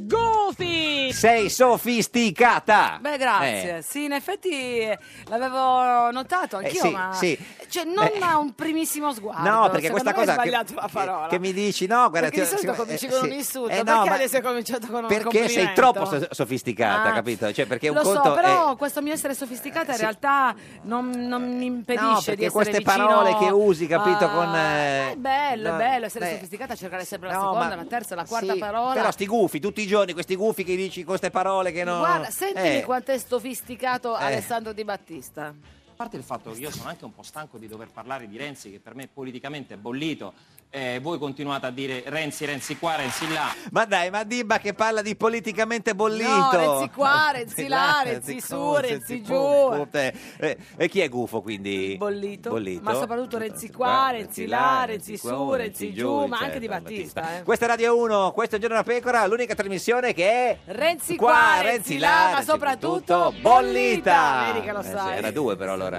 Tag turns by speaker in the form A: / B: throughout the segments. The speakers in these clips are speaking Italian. A: Goofy!
B: Sei sofisticata!
A: Beh, grazie.
B: Eh,
A: Sì, in effetti eh, l'avevo notato
B: Eh,
A: anch'io,
B: sì,
A: ma
B: sì.
A: cioè non
B: Beh.
A: a un primissimo sguardo.
B: No, perché
A: Secondo
B: questa
A: me
B: cosa
A: hai
B: che-
A: sbagliato la parola.
B: Che mi dici? No, guarda,
A: perché di
B: ti-
A: solito
B: sì,
A: cominci
B: eh,
A: con un
B: sì.
A: insulto,
B: Eh, no,
A: perché
B: ma-
A: adesso hai cominciato con un
B: Perché sei
A: complimento?
B: troppo so- sofisticata,
A: Ah.
B: capito? Cioè, perché un
A: Lo
B: conto
A: so,
B: è-
A: però questo mio essere sofisticata in realtà non, non mi impedisce
B: No,
A: di
B: perché
A: essere
B: queste
A: vicino
B: parole che usi, capito,
A: a-
B: con, eh,
A: È bello,
B: no,
A: è bello essere
B: beh,
A: sofisticata, cercare sempre la
B: no,
A: seconda,
B: ma-
A: la terza, la quarta
B: sì,
A: parola.
B: Però sti gufi, tutti i giorni, questi gufi che dici queste parole che non...
A: Guarda, sentimi
B: Eh,
A: quanto è sofisticato
B: Eh.
A: Alessandro Di Battista.
C: A parte il fatto che io sono anche un po' stanco di dover parlare di Renzi, che per me politicamente è bollito, eh, voi continuate a dire Renzi, Renzi qua, Renzi là.
B: Ma dai, ma Dibba che parla di politicamente bollito.
A: No, Renzi qua, Renzi là, Renzi
B: Renzi
A: su,
B: con,
A: Renzi giù.
B: pu- pu- eh, eh, e chi è gufo quindi?
A: Bollito, ma soprattutto Renzi qua, Renzi là, Renzi su, Renzi giù, ma
B: certo,
A: anche Di Battista. eh.
B: Questa è Radio 1, questo è Giorno da Pecora, l'unica trasmissione che è...
A: Renzi
B: qua,
A: qua,
B: Renzi
A: Renzi
B: là,
A: là, ma
B: Renzi
A: soprattutto
B: tutto
A: bollita.
B: bollita.
A: Vedi che lo
B: Eh, sì, Era
A: sai.
B: due però allora.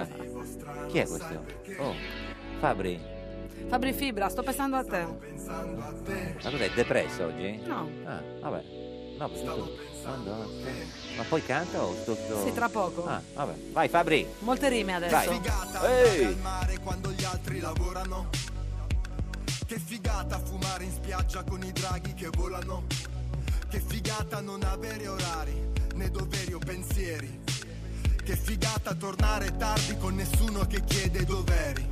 B: Chi è questo? Oh, Fabri.
A: Fabri Fibra, sto pensando a te.
B: Ma cos'è, depresso oggi?
A: No.
B: Ah, vabbè. No, perché tu- Madonna. Ma poi canta o tutto?
A: Sì, tra poco.
B: Ah, vabbè. Vai Fabri.
A: Molte rime adesso.
B: Vai.
D: al mare quando gli altri lavorano. Che figata fumare in spiaggia con i draghi che volano. Che figata non avere orari, né doveri o pensieri. Che figata tornare tardi con nessuno che chiede doveri.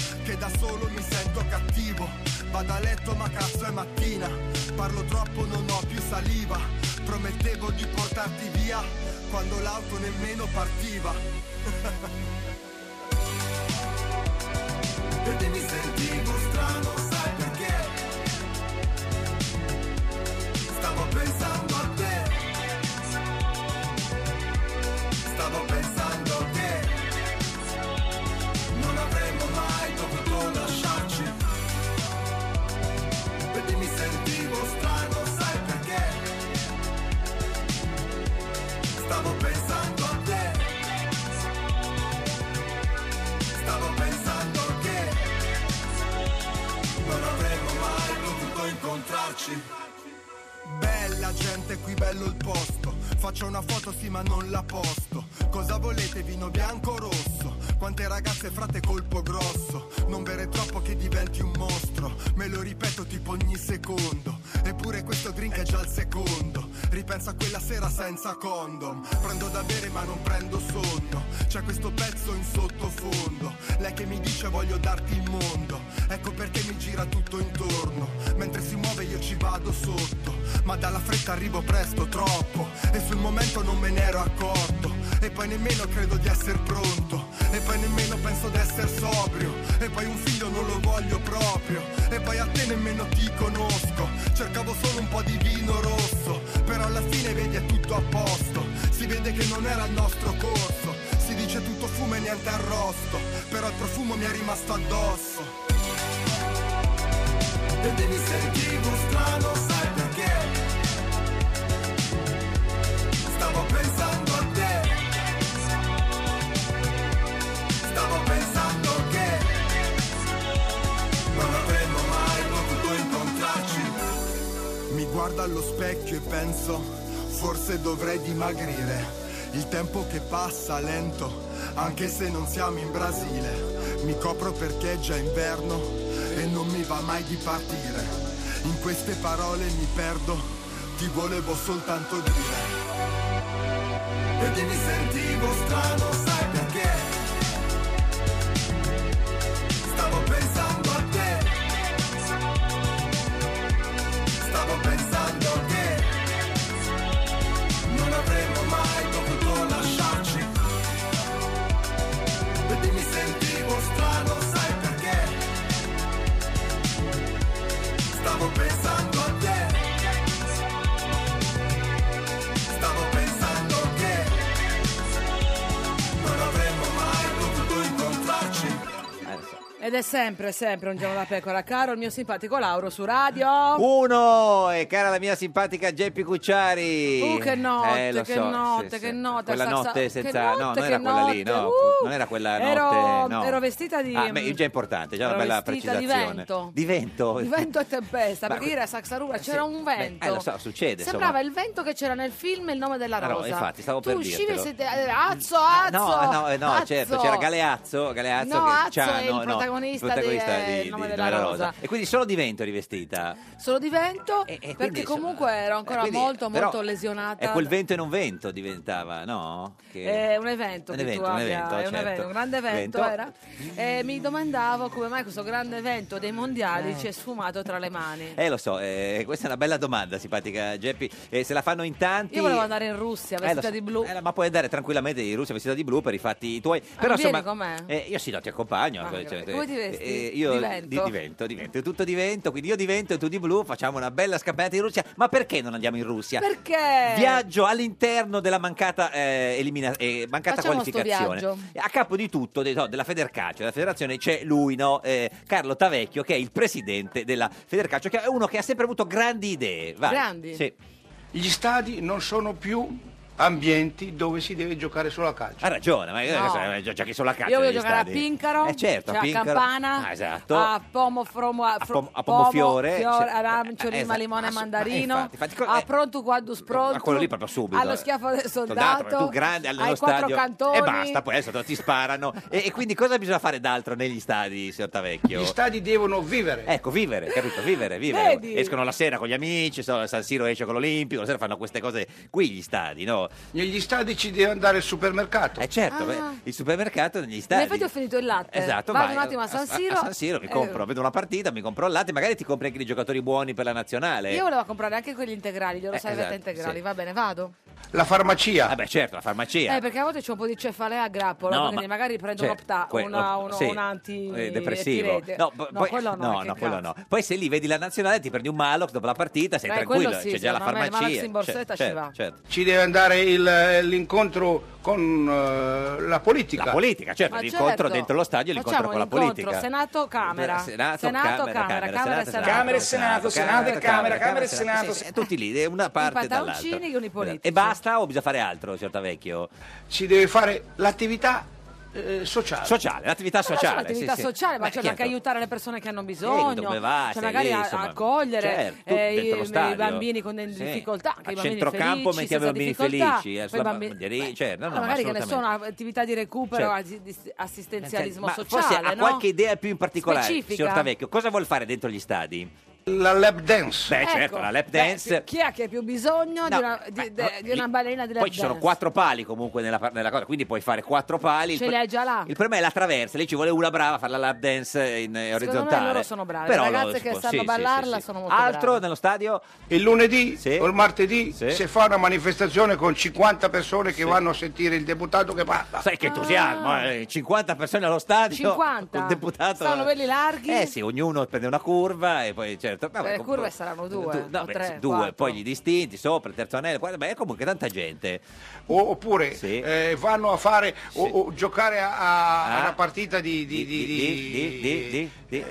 D: che da solo mi sento cattivo. Vado a letto ma cazzo è mattina, parlo troppo non ho più saliva. Promettevo di portarti via quando l'auto nemmeno partiva. Ed mi sentivo strano, sai perché? Stavo pensando a te. Stavo pensando a te. Non avremmo mai dovuto lasciarci. Ed mi sentivo strano, sai perché? Stavo pensando a te. Stavo pensando che non avremmo mai dovuto incontrarci. Bella gente, qui bello il posto. Faccio una foto sì ma non la posto. Cosa volete? Vino bianco o rosso? Quante ragazze frate colpo grosso. Non bere troppo che diventi un mostro. Me lo ripeto tipo ogni secondo. Eppure questo drink è già il secondo. Ripenso a quella sera senza condom. Prendo da bere ma non prendo sonno. C'è questo pezzo in sottofondo. Lei che mi dice voglio darti il mondo. Ecco perché mi gira tutto intorno. Mentre si muove io ci vado sotto. Ma dalla fretta arrivo presto troppo. E sul momento non me ne ero accorto. E poi nemmeno credo di essere pronto. E poi nemmeno penso di essere sobrio. E poi un figlio non lo voglio proprio. E poi a te nemmeno ti conosco. Cercavo solo un po' di vino rosso. Però alla fine vedi è tutto a posto. Si vede che non era il nostro corso. Si dice tutto fumo e niente arrosto. Però il profumo mi è rimasto addosso. Ed mi sentivo strano, sai perché? Stavo pensando a te. Stavo pensando che non avremmo mai potuto incontrarci. Mi guardo allo specchio e penso, forse dovrei dimagrire. Il tempo che passa lento, anche se non siamo in Brasile. Mi copro perché è già inverno e non mi va mai di partire. In queste parole mi perdo, ti volevo soltanto dire. Ed mi sentivo strano, sai perché? Stavo pensando a te. Stavo pensando che
A: Ed è sempre, sempre un giorno da pecora, caro il mio simpatico Lauro su radio.
B: Uno! E cara la mia simpatica Geppi Cucciari.
A: Uh, che notte,
B: Eh, lo
A: che
B: so, sì,
A: notte,
B: sì.
A: che notte.
B: Quella
A: sta- sta-
B: notte senza...
A: ah, Che
B: no,
A: notte,
B: non era
A: che
B: quella lì,
A: notte,
B: no.
A: uh.
B: non era quella
A: Ero-
B: notte, no.
A: ero vestita di-
B: Ah, beh, già è importante, già una
A: ero
B: bella
A: vestita di
B: precisazione.
A: vento.
B: Di vento?
A: Di vento e tempesta,
B: Ma-
A: perché ieri a Saxarura c'era un
B: Beh,
A: vento.
B: eh, lo so, succede,
A: Sembrava
B: insomma.
A: il vento che c'era nel film Il nome della
B: Ah,
A: rosa.
B: no, infatti, stavo
A: tu
B: per
A: uscivi e
B: dirtelo.
A: siete- eh, Azzo, Azzo.
B: No, no, eh, no,
A: Azzo.
B: certo, c'era Galeazzo, Galeazzo
A: No,
B: che
A: Azzo è
B: Ciano,
A: il
B: no,
A: protagonista
B: il protagonista
A: di, eh, Il nome della rosa.
B: E quindi solo di vento rivestita.
A: Solo di vento, perché
B: Eh, quindi, insomma,
A: comunque ero ancora
B: eh, quindi,
A: molto,
B: però,
A: molto lesionata.
B: E quel vento e non vento diventava, no? Che...
A: Ah, È un evento
B: Un
A: che
B: evento,
A: tu
B: un
A: abbia,
B: evento,
A: è un,
B: certo.
A: evento, un grande evento,
B: Evento.
A: era. E mi domandavo come mai questo grande evento dei mondiali ci è sfumato tra le mani.
B: Eh, lo so, eh, questa è una bella domanda, simpatica Geppi. Eh, se la fanno in tanti...
A: Io volevo andare in Russia
B: Eh, lo
A: vestita
B: so.
A: di blu.
B: Eh, ma puoi andare tranquillamente in Russia vestita di blu per i fatti tuoi. Però
A: vieni
B: insomma,
A: con me?
B: eh, io sì, no, ti accompagno.
A: Ma
B: Cioè,
A: come ti vesti?
B: io
A: Di
B: di-
A: vento?
B: di vento, di vento, tutto di vento. Quindi io di vento e tu di blu, facciamo una bella scappata in Russia. Ma perché non andiamo in Russia?
A: Perché?
B: Viaggio all'interno della mancata, eh, elimina- eh, mancata
A: Facciamo sto
B: qualificazione.
A: viaggio.
B: A capo di tutto, de- no, della Federcaccio, della federazione, c'è lui, no? Eh, Carlo Tavecchio, che è il presidente della Federcaccio, che è uno che ha sempre avuto grandi idee. Vai.
A: Grandi?
B: Sì.
E: Gli stadi non sono più ambienti dove si deve giocare solo a calcio.
B: Ha ragione, ma
A: No.
B: eh, già, già che sono la caccia
A: Io voglio
B: negli
A: giocare
B: stadi.
A: a Pincaro,
B: eh, certo,
A: cioè
B: a Pincaro.
A: Campana,
B: Ah, esatto.
A: a Pomo, Fromo, a, Fro-
B: Pom- a Pomofiore,
A: Fior-
B: c'è-
A: Arancio,
B: eh,
A: Lima,
B: esatto.
A: Limone e
B: Ass- ma
A: Mandarino,
B: infatti, infatti, co-
A: a
B: eh,
A: Pronto Quadus Pronto,
B: a quello lì proprio subito. eh.
A: allo schiaffo del soldato,
B: Soldato, tu grande allo
A: ai
B: stadio
A: quattro cantoni,
B: e basta, poi adesso ti sparano. e, e quindi cosa bisogna fare d'altro negli stadi, signor Tavecchio?
E: Gli stadi devono vivere.
B: Ecco, vivere, capito? Vivere, vivere.
A: Vedi?
B: Escono la sera con gli amici, so- San Siro esce con l'Olimpico, la sera fanno queste cose qui gli stadi, no?
E: Negli stadi ci deve andare il supermercato.
B: Eh certo,
A: Ah.
B: beh, il supermercato negli
A: in
B: stadi.
A: effetti ho finito il latte,
B: Esatto,
A: vado
B: vai
A: un attimo a San Siro,
B: A, San Siro mi
A: eh,
B: compro, vedo una partita, mi compro il latte, magari ti compri anche dei giocatori buoni per la nazionale.
A: Io volevo comprare anche quegli integrali, glielo
B: Eh,
A: servete
B: esatto,
A: integrali,
B: sì.
A: va bene, vado.
E: La farmacia.
B: Vabbè, certo, la farmacia.
A: Eh, perché a volte c'è un po' di cefalea a grappolo,
B: No,
A: quindi
B: ma-
A: magari prendo
B: certo,
A: un, opta,
B: que-
A: una-
B: op-
A: uno-
B: sì,
A: un anti
B: eh, depressivo.
A: tirete.
B: No,
A: No,
B: po- poi-
A: quello no,
B: no,
A: che
B: no, quello
A: cazzo.
B: no. Poi se lì vedi la nazionale ti prendi un Malox dopo la partita, sei
A: Beh,
B: tranquillo,
A: quello sì,
B: c'è già la
A: secondo me,
B: farmacia.
A: Malox in borsetta ci
B: certo,
A: va.
B: certo.
E: Ci deve andare il- l'incontro con eh, la politica.
B: La politica, certo,
A: Ma
B: l'incontro
A: certo.
B: dentro lo stadio e l'incontro
A: Facciamo
B: con la
A: l'incontro
B: politica.
A: Senato-Camera.
B: Senato,
A: Senato-Camera,
B: Camera, Camera,
A: Camera e
B: Senato,
A: Senato.
F: Camera e
B: Cioè,
F: Senato, Senato e Camera, Camera e Senato.
B: Sì, sì, Tutti lì, eh, una parte dall'altra. Esatto.
A: pantaloncini con i politici.
B: E basta o bisogna fare altro, certo vecchio?
E: Ci deve fare l'attività eh, sociale.
B: Sociale, l'attività
A: Ma
B: sociale.
A: c'è l'attività
B: sì, sì.
A: sociale, ma
B: Beh,
A: c'è
B: chiaro.
A: anche aiutare le persone che hanno
B: Sì,
A: bisogno,
B: dove
A: cioè
B: vai, sei
A: magari
B: lì,
A: a-
B: insomma.
A: accogliere
B: Certo, tu
A: eh,
B: dentro lo
A: i, i
B: stadio.
A: bambini con de-
B: Sì.
A: difficoltà, anche
B: A
A: i bambini
B: centrocampo
A: felici,
B: mettiamo i
A: senza
B: bambini
A: difficoltà,
B: felici, eh,
A: poi
B: sulla
A: i bambini-
B: bandierina,
A: beh,
B: cioè, no, no,
A: ma
B: ma
A: magari che ne sono
B: assolutamente.
A: attività di recupero,
B: Certo.
A: assi- di- assistenzialismo
B: Ma
A: sociale,
B: forse ha
A: no?
B: qualche idea più in particolare,
A: Specifica.
B: signor Tavecchio. Cosa vuol fare dentro gli stadi?
E: La lap dance.
B: Beh,
A: Ecco.
B: certo, la lap
A: Beh,
B: dance.
A: chi ha che ha più bisogno di
B: No,
A: una, di,
B: beh,
A: de-
B: no,
A: di una
B: lì-
A: ballerina di lap
B: Poi ci sono
A: dance?
B: quattro pali comunque nella, par- nella cosa, quindi puoi fare quattro pali. Il
A: Ce
B: pro-
A: li hai già là.
B: Il problema è la traversa, lì ci vuole una brava a fare la lap dance in
A: Secondo
B: eh,
A: me
B: orizzontale.
A: loro sono bravi,
B: Però
A: le
B: lo
A: ragazze
B: si
A: che
B: può-
A: sanno
B: sì, sì,
A: ballarla
B: sì, sì.
A: sono molto
B: Altro
A: brave.
B: nello stadio?
E: Il lunedì
B: Sì.
E: o il martedì
B: Sì.
E: si fa una manifestazione con 50 persone che vanno a sentire il deputato che parla.
B: Sai che entusiasmo,
A: Ah.
B: eh, 50 persone allo stadio,
A: 50?
B: un deputato.
A: Stanno belli larghi?
B: Eh sì, ognuno prende una curva e poi certo... vabbè,
A: Le
B: com-
A: curve saranno due,
B: du- no,
A: o
B: beh,
A: tre,
B: sì, due,
A: quattro.
B: poi gli distinti, sopra, il terzo anello, guarda, ma è comunque tanta gente.
E: O- oppure
B: Sì.
E: eh, vanno a fare o, o giocare a, a- a
B: Ah.
E: una partita di, di, di,
B: di, di, di, di-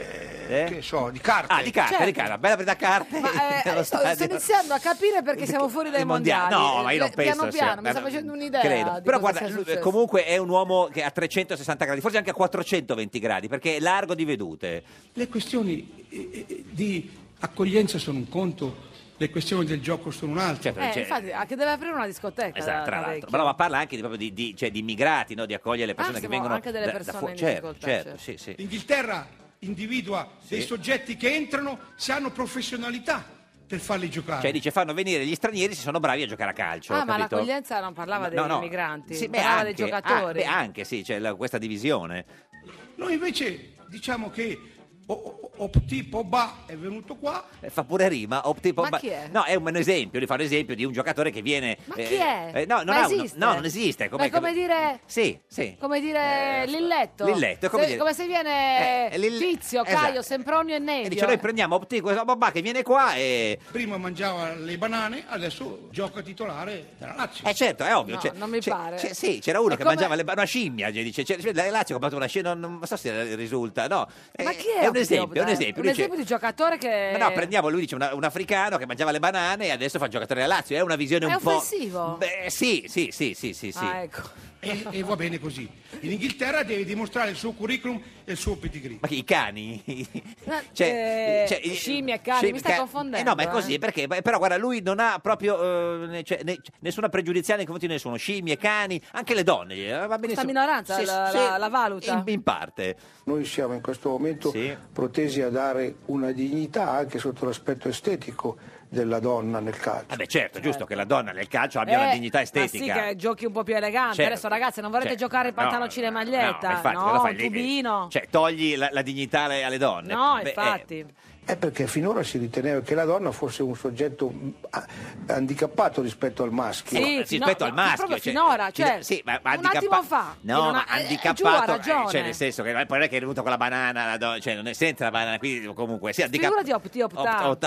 B: eh?
E: che so, di carte.
B: Ah, di carta,
A: Certo.
B: di carta, bella presa carte.
A: Ma eh,
B: nello
A: sto,
B: stadio.
A: sto iniziando a capire perché siamo fuori dai
B: I mondiali.
A: mondiali.
B: No, ma io non
A: Eh,
B: penso.
A: Piano
B: sia-
A: piano, mi sta
B: no,
A: facendo un'idea.
B: credo.
A: ah, di
B: Però
A: cosa
B: guarda,
A: sia
B: lui, eh,
A: successo.
B: comunque è un uomo che a 360 gradi, forse anche a 420 gradi, perché è largo di vedute.
G: Le questioni eh, eh, di accoglienza sono un conto, le questioni del gioco sono un altro.
B: Certo,
A: Eh,
B: cioè-
A: infatti, anche deve aprire una discoteca.
B: Esatto,
A: da-
B: tra
A: da
B: l'altro.
A: vecchio.
B: Ma, no, ma parla anche di, proprio di, di- cioè, di immigrati, no? di accogliere le persone
A: Ah, sì,
B: che
A: ma
B: vengono
A: anche delle
B: da- da,
A: persone
B: fuori.
A: in
B: Certo,
A: difficoltà,
B: certo,
A: certo.
B: sì, sì.
G: L'Inghilterra individua dei
B: Sì.
G: soggetti che entrano se hanno professionalità per farli giocare.
B: Cioè dice fanno venire gli stranieri se sono bravi a giocare a calcio.
A: Ah, ma
B: capito?
A: l'accoglienza non parlava dei migranti,
B: Sì, beh,
A: parlava dei
B: anche, ah,
A: giocatori.
B: beh, anche, sì, c'è la- questa divisione.
G: Noi invece diciamo che o- Optipo Ba è venuto qua.
B: Eh, Fa pure rima, Optipo.
G: Ma chi è?
B: No, è un, un esempio, li fa un esempio di un giocatore che viene. Ma
A: chi è?
B: no, non
A: Ma
B: ha uno-
A: esiste?
B: no, non esiste.
A: Ma è come dire...
B: Sì, sì.
A: Come dire Lilletto.
B: Lilletto, è come
A: Se-
B: dire-
A: come se viene
B: Eh, Lill-
A: Tizio,
B: esatto.
A: Caio, Sempronio e Nevio.
B: E dice, noi prendiamo Optipo, questo babà che viene qua e...
G: Prima mangiava le banane, adesso gioca titolare della Lazio.
B: Eh certo, è ovvio.
G: No,
B: cioè-
G: non mi
B: cioè-
G: pare.
B: cioè, sì, c'era uno
G: È
B: che
G: come-
B: mangiava le, ba- una scimmia, cioè, dice, cioè, cioè, la Lazio ha comprato una scimmia, non, non so se risulta, no.
A: Ma
B: Eh,
A: chi è?
B: È un
A: Optipo
B: esempio, è un
A: Dai?
B: esempio.
A: Un
B: Lui dice-
A: esempio di giocatore che...
B: Ma no, prendiamo, lui dice una- un africano che mangiava le banane e adesso fa il giocatore della Lazio. È una visione
A: È Ah,
B: un po'.
A: offensivo.
B: Beh, sì, sì, sì, sì, sì. sì.
G: Ah,
A: ecco.
G: ecco. E, e va bene così. In Inghilterra deve dimostrare il suo curriculum e il suo pedigree.
B: Ma che i cani?
A: Ma-
B: Cioè,
A: eh,
B: cioè, eh,
A: scimmie e cani,
B: Cioè,
A: mi stai
B: ca-
A: confondendo.
B: Eh no, ma è così, perché? beh, Però guarda, lui non ha proprio eh, ne- cioè, ne- nessuna pregiudiziale nei confronti di nessuno. Scimmie, cani, anche le donne. eh, Va
A: Questa
B: benissimo.
A: minoranza
B: Sì,
A: la,
B: sì,
A: la- la valuta.
B: in, in parte.
H: Noi siamo in questo momento protesi a dare una dignità anche sotto l'aspetto estetico della donna nel calcio.
B: Vabbè, certo, è giusto che la donna nel calcio abbia
A: Eh,
B: una dignità estetica.
A: Ma sì, che giochi un po' più elegante.
B: Certo.
A: Adesso, ragazzi, non vorrete
B: Certo.
A: giocare in pantaloncino e maglietta?
B: ma
A: No,
B: infatti, cosa fai?
A: un
B: Lì-
A: tubino.
B: Cioè, togli la, la dignità alle, alle donne.
A: no,
B: Beh, eh,
A: infatti.
H: È perché finora si riteneva che la donna fosse un soggetto mm, ah, handicappato rispetto al maschio.
A: Sì,
B: No,
A: fino-
B: Eh, rispetto al
A: no,
B: maschio,
A: proprio
B: cioè,
A: finora,
B: fino-
A: cioè,
B: sì, ma- ma
A: un attimo
B: handicappa-
A: fa. che
B: No,
A: non
B: ma
A: ha- eh, giù ha
B: handicappato, eh,
A: ragione.
B: cioè nel senso che poi non è che è venuto con la banana, la do- cioè non è senza la banana, quindi comunque sì,
A: Figura
B: handicappato.
A: di opti optato.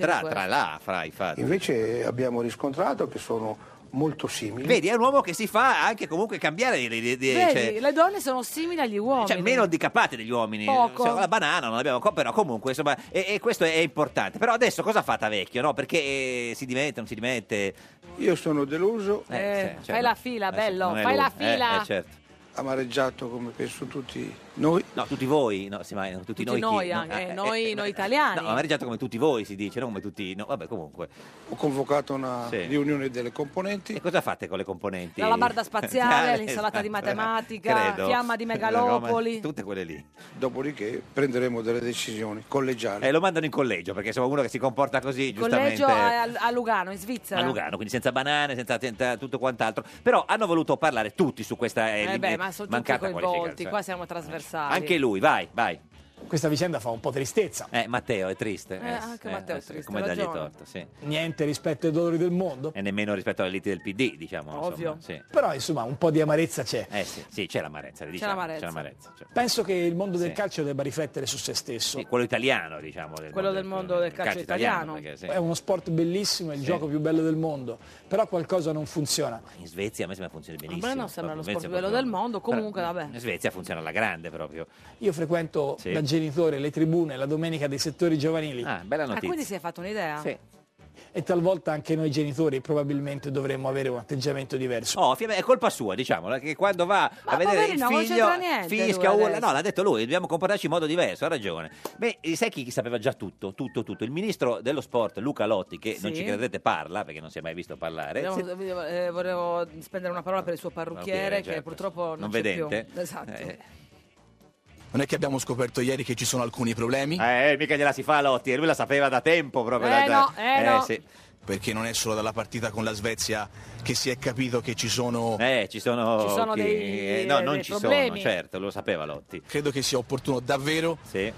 B: tra, tra là, fra i fatti.
H: Invece abbiamo riscontrato che sono molto simili.
B: Vedi, è un uomo che si fa anche comunque cambiare di- di- di-
A: Vedi,
B: cioè,
A: le donne sono simili agli uomini.
B: cioè, meno handicappate degli uomini.
A: Poco.
B: Cioè, la banana non l'abbiamo co- però comunque insomma, e, e questo è importante. Però adesso cosa fa Tavecchio? No? Perché eh, si dimette, non si dimette?
H: Io sono deluso.
B: Eh,
A: Eh,
B: sì, cioè,
A: fai la fila,
B: eh, sì,
A: bello.
B: non è
A: Fai
B: lui.
A: la
B: Eh,
A: fila.
B: eh, certo.
H: Amareggiato come penso tutti.
B: Noi? No, tutti voi, no, sì, ma eh, tutti,
A: Tutti
B: chi?
A: noi,
B: No,
A: anche,
B: eh,
A: noi,
B: eh,
A: noi italiani.
B: No, amareggiato come tutti voi si dice, non come tutti. No, vabbè, comunque.
H: Ho convocato una
B: Sì.
H: riunione delle componenti.
B: E cosa fate con le componenti?
A: La labarda spaziale,
B: Esatto,
A: l'insalata di matematica,
B: credo.
A: fiamma di megalopoli.
B: Tutte quelle lì.
H: Dopodiché prenderemo delle decisioni collegiali.
B: E Eh, lo mandano in collegio perché insomma uno che si comporta così, giustamente.
A: Collegio a, a Lugano, in Svizzera.
B: A Lugano, quindi senza banane, senza, senza tutto quant'altro. Però hanno voluto parlare tutti su questa eh,
A: Eh
B: lim-
A: beh, ma sono tutti
B: mancata
A: coinvolti,
B: qualificazione.
A: qua siamo trasversali.
B: Anche lui, vai, vai.
I: Questa vicenda fa un po' tristezza.
B: Eh, Matteo è triste.
I: Eh, anche Matteo è triste,
B: Come
I: ha
B: dargli
I: ragione.
B: torto, sì.
I: Niente rispetto ai dolori del mondo.
B: E nemmeno rispetto alle liti del PD, diciamo. insomma,
I: Ovvio.
B: sì.
I: Però insomma un po' di amarezza c'è.
B: Eh sì, sì, c'è l'amarezza, diciamo,
I: l'amarezza.
B: C'è l'amarezza. cioè.
I: Penso che il mondo del
B: Sì.
I: calcio debba riflettere su se stesso.
B: Sì, quello italiano, diciamo. del
I: Quello del mondo del calcio italiano.
B: perché, sì.
I: È uno sport bellissimo, è il
B: Sì.
I: gioco più bello del mondo, però qualcosa non funziona.
B: In Svezia a me sembra funzioni
A: A
B: benissimo.
A: me non sembra lo
B: proprio.
A: sport
B: In Svezia
A: più bello
B: proprio-
A: del mondo, comunque
B: Però-
A: vabbè.
B: In Svezia funziona alla grande proprio.
I: Io frequento
B: Sì.
I: da genitore le tribune la domenica dei settori giovanili.
B: Ah, bella
A: Ah, quindi si è fatto un'idea?
B: Sì.
I: E talvolta anche noi genitori probabilmente dovremmo avere un atteggiamento diverso.
B: Oh, Fiamma- è colpa sua, diciamo, che quando va a vedere il
A: poverino, non
B: figlio
A: c'entra niente lui
B: fischia urla.
A: adesso.
B: No, l'ha detto lui, dobbiamo comportarci in modo diverso, ha ragione. Beh, eh, sai chi sapeva già tutto, tutto, tutto? Il ministro dello sport Luca Lotti, che non
A: Sì.
B: ci credete parla, perché non si è mai visto parlare.
A: Abbiamo-
B: si-
A: eh, volevo spendere una parola per il suo
B: Parrucchiere,
A: parrucchiere, che
B: certo.
A: purtroppo non,
J: Non
A: c'è
J: vedente.
A: più. Esatto.
J: Eh. Non è che abbiamo scoperto ieri che ci sono alcuni problemi?
B: Eh, mica gliela si fa Lotti, e lui la sapeva da tempo proprio.
A: Eh,
B: da-
A: no, eh, no.
B: sì.
J: Perché non è solo dalla partita con la Svezia che si è capito che ci sono...
B: Eh, ci sono...
J: Ci sono
B: chi-
J: dei-
B: eh, No,
J: dei
B: non ci sono,
J: problemi.
B: certo, lo sapeva Lotti.
J: Credo che sia opportuno davvero eh,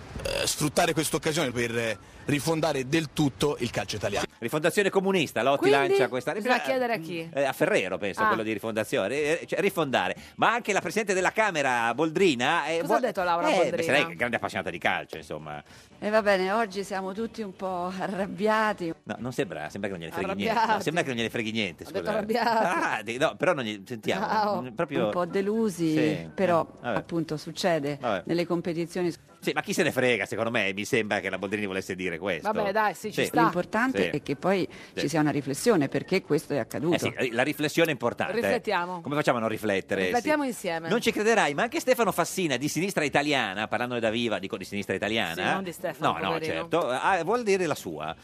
J: sfruttare questa occasione per eh, rifondare del tutto il calcio italiano.
B: Rifondazione comunista, Lotti
A: Quindi
B: lancia questa...
A: bisogna chiedere a chi?
B: Eh, a Ferrero, penso,
A: Ah.
B: quello di rifondazione, eh, cioè, rifondare. Ma anche la Presidente della Camera, Boldrina... eh,
K: Cosa
B: vuol-
K: ha detto Laura
B: eh,
K: Boldrina?
B: beh, se lei è grande appassionata di calcio, insomma.
K: E va bene, oggi siamo tutti un po' arrabbiati.
B: No, non sembra, sembra che non gliene freghi
K: Arrabbiati.
B: niente. No, sembra che non gliene freghi niente, scusa.
K: detto arrabbiati.
B: Ah, di- no, però non gli... Sentiamo.
K: Ah, oh,
B: mm, proprio...
K: Un po' delusi,
B: Sì. eh,
K: però
B: Vabbè.
K: appunto succede
B: Vabbè.
K: nelle competizioni.
B: Sì, ma chi se ne frega, secondo me, mi sembra che la Boldrini volesse dire questo.
K: Vabbè, dai, sì, ci sta. L'importante è che poi ci sia una riflessione perché questo è accaduto.
B: Eh sì, la riflessione è importante. eh.
A: Riflettiamo.
B: Come facciamo a non riflettere?
A: Riflettiamo
B: Sì.
A: insieme.
B: Non ci crederai, ma anche Stefano Fassina di Sinistra Italiana, parlandone da viva, dico di Sinistra Italiana.
A: Sì, non di Stefano,
B: No, no,
A: poverino.
B: certo, ah, vuol dire la sua.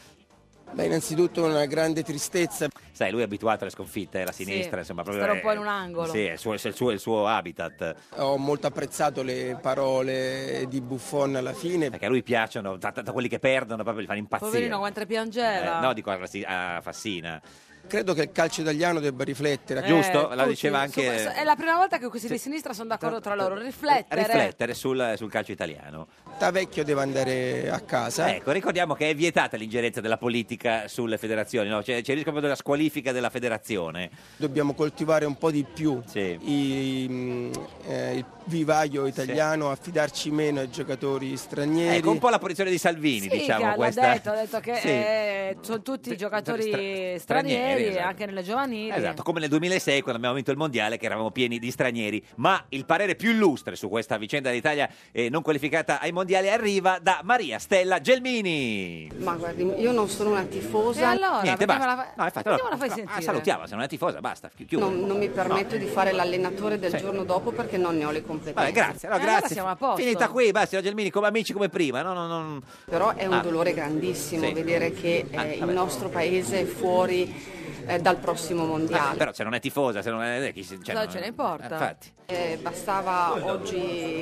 L: Beh, innanzitutto una grande tristezza.
B: Sai, lui è abituato alle sconfitte, la sinistra,
L: Sì,
B: insomma,
L: stare
B: proprio...
L: un po' in un angolo.
B: Sì, è il suo, è il suo- è il suo habitat.
L: Ho molto apprezzato le parole di Buffon alla fine.
B: Perché a lui piacciono, tanto quelli che perdono proprio li fanno impazzire.
A: Poverino, mentre piangeva.
B: Eh, no, dico a, Rassi- a Fassina.
L: Credo che il calcio italiano debba riflettere.
B: Giusto, la diceva
L: tutti,
B: anche-
A: È la prima volta che questi di sinistra sono d'accordo
B: Eh,
A: tra loro. Riflettere.
B: riflettere sul, sul calcio italiano.
L: Tavecchio deve andare a casa.
B: Ecco, ricordiamo che è vietata l'ingerenza della politica sulle federazioni, no? c'è, c'è il rischio proprio della squalifica della federazione.
L: Dobbiamo coltivare un po' di più i- mm, eh, il vivaio italiano, affidarci meno ai giocatori stranieri.
B: Ecco, un po' la posizione di Salvini,
A: Sì,
B: diciamo
A: l'ha
B: questa.
A: detto, ha detto che
B: Sì.
A: eh, sono tutti giocatori
B: stra-
A: stranieri,
B: esatto.
A: anche nelle giovanili.
B: Esatto, come nel 2006 quando abbiamo vinto il mondiale che eravamo pieni di stranieri, ma il parere più illustre su questa vicenda dell'Italia eh, non qualificata ai mondiali arriva da Maria Stella Gelmini.
M: Ma guardi, io non sono una tifosa.
A: E allora,
B: Niente,
A: perché me
B: basta.
A: la fa-
B: No, infatti,
A: perché
B: allora-
A: me la fai
B: no,
A: sentire?
B: ah, salutiamo, se non è tifosa, basta, chi- chiudo.
M: Non, non mi permetto
B: No.
M: di fare l'allenatore del
B: Sì.
M: giorno dopo perché non ne ho le competenze.
B: Vabbè, grazie, no,
M: Eh, allora
B: grazie.
M: siamo a posto.
B: Finita qui, basta, signora Gelmini, come amici come prima. No, no, no.
M: Però è un
B: Ah.
M: dolore grandissimo
B: Sì.
M: vedere che eh,
B: Ah,
M: il
B: vabbè.
M: nostro paese è fuori eh, dal prossimo
B: Ah,
M: mondiale.
B: però se non è tifosa, se non è... eh, chi se- cioè,
M: Cosa
B: non-
M: ce ne importa?
B: Eh, Infatti.
M: Eh, bastava oggi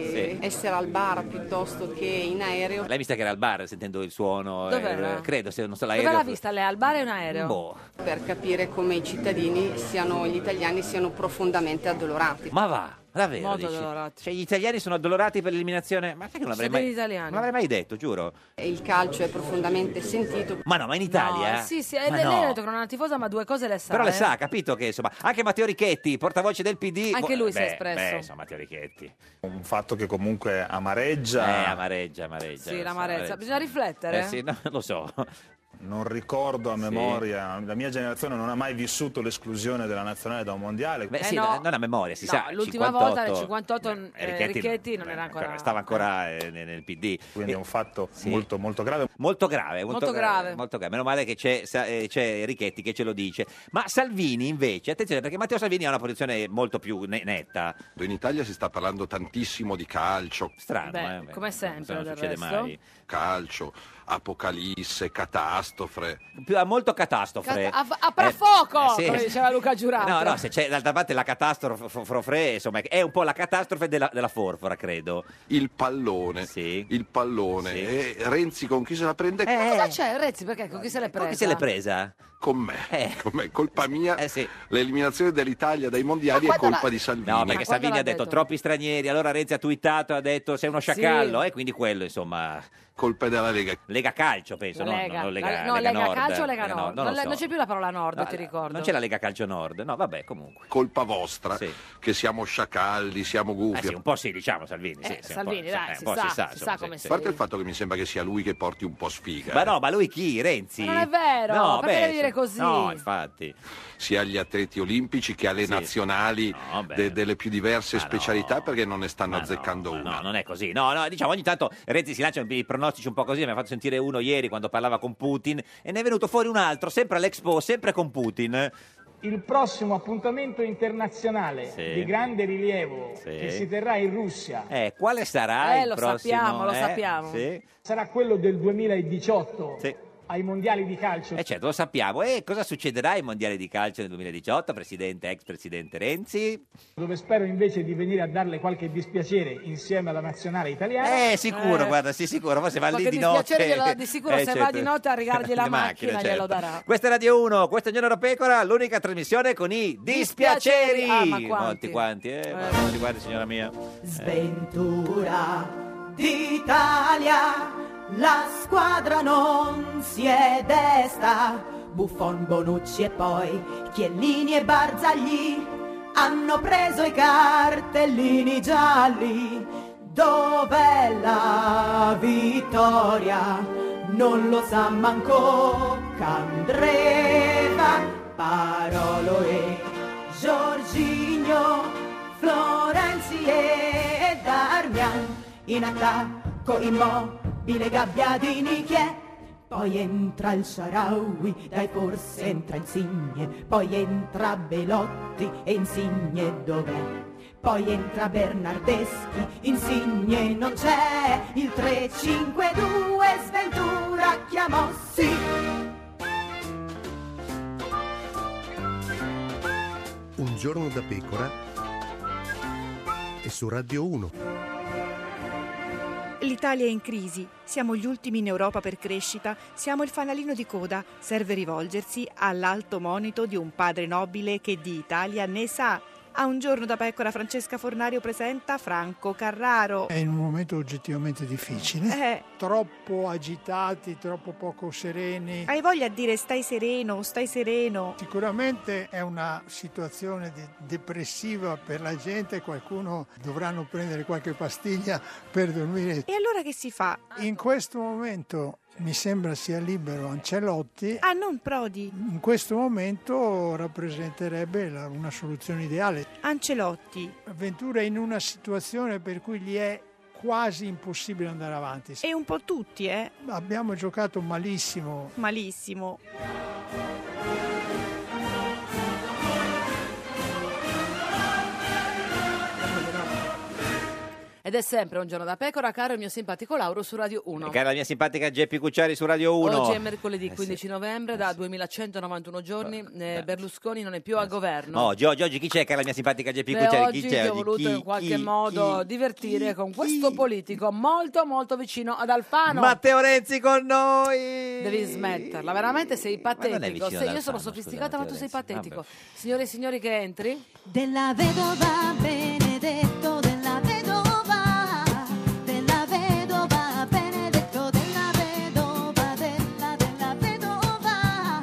B: Sì.
M: essere al bar piuttosto che in aereo.
B: Lei mi sa che era al bar sentendo il suono,
M: Dov'era?
B: eh, credo, se non so,
M: Dove
B: l'aereo.
M: l'ha
A: vista lei al bar e un aereo?
B: Boh.
M: Per capire come i cittadini siano, gli italiani siano profondamente addolorati.
B: Ma va, davvero?
M: Molto
B: dici?
M: addolorati.
B: Cioè, gli italiani sono addolorati per l'eliminazione? Ma sai che non l'avrei
M: Cittadini
B: mai...
M: italiani.
B: Non l'avrei mai detto, giuro.
M: Il calcio è profondamente sentito.
B: Ma no, ma in Italia?
A: No, sì, sì,
B: Ma
A: eh, lei
B: no.
A: lei ha detto che non è una tifosa, ma due cose le sa.
B: Però le
A: eh.
B: sa, capito che insomma, anche Matteo Richetti, portavoce del PD.
A: Anche lui si è
B: Beh,
A: espresso.
B: Beh, insomma, Matteo Richetti.
C: Un fatto che comunque amareggia.
B: Eh, amareggia, amareggia.
A: Sì,
B: lo so,
A: l'amarezza.
B: amareggia.
A: Bisogna riflettere.
C: Eh sì.
B: cioè, Sì, no, lo so.
C: Non ricordo a memoria, la mia generazione non ha mai vissuto l'esclusione della nazionale da un mondiale.
A: Beh, sì, Eh, no. no,
B: non a memoria, si
A: No,
B: sa.
A: l'ultima
C: 58.
A: volta nel 58 eh, Richetti,
C: Richetti-
A: non era ancora.
B: Stava ancora eh, nel nel PD. Quindi è un
C: fatto molto, molto grave.
B: Molto grave, molto,
A: Molto
B: grave,
A: grave.
B: molto grave. Meno male che c'è, sa- eh, c'è Richetti che ce lo dice. Ma Salvini invece, attenzione perché Matteo Salvini ha una posizione molto più ne- netta.
N: In Italia si sta parlando tantissimo di calcio.
B: Strano,
A: Beh,
B: eh,
A: come sempre,
B: non
A: del
B: succede
A: resto.
B: mai.
N: Calcio, apocalisse, catastrofe.
B: Più- ha molto catastrofe.
A: Cazzo, a- Aprafoco,
B: Eh, sì.
A: come diceva Luca Giurato.
B: No, no, se c'è d'altra parte la catastrofe, fo- fo- fre- insomma, è un po' la catastrofe della, della forfora, credo.
N: Il pallone. Il pallone. E Renzi con chi se la prende?
B: Eh,
A: Ma Eh, cosa c'è, Rezzi? Perché con chi se l'è presa?
N: chi
B: se l'è presa? Eh.
N: Con me. Con me. Colpa mia. L'eliminazione dell'Italia dai mondiali
B: Ma
N: è
B: quando
N: colpa
B: l'ha-
N: di Salvini.
B: No, perché Salvini ha detto, troppi stranieri, allora Renzi ha twittato, ha detto sei uno sciacallo, e quindi quello, insomma...
N: Colpa della Lega.
B: Lega Calcio, penso, no,
A: Lega.
B: no, no, Lega,
A: La- no,
B: Lega
A: Lega
B: Nord.
A: Calcio o Lega Nord?
B: non
A: Non,
B: lo
A: le-
B: so.
A: non c'è più la parola Nord,
B: No, eh,
A: ti ricordo.
B: Non c'è la Lega Calcio Nord, no, vabbè, comunque. Eh,
N: Colpa vostra che siamo sciacalli, siamo gufi.
B: sì, un po' sì, diciamo Salvini.
A: Eh, sì, un Salvini, po' sì, dai, eh, un si po' sa, si sa, si insomma, sa sì, come sì.
N: A parte il fatto che mi sembra che sia lui che porti un po' sfiga. eh.
B: Ma no, ma lui chi? Renzi?
A: Ma non è vero,
B: No,
A: perché
B: beh,
A: devi dire
B: insomma,
A: così?
B: no, infatti.
N: Sia agli atleti olimpici che alle nazionali
B: Oh,
N: de- delle più diverse specialità perché non ne stanno azzeccando una.
B: No, non è così. No, no, diciamo ogni tanto Renzi si lancia i pronostici un po' così, mi ha fatto sentire uno ieri quando parlava con Putin e ne è venuto fuori un altro, sempre all'Expo, sempre con Putin.
O: Il prossimo appuntamento internazionale
B: Sì.
O: di grande rilievo
B: Sì.
O: che si terrà in Russia
B: Eh, quale sarà
O: Eh,
B: il
O: lo
B: prossimo?
O: sappiamo, lo
B: eh?
O: sappiamo.
B: Sì.
O: sarà quello del 2018
B: Sì.
O: ai mondiali di calcio.
B: Eh certo, lo sappiamo. E cosa succederà ai mondiali di calcio nel 2018, presidente, ex presidente Renzi?
O: Dove spero invece di venire a darle qualche dispiacere insieme alla nazionale italiana.
B: Eh, sicuro, guarda, sì, sicuro. Forse va
O: Ma
B: lì
O: che
B: di notte.
A: dispiacere glielo dà di sicuro,
B: Eh,
A: se va
B: certo.
A: di notte a rigargli la
B: Le
A: macchina, glielo
B: certo.
A: darà.
B: Questa è Radio 1, questo è Giorno da Pecora, l'unica trasmissione con i dispiaceri.
A: Dispiaceri. Ah, ma quanti.
B: Molti quanti, eh, ma molti quanti, signora mia.
P: Sventura d'Italia, la squadra non si è desta. Buffon, Bonucci e poi Chiellini e Barzagli hanno preso i cartellini gialli. Dov'è la vittoria? Non lo sa manco Candreva, Parolo e Giorginio. Florenzi e Darmian in attacco immobile Gabbiadini chi è? Poi entra il Sharawi, dai forse entra Insigne, poi entra Belotti e Insigne dov'è? Poi entra Bernardeschi, Insigne non c'è, il 3-5-2 Sventura chiamò sì.
Q: Un giorno da pecora e su Radio 1.
R: L'Italia è in crisi, siamo gli ultimi in Europa per crescita, siamo il fanalino di coda, serve rivolgersi all'alto monito di un padre nobile che di Italia ne sa. A un giorno da pecora Francesca Fornario presenta Franco Carraro.
S: È in un momento oggettivamente difficile.
R: Eh,
S: Troppo agitati, troppo poco sereni.
R: hai voglia di dire stai sereno, stai sereno.
S: Sicuramente è una situazione di- depressiva per la gente, qualcuno dovranno prendere qualche pastiglia per dormire.
R: E allora che si fa?
S: In questo momento mi sembra sia libero Ancelotti.
R: Ah, non Prodi.
S: In questo momento rappresenterebbe la- una soluzione ideale.
R: Ancelotti.
S: Ventura è in una situazione per cui gli è quasi impossibile andare avanti.
R: E un po' tutti, eh?
S: Abbiamo giocato malissimo.
R: Malissimo.
A: Ed è sempre un giorno da pecora, caro il mio simpatico Lauro su Radio 1.
B: E cara la mia simpatica Geppi Cucciari su Radio 1.
A: Oggi è
B: Eh,
A: mercoledì 15 novembre, da 2191 giorni eh, Berlusconi non è più al governo.
B: No, oggi, oggi, oggi chi c'è, cara la mia simpatica Geppi
A: Beh,
B: Cucciari?
A: oggi
B: chi
A: ti
B: c'è?
A: ho
B: oggi?
A: voluto
B: Chi-
A: in qualche
B: chi-
A: modo divertire con questo politico molto molto vicino ad Alfano.
B: Matteo Renzi con noi!
A: Devi smetterla, veramente sei
B: non è
A: patetico.
B: vicino
A: Se io
B: ad
A: sono
B: Alfano, scusa,
A: sofisticata, ma tu sei
B: Matteo Renzi.
A: patetico. Signore e signori che entri.
P: Della vedova benedetto, della vedova, della vedova benedetto, della vedova, della, della vedova,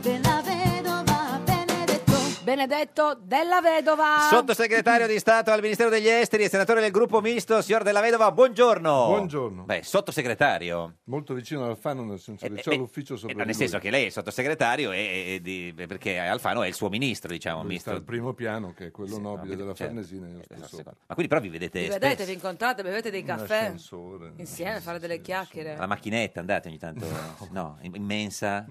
P: della vedova benedetto.
A: Benedetto della vedova.
B: Sottosegretario di Stato al Ministero degli Esteri e senatore del gruppo misto, signor Della Vedova, buongiorno.
N: Buongiorno.
B: Beh, sottosegretario.
N: Molto vicino ad Alfano, nel senso che
B: Eh,
N: c'è
B: beh,
N: l'ufficio sopra
B: eh, no,
N: di
B: nel senso
N: lui.
B: che lei è sottosegretario e- e di- perché Alfano è il suo ministro, diciamo.
N: Dove sta
B: Ministro...
N: al primo piano, che è quello nobile della
B: certo.
N: Farnesina. io sto sopra.
B: Ma quindi però vi vedete...
A: Vi
B: spesso?
A: vedete, vi incontrate, bevete dei
N: Un
A: caffè.
N: ascensore.
A: Insieme, fare delle chiacchiere.
B: La macchinetta, andate ogni tanto... no, in in mensa...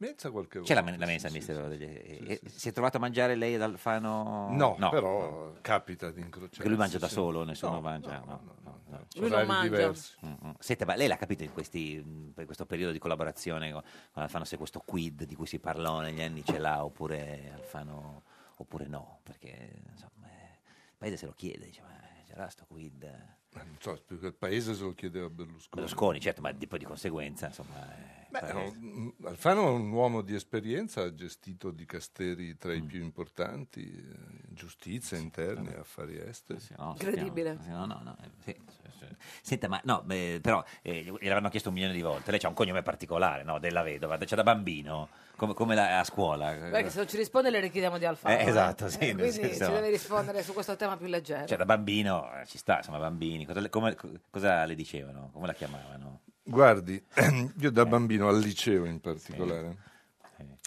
N: Mensa qualche
B: C'è la,
N: volta,
B: la
N: sì,
B: mensa al
N: sì,
B: Ministero degli Esteri. E- Si è trovato a mangiare lei ad Alfano?
N: No, però capita di incrociarsi.
B: Perché Cioè, lui mangia da
N: sì.
B: solo, nessuno mangia. no, no, no.
N: Lui non Orari mangia. diversi.
B: Mm, mm. Senta, ma lei l'ha capito in, questi, mm, per questo periodo di collaborazione con, con Alfano se questo quid di cui si parlò negli anni ce l'ha oppure Alfano oppure no? Perché insomma, eh, il paese se lo chiede, dice, ma eh, c'era sto quid.
N: Ma Eh, Non so, più che il paese se lo chiedeva Berlusconi.
B: Berlusconi, certo, ma di- poi di conseguenza, insomma... eh,
N: Beh,
B: paese-
N: no, mm, Alfano è un uomo di esperienza, ha gestito dicasteri tra
B: Mm.
N: i più importanti, eh, giustizia, interni, affari esteri.
B: no, sappiamo. Sì, No, no, no, eh, sì, sì, sì. Senta, ma no, beh, però eh, gliel'avranno chiesto un milione di volte. Lei ha un cognome particolare, no? Della vedova, c'è da bambino, come, come la- a scuola.
A: Perché se non ci risponde le richiediamo di Alfano.
B: Eh, esatto, sì,
A: Eh,
B: nel
A: quindi
B: senso-
A: ci deve rispondere su questo tema più leggero.
B: Cioè, da bambino eh, ci sta, insomma, bambini. Cosa, le- come- co- cosa le dicevano? Come la chiamavano?
N: Guardi, io
B: Eh.
N: da bambino al liceo in particolare,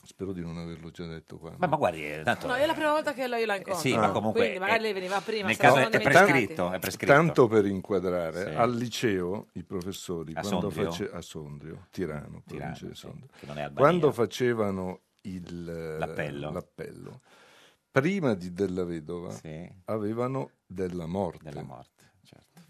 N: spero di non averlo già detto qua.
B: Ma- ma guardi, eh, tanto-
A: No, è la prima volta che la- io la
N: Eh
A: incontro.
N: sì, ma comunque
A: Quindi magari
N: è-
A: lei veniva prima.
N: nel
A: se la
N: caso
A: sono
N: è
A: dimenticati.
N: prescritto,
B: è prescritto.
N: Tanto per inquadrare,
B: Sì.
N: al liceo i professori,
B: A
N: quando
B: Sondrio?
N: face- a Sondrio, Tirano,
B: Tirano,
N: provincia di
B: sì,
N: Sondrio.
B: che non è Albania.
N: quando facevano il,
B: L'appello.
N: l'appello, prima di Della Vedova avevano Della Morte.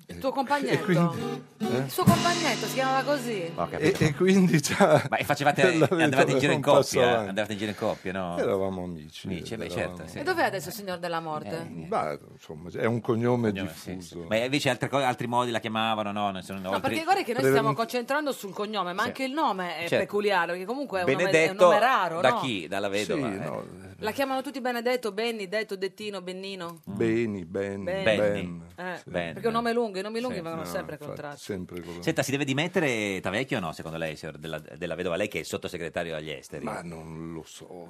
A: Il tuo compagnetto.
N: eh?
A: Il suo compagnetto si chiamava così.
N: E, e quindi già...
B: Ma e facevate,
N: Della Vedova
B: andavate in
N: era
B: giro in
N: un passo
B: coppia,
N: avanti.
B: andavate in giro in coppia, no?
N: Eravamo amici.
B: Amici, beh,
N: eravamo-
B: certo, sì.
A: E dov'è adesso il signor della
N: Eh,
A: morte?
N: Bah, insomma, è un cognome,
B: Cognome, sì,
N: diffuso.
B: Ma invece altre co- altri modi la chiamavano, no? Non sono-
A: No,
B: oltre-
A: perché guarda che noi stiamo concentrando sul cognome, ma
B: Sì.
A: anche il nome è
B: Certo.
A: peculiare, perché comunque è un nome, è un
B: Benedetto
A: nome raro,
B: da
A: no?
B: chi? Dalla vedova.
N: Sì,
B: eh?
N: no,
A: La chiamano tutti Benedetto, Benni, Detto, Dettino, Bennino.
B: Mm.
N: Beni, Ben,
A: Beni.
N: Ben.
B: Benni.
A: Eh,
N: Sì.
A: Perché è un nome lungo, i nomi
N: Mm,
A: lunghi
N: Sì.
A: vengono
N: No,
A: sempre
N: infatti,
A: contratti.
N: sempre con la-
B: Senta, si deve dimettere Tavecchio o no, secondo lei, signor della, della vedova? Lei che è il sottosegretario agli esteri.
N: Ma non lo so.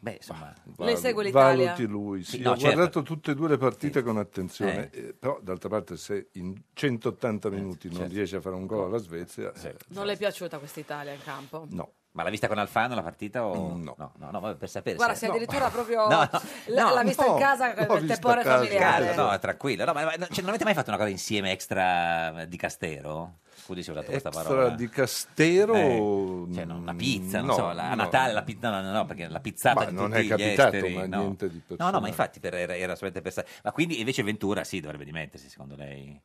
B: Beh, insomma...
A: Lei segue l'Italia?
N: Valuti lui, sì.
B: Sì, no,
N: ho
B: certo.
N: guardato tutte e due le partite con attenzione,
B: Eh.
N: eh, però d'altra parte se in 180 minuti non
B: certo.
N: riesce a fare un gol alla Svezia... eh,
A: Non le è piaciuta quest'Italia in campo?
N: No.
B: Ma l'ha vista con Alfano la partita o...
N: Mm,
B: No. No, no, vabbè, per sapere...
A: Guarda,
B: se-
A: sei addirittura proprio
B: No, no,
A: la-
B: no,
A: l'ha vista in
B: no,
A: casa
N: l'ho
A: per
N: vista
A: temporale
N: a casa.
A: familiare.
B: Caldo, no, tranquillo. No, ma, ma- cioè, non avete mai fatto una cosa insieme extra eh, di Castero? Scusi se ho dato questa parola.
N: Extra di Castero... mm,
B: Eh, cioè, no, una pizza, non
N: no,
B: so, la- a
N: no.
B: Natale la pizza, no, no, no, perché la pizzata
N: Ma
B: di
N: non
B: tutti
N: è
B: gli
N: capitato,
B: esteri,
N: ma
B: no.
N: niente di
B: No, no, ma
N: personale.
B: infatti per- era, era solamente per sa- Ma quindi invece Ventura sì, dovrebbe dimettersi, secondo lei?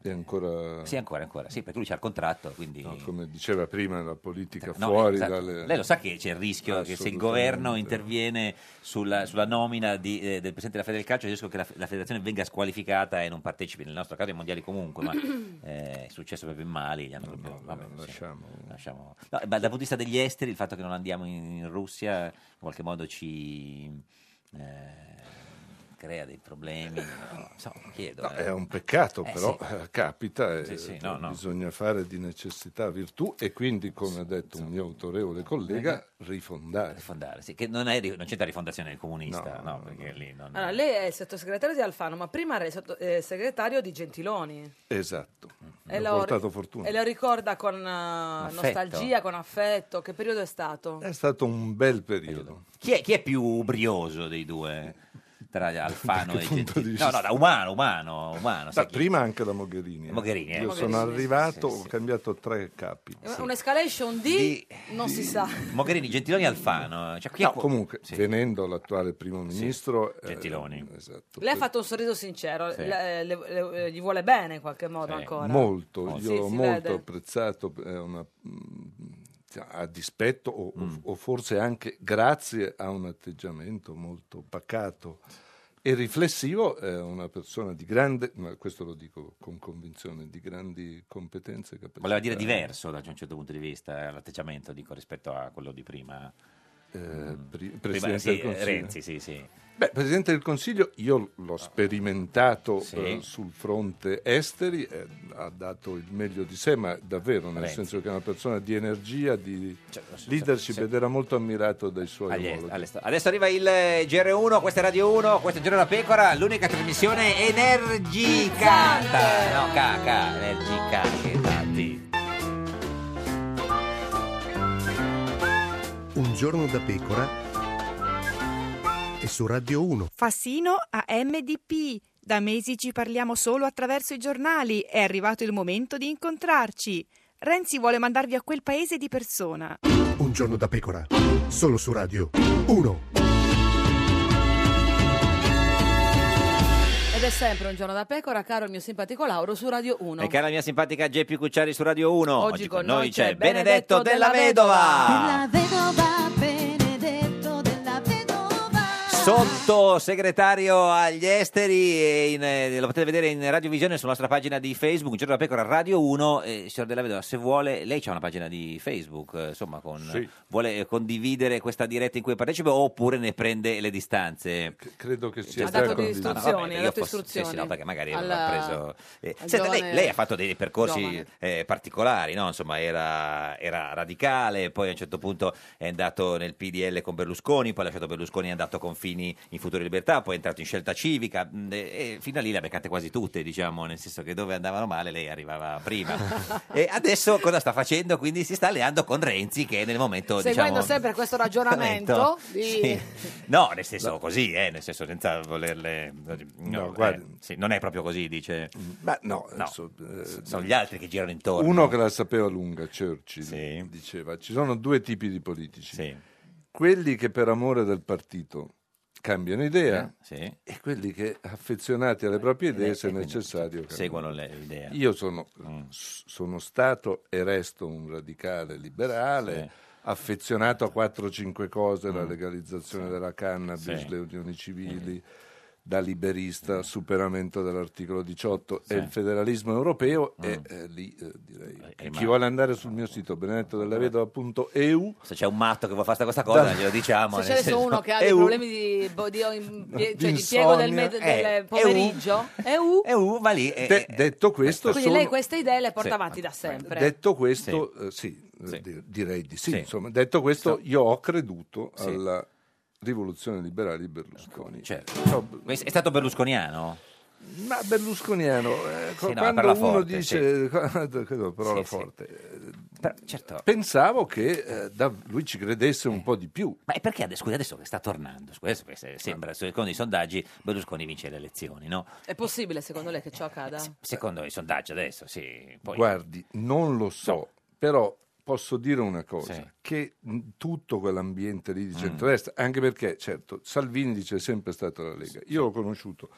N: È ancora...
B: Sì, ancora, ancora. Sì, perché lui c'ha il contratto, quindi...
N: No, come diceva prima, la politica
B: No,
N: fuori
B: esatto.
N: dalle...
B: Lei lo sa che c'è il rischio che se il governo interviene sulla, sulla nomina di, eh, del presidente della Fede del Calcio, c'è il rischio che la, la federazione venga squalificata e non partecipi, nel nostro caso ai mondiali comunque, ma eh, è successo proprio in Mali. Gli hanno proprio- vabbè, sì, lasciamo. No, ma dal punto di vista degli esteri, il fatto che non andiamo in, in Russia in qualche modo ci... eh, crea dei problemi, no, insomma, chiedo.
N: No,
B: eh.
N: è un peccato,
B: Eh,
N: però
B: sì.
N: eh, capita, e
B: Sì, sì, no, no.
N: bisogna fare di necessità virtù e quindi, come ha detto un mio autorevole collega, rifondare.
B: Rifondare, sì, che non, è, ri- non c'è la rifondazione del comunista, no, perché lì non...
A: Allora, lei è il sottosegretario di Alfano, ma prima era il sottosegretario di Gentiloni.
N: Esatto,
A: E
N: ho
A: lo-
N: portato fortuna.
A: E lo ricorda con eh,
N: Affetto. Eh,
A: nostalgia, con affetto. Che periodo è stato?
N: È stato un bel periodo.
B: Chi è, chi è più ubrioso dei due? Tra Alfano
N: Da
B: e
N: che punto di
B: Gentili.
N: vista?
B: No, no, da umano, umano, umano.
N: Da
B: sai chi-
N: prima anche la Mogherini. eh.
B: Mogherini, eh.
N: Io
B: Mogherini,
N: sono
B: sì,
N: arrivato,
B: sì, sì.
N: ho cambiato tre capi.
A: È Un'escalation Eh, di... non si sa.
B: Mogherini, Gentiloni, Alfano. Cioè, chi è
N: No,
B: qua-
N: comunque, venendo l'attuale primo ministro... eh,
B: Gentiloni.
N: esatto.
A: Lei ha fatto un sorriso sincero,
N: Sì.
A: le- le- le- eh, gli vuole bene in qualche modo ancora.
N: Eh, Molto,
A: Oh,
N: io
A: sì,
N: l'ho
A: si
N: molto
A: vede.
N: apprezzato, è una- mh, a dispetto o,
B: Mm.
N: o- o forse anche grazie a un atteggiamento molto pacato e riflessivo, è una persona di grande, ma questo lo dico con convinzione, di grandi competenze e capacità.
B: Voleva dire diverso da un certo punto di vista eh, l'atteggiamento dico, rispetto a quello di prima. Mm.
N: eh, Pri-
B: Prima,
N: Presidente
B: sì,
N: del Consiglio.
B: Renzi, sì, sì.
N: Beh, Presidente del Consiglio, io l'ho sperimentato
B: Sì.
N: eh, sul fronte esteri, eh, ha dato il meglio di sé, ma davvero, nel
B: Renzi.
N: senso che è una persona di energia, di
B: sì,
N: leadership
B: Cioè, sì.
N: ed era molto ammirato dai suoi
B: Agli-
N: omologhi.
B: alle- Adesso arriva il eh, GR1, questa è Radio 1, questo è Giorno della Pecora, l'unica trasmissione energica. No, caca, energica. che tanti.
Q: Un giorno da pecora e su Radio 1.
R: Fassino a MDP. Da mesi ci parliamo solo attraverso i giornali. È arrivato il momento di incontrarci. Renzi vuole mandarvi a quel paese di persona.
Q: Un giorno da pecora, solo su Radio 1.
A: Ed è sempre un giorno da pecora, caro il mio simpatico Lauro su Radio 1.
B: E cara la mia simpatica Geppi Cucciari su Radio 1.
A: Oggi con noi c'è Benedetto
B: Della
A: Della
B: Vedova,
P: Della vedova, benedetto della vedova.
B: sottosegretario agli esteri. E in, eh, lo potete vedere in radiovisione sulla nostra pagina di Facebook, Giorno della Pecora Radio 1. Eh, signor Della Vedova, se vuole, lei c'ha una pagina di Facebook, eh, insomma, con,
N: Sì.
B: vuole eh, condividere questa diretta in cui partecipa oppure ne prende le distanze?
N: Credo che sia
B: Ha dato
N: già
B: delle
N: condiviso.
B: istruzioni, Ah, vabbè,
A: ha
B: io
A: dato
B: posso-
A: istruzioni.
B: sì, sì, no, perché magari
A: Alla-
B: aveva preso- eh,
A: al
B: senta, lei,
A: giovane-
B: lei ha fatto dei percorsi
A: giovane.
B: eh, particolari, no? Insomma, era, era radicale, poi a un certo punto è andato nel PDL con Berlusconi, poi ha lasciato Berlusconi, è andato con Fini in Futuro e Libertà, poi è entrato in Scelta Civica mh, e, e fino a lì le ha beccate quasi tutte, diciamo, nel senso che dove andavano male lei arrivava prima. e adesso cosa sta facendo? Quindi si sta alleando con Renzi che è nel momento,
A: Seguendo
B: diciamo...
A: sempre questo ragionamento di...
B: No, nel senso così, eh, nel senso senza volerle... No,
N: guardi.
B: eh, sì, non è proprio così, dice...
N: Ma no,
B: so- sono gli altri che girano intorno.
N: Uno che la sapeva lunga, Churchill, diceva, ci sono due tipi di politici. Quelli che per amore del partito cambiano idea
B: Eh,
N: e quelli che affezionati alle proprie idee, se necessario, cambiano.
B: Seguono le- Mm. l'idea.
N: Io sono, s- sono stato e resto un radicale liberale. Affezionato a 4-5 cose,
B: Mm.
N: la legalizzazione della cannabis,
T: Sì.
N: le unioni
B: Eh.
N: civili, da liberista, superamento dell'articolo 18
T: Sì.
N: e il federalismo europeo,
B: Mm.
N: e eh, lì eh, direi.
B: rimane.
N: Chi vuole andare sul mio sito benedettodellavedova.eu
B: Eh. se c'è un matto che vuole fare questa cosa, glielo
A: Se
B: diciamo. nel
A: c'è adesso
B: senso-
A: uno che ha dei
B: EU.
A: problemi di, bo- di- impie- cioè di impiego del, med-
B: Eh,
A: del
B: EU.
A: pomeriggio, e U.
B: va lì. eh, ecco. e-
N: De- detto questo,
A: Quindi
N: sono-
A: lei queste idee le porta
N: Sì.
A: avanti da sempre.
N: detto questo, eh, sì, eh, di- direi di sì. Insomma, detto questo, io ho creduto
B: Sì. Ecco, cioè,
N: alla rivoluzione liberale di Berlusconi.
B: È stato berlusconiano?
N: Ma berlusconiano, eh,
B: Sì, no,
N: quando
B: parla
N: uno
B: forte,
N: dice quando- quando- parola
B: Sì, certo. sì.
N: forte, eh, pensavo che eh, da- lui ci credesse un po' di più.
B: Eh. Ma e perché adesso, scusi, adesso che sta tornando, scusi, adesso che se- sembra, secondo i sondaggi, Berlusconi vince le elezioni, no?
A: È possibile secondo lei che ciò accada?
B: Secondo i sondaggi adesso, sì. Poi,
N: Guardi, non lo so, però posso dire una cosa, che mh, tutto
B: Mm.
N: quell'ambiente lì di centrodestra, anche perché, certo, Salvini dice è sempre stata la Lega, io l'ho conosciuto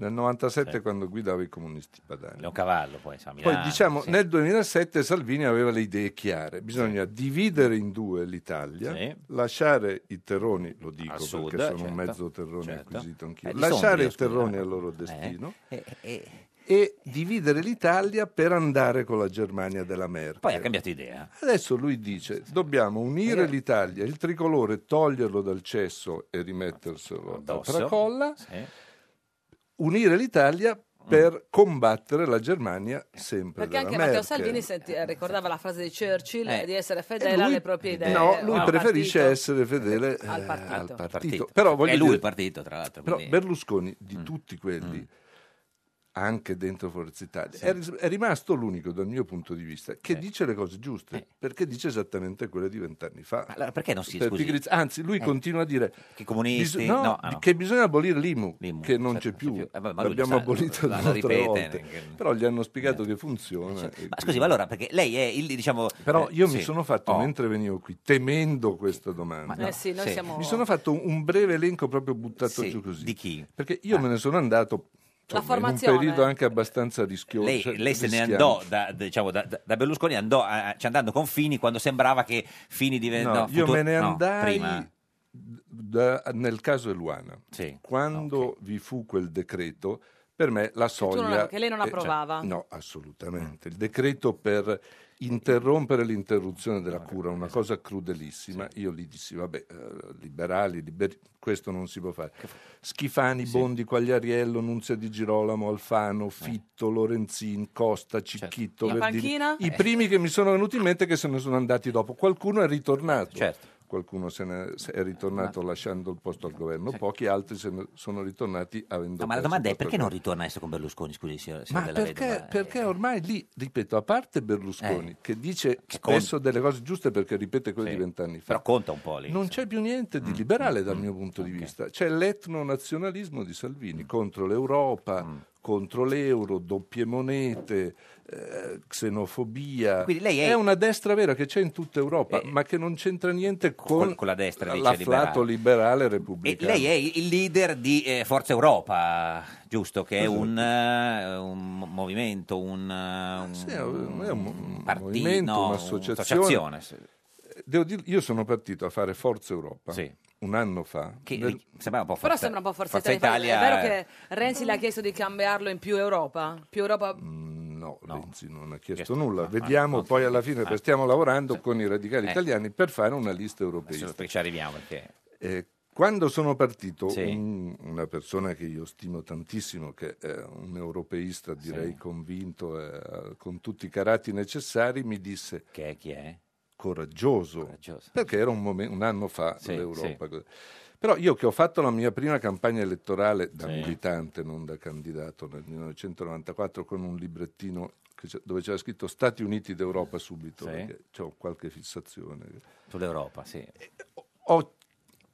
N: Nel 97 quando guidava i comunisti padani.
B: È un cavallo poi, insomma, a
N: Poi
B: Milano,
N: diciamo,
B: sì.
N: nel 2007 Salvini aveva le idee chiare. Bisogna dividere in due l'Italia,
B: Sì.
N: lasciare i terroni, lo dico perché
B: sud,
N: sono
B: certo,
N: un mezzo terrone
B: certo.
N: acquisito anch'io,
B: Eh, li sono
N: lasciare
B: io,
N: i terroni
B: scusa.
N: al loro
B: Eh.
N: destino
B: Eh, eh,
N: e dividere l'Italia per andare con la Germania della Merkel.
B: Poi ha cambiato idea.
N: Adesso lui dice dobbiamo unire l'Italia, il tricolore toglierlo dal cesso e rimetterselo dal
B: Addosso.
N: tracolla,
B: Sì.
N: unire l'Italia per combattere la Germania sempre
A: Perché anche
N: della
A: Matteo
N: Merkel.
A: Salvini senti- eh, ricordava la frase di Churchill
N: Eh.
A: di essere
N: E
A: fedele
N: lui-
A: alle proprie idee.
N: No, lui
A: al
N: preferisce
A: partito.
N: essere fedele eh,
A: Al
N: al
A: partito.
N: partito.
B: Partito.
N: Però voglio
B: È lui
N: dire-
B: il partito, tra l'altro,
N: Però
B: quindi- Mm.
N: Berlusconi, di tutti quelli, anche dentro Forza Italia, è, ris- è rimasto l'unico, dal mio punto di vista, che dice le cose giuste, perché dice esattamente quelle di vent'anni fa.
B: Eh. Allora perché non si
N: Per
B: scusi?
N: pigrizia- Anzi, lui
B: Eh.
N: continua a dire
B: Che i comunisti-
N: no,
B: no, ah, no. certo,
N: che bisogna abolire l'IMU, che non c'è più.
B: Eh, ma lui lo
N: L'abbiamo
B: sa,
N: abolito
B: lo- lo
N: due o tre
B: ripete,
N: volte.
B: che- Eh.
N: Però gli hanno spiegato che funziona. e
B: Ma
N: quindi-
B: scusi, ma allora perché lei è il diciamo
N: Però
B: eh,
N: io mi
B: sì.
N: sono fatto,
B: Oh.
N: mentre venivo qui, temendo questa domanda,
A: Eh sì, noi Sì. siamo-
N: mi sono fatto un un breve elenco proprio buttato
B: Sì,
N: giù così.
B: di chi? Ah.
N: Perché io me ne sono andato
A: La
N: insomma, in un
A: formazione.
N: periodo anche abbastanza rischioso.
B: Lei,
N: cioè,
B: lei se ne
N: rischiante.
B: andò da, diciamo, da, da Berlusconi, andò a- ci andando con Fini quando sembrava che Fini
N: No,
B: diventò.
N: io me ne andai
B: prima.
N: da- nel caso Eluana. Quando vi fu quel decreto, per me la
A: non
N: soglia...
A: la- che lei non
N: eh,
A: approvava.
N: no, assolutamente. Il decreto per interrompere l'interruzione della cura, una cosa crudelissima. Io lì dissi, vabbè, eh, liberali, liberi, questo non si può fare. Schifani, Bondi, Quagliariello, Nunzia Di Girolamo, Alfano, Fitto, Lorenzin, Costa, Cicchitto,
A: In
N: Verdini.
A: panchina?
N: I
A: Eh.
N: primi che mi sono venuti in mente che se ne sono andati dopo. Qualcuno è ritornato.
B: Certo.
N: Qualcuno se ne- se è
B: Esatto.
N: ritornato lasciando il posto al governo, pochi altri se ne sono ritornati avendo
B: No, ma la
N: perso
B: domanda
N: tutto
B: è
N: il
B: perché non ritorna adesso con Berlusconi? Scusi, signor, signor
N: ma
B: Della
N: perché,
B: Vedova?
N: Eh, perché ormai lì, ripeto, a parte Berlusconi,
B: Eh.
N: che dice
B: conta.
N: spesso delle cose giuste perché ripete quelle di vent'anni fa,
B: Però conta un po' lì. Mm,
N: non c'è più niente di liberale dal mio punto di vista. C'è l'etnonazionalismo di
B: Mm.
N: Salvini contro l'Europa, contro l'euro, doppie monete, eh, xenofobia.
B: Quindi lei è- Eh,
N: una destra vera che c'è in tutta Europa, ma che non c'entra niente con,
B: Con- con la destra invece
N: l'afflato liberale
B: E
N: repubblicano.
B: lei è il leader di eh, Forza Europa, giusto? Che è un, eh, un movimento, un, eh, un
N: Sì, è un- è un
B: partito,
N: movimento,
B: no,
N: un'associazione.
B: un'associazione, sì.
N: Devo dire, io sono partito a fare Forza Europa un anno fa.
B: Che ri- sembrava un po'
A: Però sembra un po' Forza, Italia. È vero che Renzi le ha chiesto di cambiarlo in più Europa? Più Europa...
N: No, Renzi non ha chiesto nulla. Vediamo poi alla fine, perché stiamo lavorando con i radicali
B: Eh.
N: italiani per fare una lista europea.
B: Adesso ci arriviamo perché...
N: Eh, quando sono partito, un- una persona che io stimo tantissimo, che è un europeista direi
B: Sì.
N: convinto, eh, con tutti i carati necessari, mi disse...
B: Che chi è?
N: Coraggioso. Perché era un, momen- un anno fa
B: Sì,
N: l'Europa. Però io che ho fatto la mia prima campagna elettorale da
B: Sì.
N: militante, non da candidato, nel 1994 con un librettino che c'è- dove c'era scritto Stati Uniti d'Europa subito,
B: Sì.
N: perché ho qualche fissazione.
B: Sull'Europa, sì.
N: Ho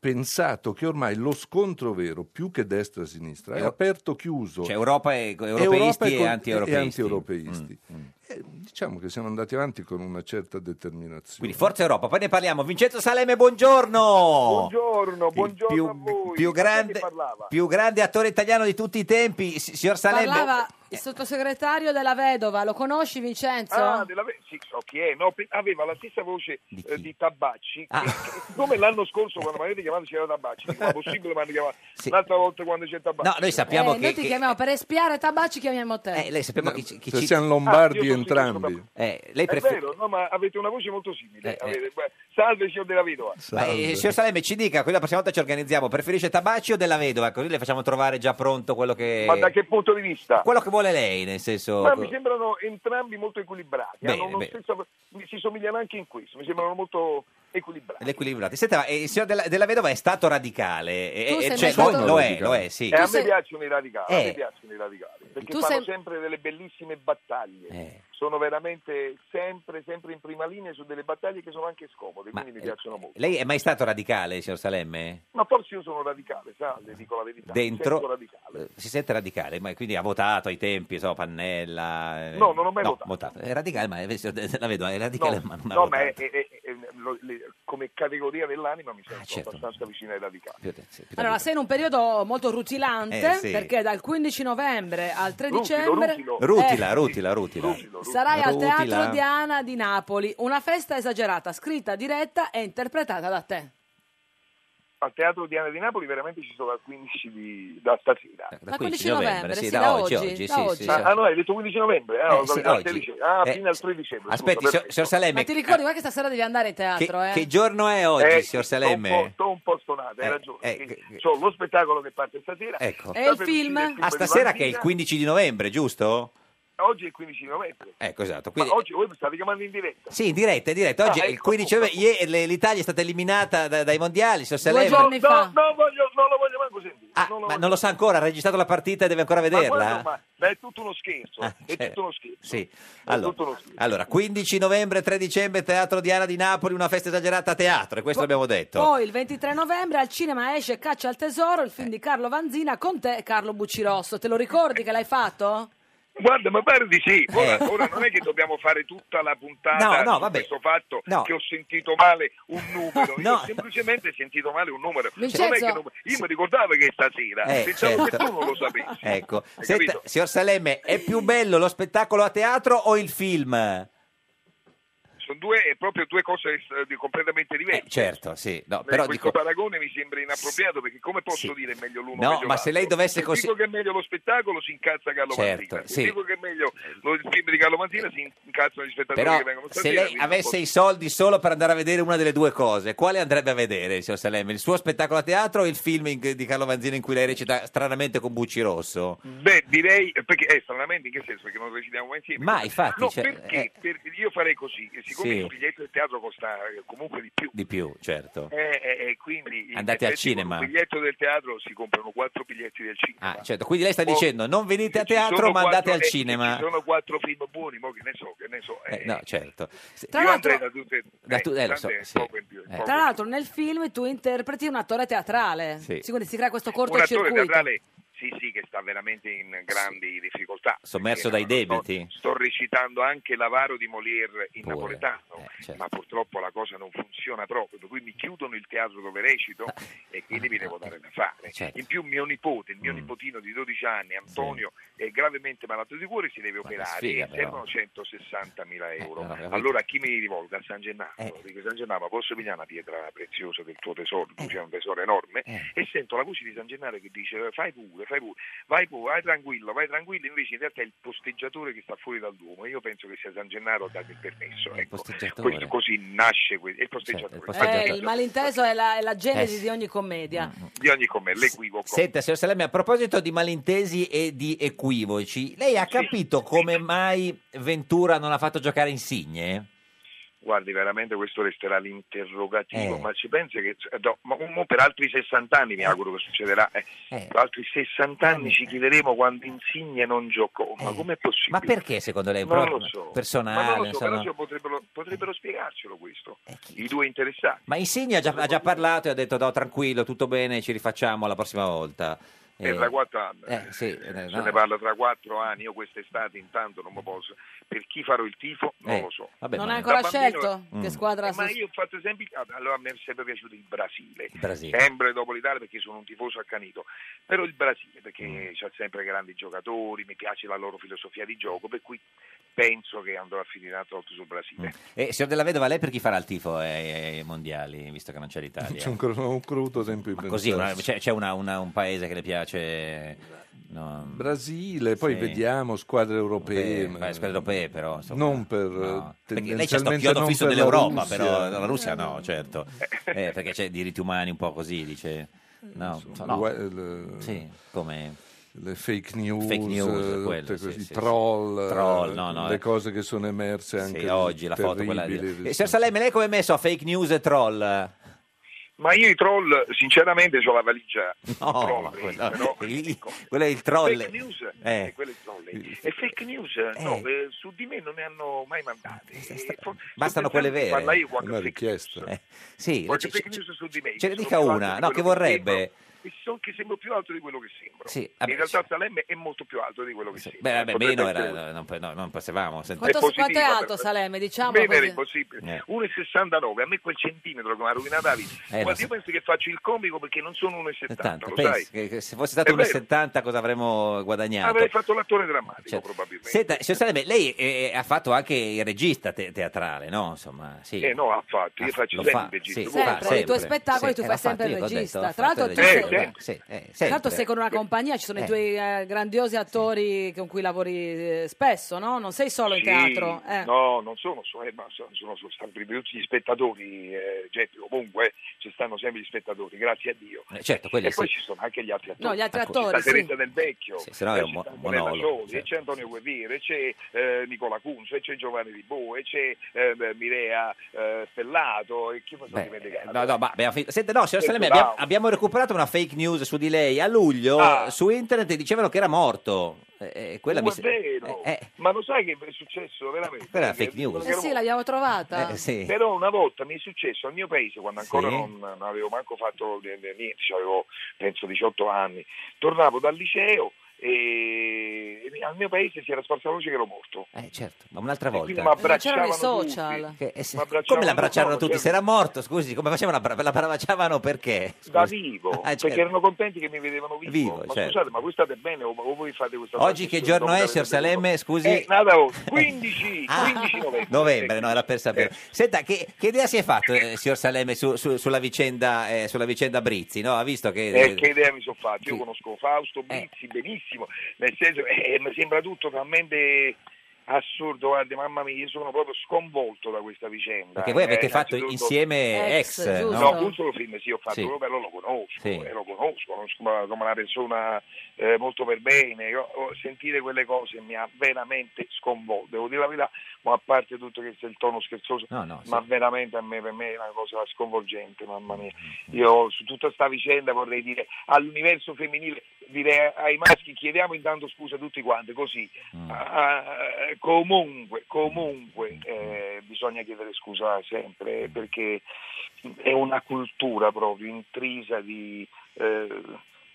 N: pensato che ormai lo scontro vero, più che destra-sinistra, è
B: Eu-
N: aperto-chiuso.
B: Cioè Europa e- europeisti e
N: con-
B: anti-europeisti. Mm,
N: e anti-europeisti. E diciamo che siamo andati avanti con una certa determinazione.
B: Quindi Forza Europa, poi ne parliamo. Vincenzo Saleme, buongiorno!
T: Buongiorno, buongiorno
B: più,
T: a voi.
B: più
T: Ma
B: grande,
T: chi parlava?
B: più grande attore italiano di tutti i tempi, si- signor Salemme.
A: Parlava il sottosegretario della vedova. Lo conosci Vincenzo?
T: Ah, della Ve- sì, so chi è. No, pe- aveva la stessa voce eh, di, Tabacci.
B: Ah.
T: che- che- siccome l'anno scorso quando mi avete chiamato c'era Tabacci, dico, ma possibile mi hanno chiamato l'altra volta quando c'è Tabacci.
B: No, noi sappiamo
A: Eh, noi ti chiamiamo per espiare Tabacci, chiamiamo te.
B: Eh, lei sappiamo chi, chi
N: Eh, Se
B: ci-
N: siamo lombardi
T: Ah, io sono
N: entrambi.
B: Eh, lei
T: È
B: prefer-
T: vero, no, ma avete una voce molto simile.
B: Eh, eh.
T: Avete- beh, Salve signor della vedova.
B: Ma, eh, signor Salemme, ci dica, qui la prossima volta ci organizziamo, preferisce Tabacci o della Vedova? Così le facciamo trovare già pronto quello che...
T: Ma da che punto di vista?
B: Quello che vuole lei, nel senso...
T: Ma mi sembrano entrambi molto equilibrati,
B: Bene,
T: hanno uno
B: bene.
T: stesso- mi- si somigliano anche in questo, mi sembrano molto equilibrati.
B: L'equilibrato. Senta, ma eh, il signor della, della Vedova è stato radicale. e-
T: Tu
B: e-
T: sei
B: cioè,
T: mai
B: lo,
T: stato-
B: lo è, lo è, sì.
T: Eh, a me piacciono i radicali, a me
B: Eh.
T: piacciono i radicali, perché
A: Tu
T: fanno
A: sei-
T: sempre delle bellissime battaglie. Sono veramente sempre, sempre in prima linea su delle battaglie che sono anche scomode,
B: Ma,
T: quindi mi
B: eh,
T: piacciono molto.
B: Lei è mai stato radicale, signor Salemme?
T: Ma forse io sono radicale, sa, le dico la verità.
B: Dentro?
T: sento radicale.
B: Eh, Si sente radicale, ma quindi ha votato ai tempi, so, Pannella... eh,
T: No, non ho mai votato.
B: È radicale, ma è- la vedo, è radicale, ma non ha
T: No,
B: votato.
T: ma è- è- è- è- lo- le- come categoria dell'anima mi sento
B: certo.
T: abbastanza vicina ai radicali.
A: Allora, sei in un periodo molto rutilante,
B: Eh, sì.
A: perché dal 15 novembre al 3
T: Rutilo,
A: dicembre
B: Rutila, rutila, rutila.
A: eh, sarai al
B: Rutila.
A: Teatro Diana di Napoli, una festa esagerata, scritta, diretta e interpretata da te.
T: Al Teatro Diana di Napoli veramente ci sono dal 15 di, da stasera.
A: Dal 15 novembre, novembre, sì, sì, da da oggi, oggi, oggi, da sì, oggi. sì, sì.
T: Ah, ah, no, hai detto 15 novembre? Ah,
B: Eh,
T: ho
B: sì,
T: capito, al
B: oggi.
T: 13. Ah,
B: Eh,
T: fino al 3 dicembre.
B: Aspetti,
T: scusa,
B: signor, signor Salemme,
A: Ma ti ricordi guarda che stasera devi andare in
B: che,
A: teatro, eh?
B: che giorno è oggi,
T: Eh,
B: signor
T: sto un po',
B: Salemme?
T: sto un po' stonato, hai
B: Eh,
T: ragione.
B: eh,
T: Quindi
B: che-
T: c'ho lo spettacolo che parte stasera.
B: Ecco.
A: E il film?
B: Ah, stasera che è il 15 di novembre, giusto?
T: Oggi è il 15 novembre.
B: Ecco, esatto. Quindi,
T: Ma oggi voi mi state chiamando in diretta.
B: Sì, in diretta, in diretta. Oggi
T: Ah,
B: è il
T: ecco,
B: 15 novembre. Ie- le- L'Italia è stata eliminata da- dai mondiali, signor
T: No,
B: Salemme.
T: no, no, voglio, non lo voglio manco sentire. non lo
B: Ma
T: voglio-
B: non lo sa ancora, ha registrato la partita e deve Ah, ancora
T: ma quello-
B: vederla?
T: ma- ma è tutto uno scherzo.
B: Ah,
T: è
B: certo.
T: tutto uno scherzo.
B: Sì.
T: tutto
B: Allora,
T: uno scherzo.
B: allora, 15 novembre, 3 dicembre, Teatro Diana di Napoli, una festa esagerata a teatro, e questo l'abbiamo detto.
A: Poi il 23 novembre al cinema esce Caccia al tesoro, il
B: Eh.
A: film di Carlo Vanzina con te Carlo Buccirosso. Te lo ricordi che l'hai fatto?
T: Guarda, mi pare di sì. Ora,
B: Eh.
T: ora non è che dobbiamo fare tutta la puntata
B: No, no,
T: su
B: vabbè.
T: questo fatto
B: No.
T: che ho sentito male un numero. Io
B: No.
T: ho semplicemente sentito male un numero.
A: Vincenzo-
T: Non è che non- Io mi ricordavo che stasera,
B: Eh,
T: pensavo
B: certo.
T: che tu non lo sapessi.
B: Ecco,
T: Hai
B: Senta,
T: capito?
B: signor Salemme, è più bello lo spettacolo a teatro o il film?
T: Sono due, è proprio due cose eh, di- completamente diverse.
B: Certo, sì, no,
T: Eh,
B: però
T: questo
B: dico...
T: paragone mi sembra inappropriato perché come posso
B: Sì.
T: dire è meglio l'uno
B: No,
T: o meglio
B: ma se
T: l'altro?
B: lei dovesse
T: Se
B: consi-
T: dico che è meglio lo spettacolo si incazza Gallo
B: Certo,
T: Manzina. Se
B: sì.
T: dico che è meglio lo- il film di Gallo Manzina si incazzano gli spettatori
B: Però
T: che vengono
B: se
T: stasera.
B: lei
T: quindi non
B: avesse
T: posso-
B: i soldi solo per andare a vedere una delle due cose, quale andrebbe a vedere, signor Salemme? Il suo spettacolo a teatro o il film in- di Carlo Vanzina in cui lei recita stranamente con Bucci Rosso?
T: Beh, direi perché eh, stranamente in che senso? Perché non recitiamo mai insieme.
B: Ma, infatti,
T: no,
B: cioè,
T: perché
B: eh.
T: Per- io farei così, e siccome
B: Sì.
T: il biglietto del teatro costa eh, comunque di più.
B: Di più, certo.
T: eh, eh, eh, quindi in
B: Andate al
T: effetti con
B: cinema.
T: un biglietto del teatro si comprano quattro biglietti del cinema.
B: Ah, certo. Quindi lei sta
T: Mo-
B: dicendo non venite a
T: oh, Ci sono
B: teatro ma andate
T: quattro-
B: al
T: eh,
B: cinema.
T: Ci sono quattro film buoni, mo che ne so, che ne so. eh.
B: Eh, no, certo. Se-
A: Tra
T: Io
A: l'altro-
T: andrei da tutte
B: Da tu- eh, lo so,
T: tant'è,
B: sì.
T: poco in più,
B: Eh.
T: poco in
A: Tra l'altro nel film tu interpreti un attore teatrale,
B: Sì.
A: quindi si crea questo
T: più. un attore
A: cortocircuito.
T: teatrale sì sì che sta veramente in grandi difficoltà
B: Sommerso
T: Perché
B: dai debiti.
T: sto recitando anche l'avaro di Molière in
B: Pure. Eh, certo.
T: napoletano ma purtroppo la cosa non funziona proprio quindi chiudono il teatro dove recito e quindi mi devo dare da fare
B: Ah, Certo. Mm.
T: in più mio nipote il mio nipotino di 12 anni Antonio è gravemente malato di cuore si deve operare
B: sfiga,
T: e
B: però. Eh,
T: servono 160.000 euro
B: no, capito.
T: allora a chi mi rivolgo a San Gennaro dico San Gennaro ma posso pigliare una pietra preziosa del tuo tesoro tu sei un tesoro enorme e sento la voce di San Gennaro che dice fai pure fai pure vai pure vai tranquillo vai tranquillo invece in realtà è il posteggiatore che sta fuori dal Duomo io penso che sia San Gennaro a dargli il permesso ecco.
B: posteggiatore.
T: Questo così nasce que- è il posteggiatore,
A: Eh, il malinteso è la, è la genesi
B: Eh, mm, sì.
A: di ogni commedia.
T: di ogni commedia l'equivoco
B: Senta, signor Salemme, a proposito di malintesi e di equivoci, lei ha capito come mai Ventura non ha fatto giocare Insigne?
T: Guardi, veramente questo resterà l'interrogativo,
B: Eh.
T: ma ci pensi che no, ma- mo per altri 60 anni mi auguro che succederà, eh, per altri 60 anni ci chiederemo quando Insigne non giocò, ma com'è possibile?
B: Eh, Ma perché secondo lei? Un
T: Non
B: problema
T: lo so,
B: Eh, personale?
T: ma non lo so, però
B: insomma? Eh,
T: cioè, potrebbero, potrebbero spiegarcelo questo, i due interessati.
B: Ma Insigne ha già, ha già parlato e ha detto no, tranquillo, tutto bene, ci rifacciamo la prossima volta.
T: Per la quattro anni.
B: eh, sì, eh,
T: Se
B: no.
T: ne parla tra quattro anni, io quest'estate intanto non mi posso. Per chi farò il tifo non
B: Eh,
T: lo so.
B: vabbè,
A: non
B: ma-
A: hai ancora
T: Da bambino-
A: scelto
B: Mm.
A: che squadra
T: Eh, ma
A: sos-
T: io ho fatto esempi ah, allora a me è sempre piaciuto il Brasile,
B: Brasile.
T: sempre dopo l'Italia perché sono un tifoso accanito però il Brasile perché
B: Mm.
T: c'ha sempre grandi giocatori mi piace la loro filosofia di gioco per cui penso che andrò a finire un altro volta sul Brasile
B: Eh, signor Della Vedova, lei per chi farà il tifo ai, ai mondiali, visto che non c'è l'Italia?
N: C'è un, cru- un crudo tempo di
B: Ah. Così, cioè,
N: pensarci.
B: una- c'è, c'è una- una- un paese che le piace... no?
N: Brasile, poi
B: Sì.
N: vediamo squadre europee.
B: Beh, beh, squadre europee però... insomma.
N: Non per eh,
B: No. Perché lei c'è sto
N: tendenzialmente
B: chiodo
N: non
B: fisso
N: per la
B: dell'Europa,
N: Russia.
B: però la Russia no, certo. Eh, perché c'è diritti umani un po' così, dice... No,
N: Mm. Insomma,
B: no.
N: gua- le-
B: Sì, come...
N: le fake news,
B: Fake news,
N: eh,
B: quello,
N: tutte
B: sì,
N: queste-
B: sì,
L: sì.
N: i troll,
B: Troll,
N: eh,
B: no, no,
N: le
B: eh.
N: cose che sono emerse anche
B: Sì, oggi la foto quella di...
N: terribili.
B: Eh, signor Salemme, lei come è messo a fake news e troll?
T: ma io i troll sinceramente ho la valigia
B: No,
T: troll,
B: ma quello,
T: però- ecco.
B: il- quello è il troll.
T: Fake news
B: Eh.
T: e quelle troll. E fake news no, eh, su di me non ne hanno mai mandate. Eh, for-
B: Bastano
T: sto pensando
B: quelle
T: di
B: vere. Eh,
T: farla io qualche
N: richiesta.
B: Sì,
T: Qualche
B: ce-
T: fake news su di me.
B: ce
T: Sono
B: ne
T: più
B: dica
T: alto
B: una,
T: di
B: no,
T: quello
B: che
T: che
B: vorrebbe.
T: che, son- che sembro più alto di quello che sembro.
B: Sì, vabbè,
T: in realtà Salemme è molto più alto di quello che eh, sembra.
B: Beh, vabbè,
T: Potrebbe
B: meno
T: essere-
B: era, non, no, non passavamo. senti-
A: Quanto,
T: positivo,
A: quanto è alto
T: però-
A: Salemme? Diciamo
T: Bene, era
A: così.
T: impossibile.
B: Eh.
T: 1,69, a me quel centimetro che mi ha rovinato la vita.
B: Eh, lo
T: Guarda,
B: so.
T: io penso che faccio il comico perché non sono 1,70,
B: Tanto,
T: lo
B: pensi
T: sai.
B: che- che se fosse
T: È
B: stato
T: vero.
B: 1,70 cosa avremmo guadagnato?
T: Avrei fatto l'attore drammatico,
B: Cioè,
T: probabilmente.
B: Senta, signor Salemme, lei eh, ha fatto anche il regista te- teatrale, no? Insomma, sì.
T: Eh no, affatto, io
B: Ah,
T: faccio
B: lo
T: sempre
B: fa,
T: il regista.
B: sì,
T: Voi-
B: lo fa
A: Sempre, i tuoi
B: sempre.
A: spettacoli
B: Sì,
A: tu
B: eh,
A: fai
B: l'ho fatto
A: sempre il
B: io, ho detto,
A: regista.
B: ho
A: Tra
B: fatto
A: l'altro
B: il
A: tu
B: regista.
A: sei,
B: Sì, eh,
A: Tra
B: sempre.
A: l'altro sei con una compagnia, ci sono i
B: Eh.
A: tuoi eh, grandiosi attori con cui lavori eh, spesso, no? Non sei solo in
T: Sì,
A: teatro. eh.
T: No, non sono, sono, eh, ma sono, sono, sono sempre tutti gli spettatori, eh, gente, comunque eh, ci stanno sempre gli spettatori, grazie a Dio.
B: Eh, certo, quelli
T: e poi
B: sì.
T: ci sono anche gli altri attori.
A: No, gli altri
T: Ecco, c'è
A: attori,
T: sta Teresa
A: sì.
T: del Vecchio,
B: Sì, se no è un mo-
T: c'è Antonella
B: monologo.
T: Scioli, e c'è Antonio Guerriere, c'è eh, Nicola Cunzo, e c'è Giovanni Di Boe, c'è eh, beh, Mirea eh, Stellato, e chi mi sono
B: Beh, eh,
T: dimenticato?
B: No, no, ma abbiamo finito. Senta, no, signor
T: Sì,
B: Salemme,
T: bravo.
B: abbiamo, abbiamo recuperato una fake news su di lei. A luglio
T: Ah.
B: su internet dicevano che era morto. Eh, eh, quella
T: Oh,
B: mi
T: è
B: se-
T: vero,
B: Eh, eh,
T: ma lo sai che è successo veramente?
B: Quella è la
T: Che-
B: fake news.
A: Eh sì, l'abbiamo trovata.
B: Eh, sì.
T: Però una volta mi è successo al mio paese, quando ancora
B: Sì.
T: non, non avevo manco fatto de- de- niente, cioè avevo penso 18 anni, tornavo dal liceo e, e al mio paese si era sparsa la voce che ero morto.
B: eh, certo, ma un'altra
T: Quindi
B: volta.
T: mi abbracciavano
A: c'erano i
T: tutti.
A: social.
B: Che- eh, se-
T: mi abbracciavano
B: come l'abbracciarono
T: tutti,
B: tutti? Se era morto, scusi, come facevano? La abbracciavano perché? Scusi.
T: Da vivo,
B: Ah, certo.
T: perché erano contenti che mi vedevano vivo.
B: Vivo,
T: ma
B: certo.
T: scusate, ma voi state bene o, o voi fate questa
B: Oggi che giorno è, signor Salemme? Scusi. Ah.
T: Eh, nada, oh, 15, 15 novembre.
B: Novembre, no, era per sapere.
T: Eh.
B: Senta, che, che idea si è fatto, eh, signor Salemme, su- su- sulla, vicenda, eh, sulla vicenda Brizzi? No? Ha visto che...
T: Eh, che idea mi sono fatta? Io
B: Sì. Eh.
T: conosco Fausto Bizzi benissimo, nel senso eh, mi sembra tutto talmente assurdo, guarda, mamma mia, io sono proprio sconvolto da questa vicenda.
B: Perché voi avete
T: Eh,
B: fatto
T: innanzitutto-
B: insieme ex, no?
T: No, un solo film sì, ho fatto,
B: Sì.
T: quello però lo conosco,
B: Sì.
T: eh, lo conosco, conosco una- come una persona eh, molto per bene, Io- oh, sentire quelle cose mi ha veramente sconvolto, devo dire la verità, ma a parte tutto che il tono scherzoso,
B: No, no, sì.
T: ma veramente a me, per me è una cosa sconvolgente, mamma mia.
B: Mm.
T: Io su tutta sta vicenda vorrei dire all'universo femminile, direi ai maschi chiediamo intanto scusa a tutti quanti, così. Ah, ah, comunque, comunque eh, bisogna chiedere scusa sempre perché è una cultura proprio intrisa di eh,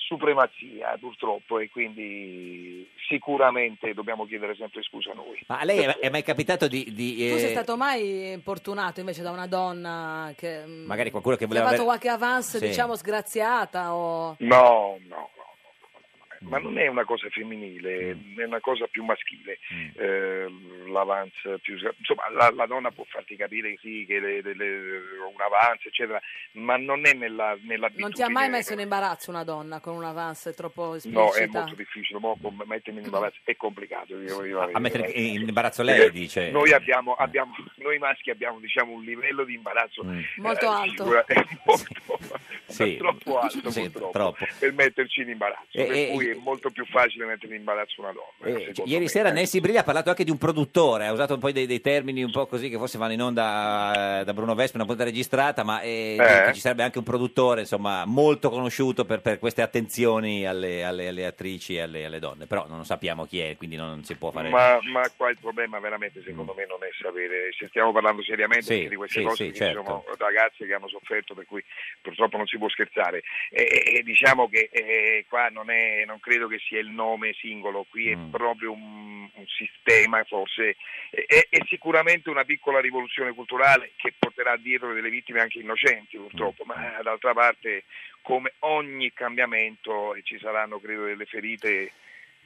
T: supremazia purtroppo e quindi sicuramente dobbiamo chiedere sempre scusa noi.
B: Ma a lei è, è mai capitato di... di,
A: Tu
B: eh,
A: sei stato mai importunato invece da una donna che mm,
B: Magari qualcuno che
A: ti ha
B: voleva...
A: fatto
B: avere-
A: qualche avance,
B: Sì.
A: diciamo, sgraziata o...
T: No, no, no, no. ma non è una cosa femminile,
B: Mm.
T: è una cosa più maschile, eh, l'avance più... Insomma, la, la donna può farti capire sì, che le- le- le- un avance, eccetera, ma non è nella, nell'abitudine.
A: Non ti ha mai messo in imbarazzo una donna con un avance troppo
T: No, è
A: esplicita?
T: molto difficile, mo, com- mettermi in
A: Mm.
T: imbarazzo è complicato. io voglio dire. Eh,
B: A mettere in imbarazzo lei, dice.
T: Noi, abbiamo, abbiamo- noi maschi abbiamo diciamo, un livello di imbarazzo eh,
B: Mm.
A: Molto alto.
T: sicura- è molto,
B: Sì.
T: troppo alto
B: Sì,
T: purtroppo,
B: troppo.
T: per metterci in imbarazzo.
B: Eh,
T: per
B: eh,
T: cui è molto più facile mettere in imbarazzo una donna.
B: Eh,
T: secondo
B: ieri
T: me.
B: sera Nessi Brilli ha parlato anche di un produttore, ha usato poi dei, dei termini un po' così che forse vanno in onda eh, da Bruno Vespa, una puntata registrata, ma eh,
T: Eh.
B: che ci sarebbe anche un produttore insomma, molto conosciuto per, per queste attenzioni alle, alle- alle attrici e alle, alle donne, però non sappiamo chi è, quindi non si può fare... Mm.
T: Ma, ma qua il problema veramente secondo me non è sapere, se stiamo parlando seriamente
B: Sì,
T: perché di queste
B: sì,
T: cose
B: sì,
T: perché
B: certo.
T: ci sono ragazze che hanno sofferto per cui purtroppo non si può scherzare e, e- e diciamo che eh, qua non, è, non credo che sia il nome singolo, qui è
B: Mm.
T: proprio un, un sistema forse e- e- è sicuramente una piccola rivoluzione culturale che porterà dietro delle vittime anche innocenti
B: Mm.
T: purtroppo, ma eh, d'altra parte come ogni cambiamento eh, ci saranno credo delle ferite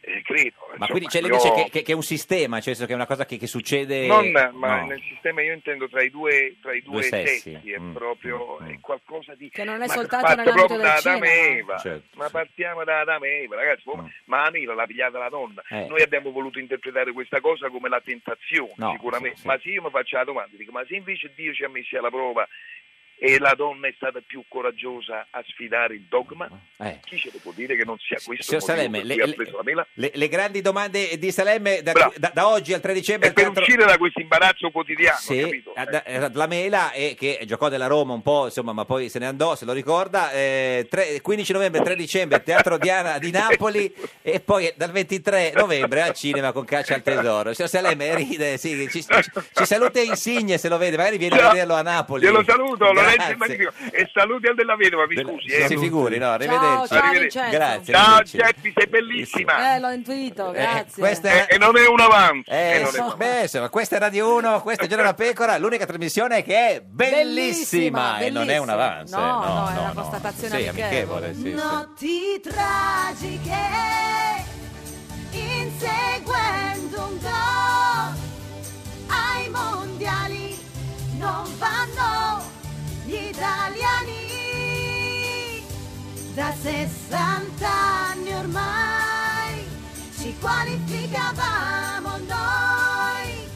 T: eh, credo
B: Ma
T: insomma,
B: quindi c'è, lei
T: io-
B: dice che, che- che è un sistema, cioè nel senso che è una cosa che, che succede...
T: non, ma
B: Eh, no.
T: nel sistema io intendo tra i due, tra i due,
B: Due sessi. Mm.
T: sessi, è proprio è qualcosa di...
A: Che non è
T: ma
A: soltanto
T: fatto
A: nell'ambito
T: proprio
A: del
T: da Adamo e
A: cinema.
T: Eva.
B: Certo, Mm.
T: ma partiamo da Adamo e Eva, ragazzi, ma- ma Amira l'ha pigliata la donna,
B: Eh.
T: noi abbiamo voluto interpretare questa cosa come la tentazione,
B: No,
T: sicuramente,
B: sì, sì.
T: ma se io mi faccio la domanda, dico, ma se invece Dio ci ha messi alla prova e la donna è stata più coraggiosa a sfidare il dogma,
B: Eh.
T: chi ce lo può dire che non sia questo
B: Signor
T: il motivo
B: Salemme,
T: per
B: le,
T: cui ha
B: le-
T: preso la mela?
B: le- le grandi domande di Salemme da,
T: Bravo.
B: da- da oggi al 3 dicembre...
T: E per
B: teatro-
T: uscire da questo imbarazzo quotidiano,
B: Sì,
T: capito?
B: a- da- era la Mela eh, che giocò della Roma un po', insomma, ma poi se ne andò, se lo ricorda. eh, tre- 15 novembre, 3 dicembre, al Teatro Diana di Napoli e poi dal 23 novembre al cinema con Caccia al Tesoro. Signor Salemme ride, sì, ci, ci- ci saluta Insigne se lo vede, magari viene a vederlo a Napoli.
T: Glielo saluto, lo Lorenzo è magnifico. E saluti al della vedova, mi scusi. eh.
B: Si figuri, no,
A: Ciao,
B: arrivederci.
A: ciao
B: Arrivederci.
A: Vincenzo.
B: Grazie.
T: Ciao
B: arrivederci.
T: Geppi, sei bellissima.
B: Ah.
A: Eh, l'ho intuito, grazie.
T: Eh, E non è un avanzo.
B: Eh,
T: E non è un
B: so- beh, insomma, questa è Radio 1, questa è Giorno da Pecora, l'unica trasmissione che è bellissima,
P: Bellissima,
B: e non è un
P: bellissima.
B: avanzo. eh,
P: No,
B: no,
P: no, è una
B: no.
P: constatazione
B: Sì,
P: amichevole.
B: amichevole, sì, sì.
P: Notti tragiche, inseguendo un gol. Ai mondiali non vanno gli italiani. Da 60 anni ormai ci qualificavamo noi.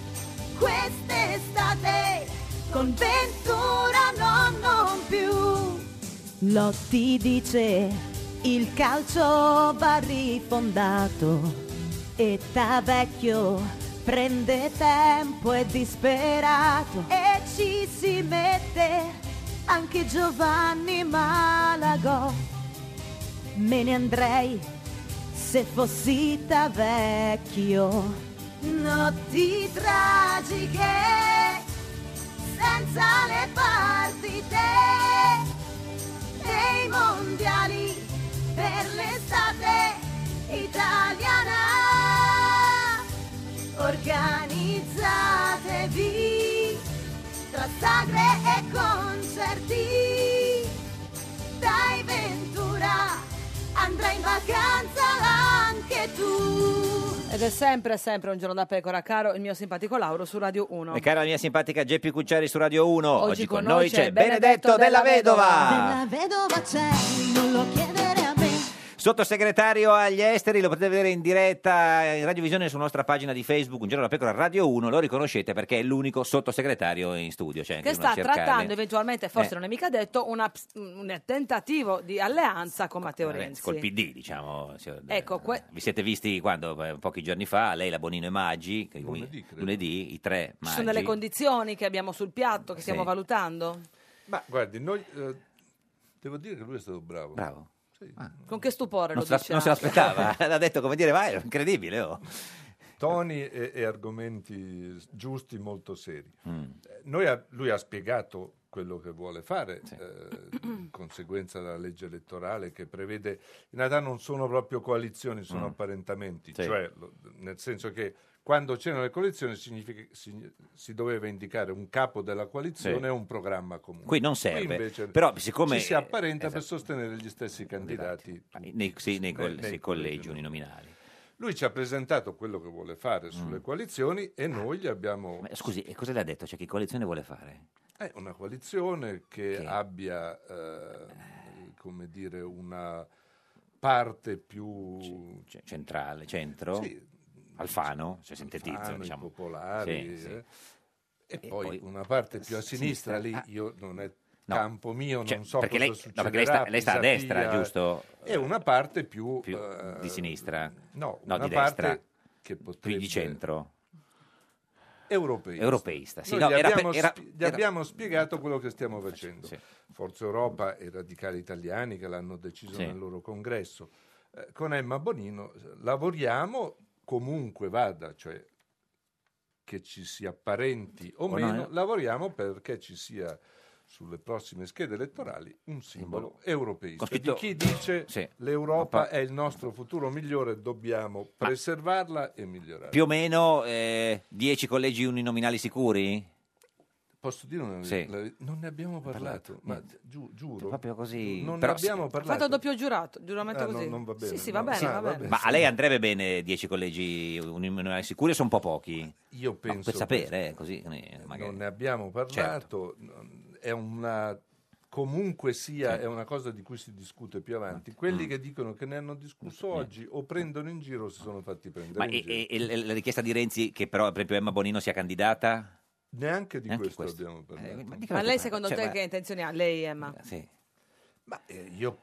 P: Quest'estate con Ventura no, non più. Lotti dice il calcio va rifondato e da vecchio prende tempo e disperato e ci si mette anche Giovanni Malagò. Me ne andrei se fossi da vecchio. Notti tragiche senza le partite dei mondiali per l'estate italiana. Organizzatevi tra sagre e concerti. Dai Ventura andrai in vacanza anche tu.
A: Ed è sempre, sempre un giorno da pecora, caro il mio simpatico Lauro su Radio 1.
B: E cara la mia simpatica Geppi Cucciari su Radio 1, oggi, con noi c'è
P: Benedetto
B: Benedetto della Vedova.
P: Della vedova c'è, non lo chiedere a me.
B: Sottosegretario agli esteri, lo potete vedere in diretta in radiovisione sulla nostra pagina di Facebook, Un giorno la pecora Radio 1, lo riconoscete perché è l'unico sottosegretario in studio. C'è anche
A: Che
B: uno
A: sta
B: Cercalli.
A: trattando eventualmente, forse
B: Eh.
A: non è mica detto, una ps- un tentativo di alleanza con Matteo Renzi.
B: Col PD, diciamo. signor-
A: Ecco, que-
B: Vi siete visti quando, eh, pochi giorni fa, lei, la Bonino e Maggi, che- lunedì, i tre
A: ci
B: Maggi.
A: sono delle condizioni che abbiamo sul piatto che stiamo
B: Sì.
A: valutando?
N: Ma guardi, noi eh, devo dire che lui è stato bravo.
B: Bravo.
N: Sì.
A: Con che stupore
B: non
A: lo
B: se, la-
A: dice
B: non se
A: anche.
B: l'aspettava, l'ha detto come dire, vai, è incredibile. oh.
N: Toni e, e argomenti giusti, molto seri.
B: Mm.
N: Eh, noi ha- lui ha spiegato quello che vuole fare, eh, in conseguenza della legge elettorale che prevede, in realtà non sono proprio coalizioni, sono
C: Mm.
N: apparentamenti,
C: Sì.
N: cioè lo- nel senso che quando c'erano le coalizioni significa, si, si doveva indicare un capo della coalizione
B: Sì.
N: e un programma comune.
B: Qui non serve,
N: invece
B: però siccome-
N: ci si apparenta
B: esatto. Ah,
N: per sostenere gli stessi candidati
B: Nei, sì, nei col-
N: Nei- nei
B: sì, collegi uninominali.
N: lui ci ha presentato quello che vuole fare sulle coalizioni e noi gli abbiamo
B: Mm. Ma scusi, e cosa le ha detto? Cioè, che coalizione vuole fare?
N: eh, una coalizione che abbia eh, come dire una parte più
B: centrale, centro?
N: Sì.
B: Alfano, cioè sintetizzo,
N: Alfano, i
B: diciamo.
N: popolari
B: Sì, sì.
N: eh. E, poi, una parte più a sinistra,
B: sinistra,
N: lì
B: ah.
N: io non è
B: No.
N: campo mio,
B: Cioè,
N: non so
B: perché
N: cosa
B: lei- no,
N: succederà.
B: perché lei sta- lei sta a
N: Pisapia,
B: destra, giusto?
N: E una parte più,
B: Più
N: eh,
B: di sinistra?
N: no,
B: no
N: una
B: di destra?
N: parte che potrebbe-
B: Più di centro?
N: europeista.
B: Europeista, sì,
N: Noi
B: no,
N: gli,
B: era per-
N: abbiamo,
B: era-
N: spi- gli
B: era-
N: abbiamo spiegato quello che stiamo facendo. Forza Europa e i radicali italiani che l'hanno deciso
C: Sì.
N: nel loro congresso. Eh, con Emma Bonino eh, lavoriamo comunque vada, cioè che ci si apparenti o
C: O no,
N: meno,
C: eh.
N: lavoriamo perché ci sia sulle prossime schede elettorali un simbolo europeista.
C: Con scritto-
N: Di chi dice
C: Sì.
N: l'Europa è il nostro futuro migliore, dobbiamo preservarla e migliorarla.
B: Più o meno eh, 10 collegi uninominali sicuri?
N: Posso dire una
B: Sì.
N: la- non ne abbiamo parlato,
B: Parlato, Eh,
N: ma
B: niente.
N: giu- giuro.
B: Proprio così,
N: Non
B: però
N: ne abbiamo
B: sì.
A: Ha fatto
N: parlato.
A: il doppio giurato, giuramento
N: Ah, no,
A: così.
N: non va bene,
A: Sì, sì, va
N: no.
A: bene,
N: Ah,
A: va
N: va
A: bene.
N: bene.
B: Ma a lei andrebbe bene 10 collegi uninominali sicuri o sono un po' pochi?
N: Io
B: No,
N: penso
B: per sapere, eh, così. eh, magari. Certo.
N: Non ne abbiamo parlato. non- È una comunque sia
C: Sì.
N: è una cosa di cui si discute più avanti. Quelli
C: Mm.
N: che dicono che ne hanno discusso oggi o prendono in giro o si sono fatti prendere
B: Ma
N: in
B: e-
N: giro.
B: e- e la richiesta di Renzi che però, per esempio, Emma Bonino sia candidata?
N: Neanche di
B: Neanche
N: questo,
B: questo. Eh,
N: abbiamo parlato.
B: ma di
A: Ma lei secondo
N: Cioè,
A: te
N: ma-
A: che intenzioni ha? Lei, Emma?
B: Sì.
N: Ma eh, io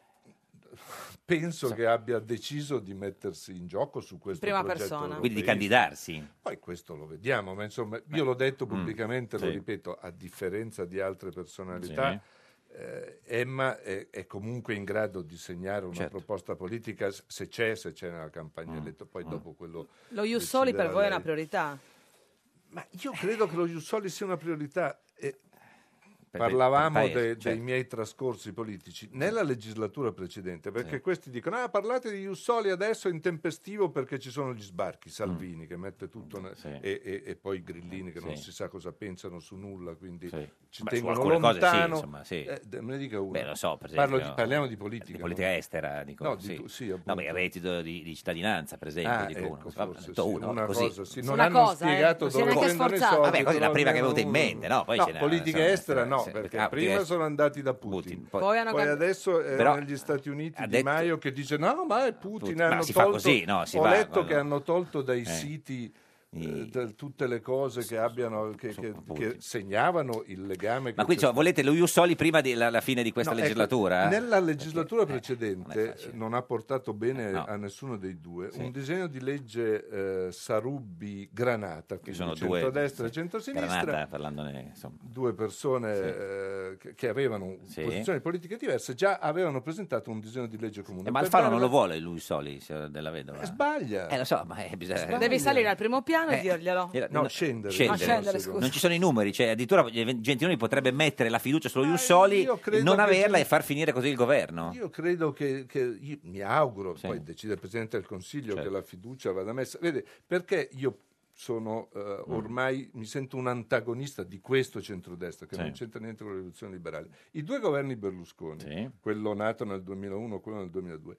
N: penso che abbia deciso di mettersi in gioco su questo
A: Prima
N: progetto
A: persona.
B: Quindi di
N: europeista.
B: candidarsi?
N: Poi questo lo vediamo, ma insomma, io l'ho detto pubblicamente, lo
B: Mm. sì.
N: ripeto, a differenza di altre personalità, eh, Emma è, è comunque in grado di segnare una
C: Certo.
N: proposta politica, s- se c'è, se c'è nella
B: Mm.
N: campagna elettorale, poi dopo quello...
A: Lo Ius Soli per
N: deciderà
A: voi è
N: lei.
A: una priorità?
H: eh,
N: Ma io credo che lo Jussoli sia una priorità. E
B: per-
N: Parlavamo
B: per il paese,
N: de-
B: certo.
N: dei miei trascorsi politici
B: Mm.
N: nella legislatura precedente, perché questi dicono: Ah, parlate di Jussoli adesso è intempestivo perché ci sono gli sbarchi.
B: Mm.
N: Salvini che mette tutto ne- e, e- e poi Grillini che non
B: Sì.
N: si sa cosa pensano su nulla, quindi
B: Sì.
N: ci
B: Beh, su
N: tengono
B: alcune cose sì,
N: lontano.
B: insomma, sì.
N: Eh, de- me ne dica uno.
B: Beh, lo so, per
N: Parlo
B: esempio,
N: di- parliamo di politica.
B: Di politica
N: no?
B: estera, dico,
N: No, di
B: sì.
N: tu- sì,
B: no,
N: appunto.
B: beh, il reddito di, di cittadinanza, per esempio,
N: Ah,
B: dico
N: ecco,
B: uno. Vabbè,
N: forse
B: ne detto
N: sì,
B: uno,
N: una
B: così.
N: cosa, sì,
B: Sì.
N: non
A: Una
N: hanno
A: cosa, eh,
N: spiegato
A: non si è
N: dove
A: neanche
N: prendono i
A: sforzato.
N: soldi,
B: Vabbè, quella è la
N: però
B: prima che
N: ne
B: avevo in
N: hanno-
B: mente, no? Poi
N: No,
B: ce n'è-
N: politica
B: insomma,
N: estera no,
B: se-
N: perché
B: ah,
N: prima
B: perché-
N: sono andati da Putin.
B: poi-
N: Poi,
B: hanno cambi-
N: adesso eh,
B: Però-
N: negli Stati Uniti
B: ha
N: Di
B: detto-
N: Maio che dice no, ma è Putin.
B: Putin,
N: hanno
B: ma si fa
L: tolto-
B: così, no? Si
N: ho
B: va,
N: letto
B: quando-
N: che hanno tolto dai
B: Eh.
N: siti eh, del- tutte le cose che abbiano che, che- che segnavano il legame che
B: Ma qui
N: c'è
B: insomma, volete lo Jussoli prima della la fine di questa
N: No, ecco,
B: legislatura? eh?
N: nella legislatura precedente eh, non ha portato bene a nessuno dei due
B: Eh, Sì.
N: un disegno di legge eh, Sarubbi-Granata, quindi
B: sono due-
N: centrodestra e
B: sì.
N: centrosinistra,
B: Granata, parlandone, insomma.
N: due persone
B: Sì.
N: eh, che- che avevano
B: Sì.
N: posizioni politiche diverse, già avevano presentato un disegno di legge
B: Eh,
N: comune.
B: ma
N: Per
B: Alfano
N: dare
B: non
N: la-
B: lo vuole lui Soli, signora della vedova.
N: Eh, sbaglia.
B: Eh, lo so, ma eh, bisogna...
A: Devi salire al primo piano e
B: Eh,
A: dirglielo.
B: Gliela-
N: No, scendere. diciamo,
A: Ah, scendere, scusa.
B: Non ci sono i numeri, cioè addirittura Gentiloni potrebbe mettere la fiducia sullo Jussoli,
N: Eh, io credo
B: non
N: che
B: averla
N: Gen-
B: e far finire così il governo.
N: Io credo che, che- io mi auguro, poi decide il Presidente del Consiglio
B: Certo.
N: che la fiducia vada messa. Vede, perché io sono eh,
B: Mm.
N: ormai, mi sento un antagonista di questo centrodestra, che
C: Sì.
N: non c'entra niente con la rivoluzione liberale. I due governi Berlusconi, quello nato nel 2001 quello nel 2002,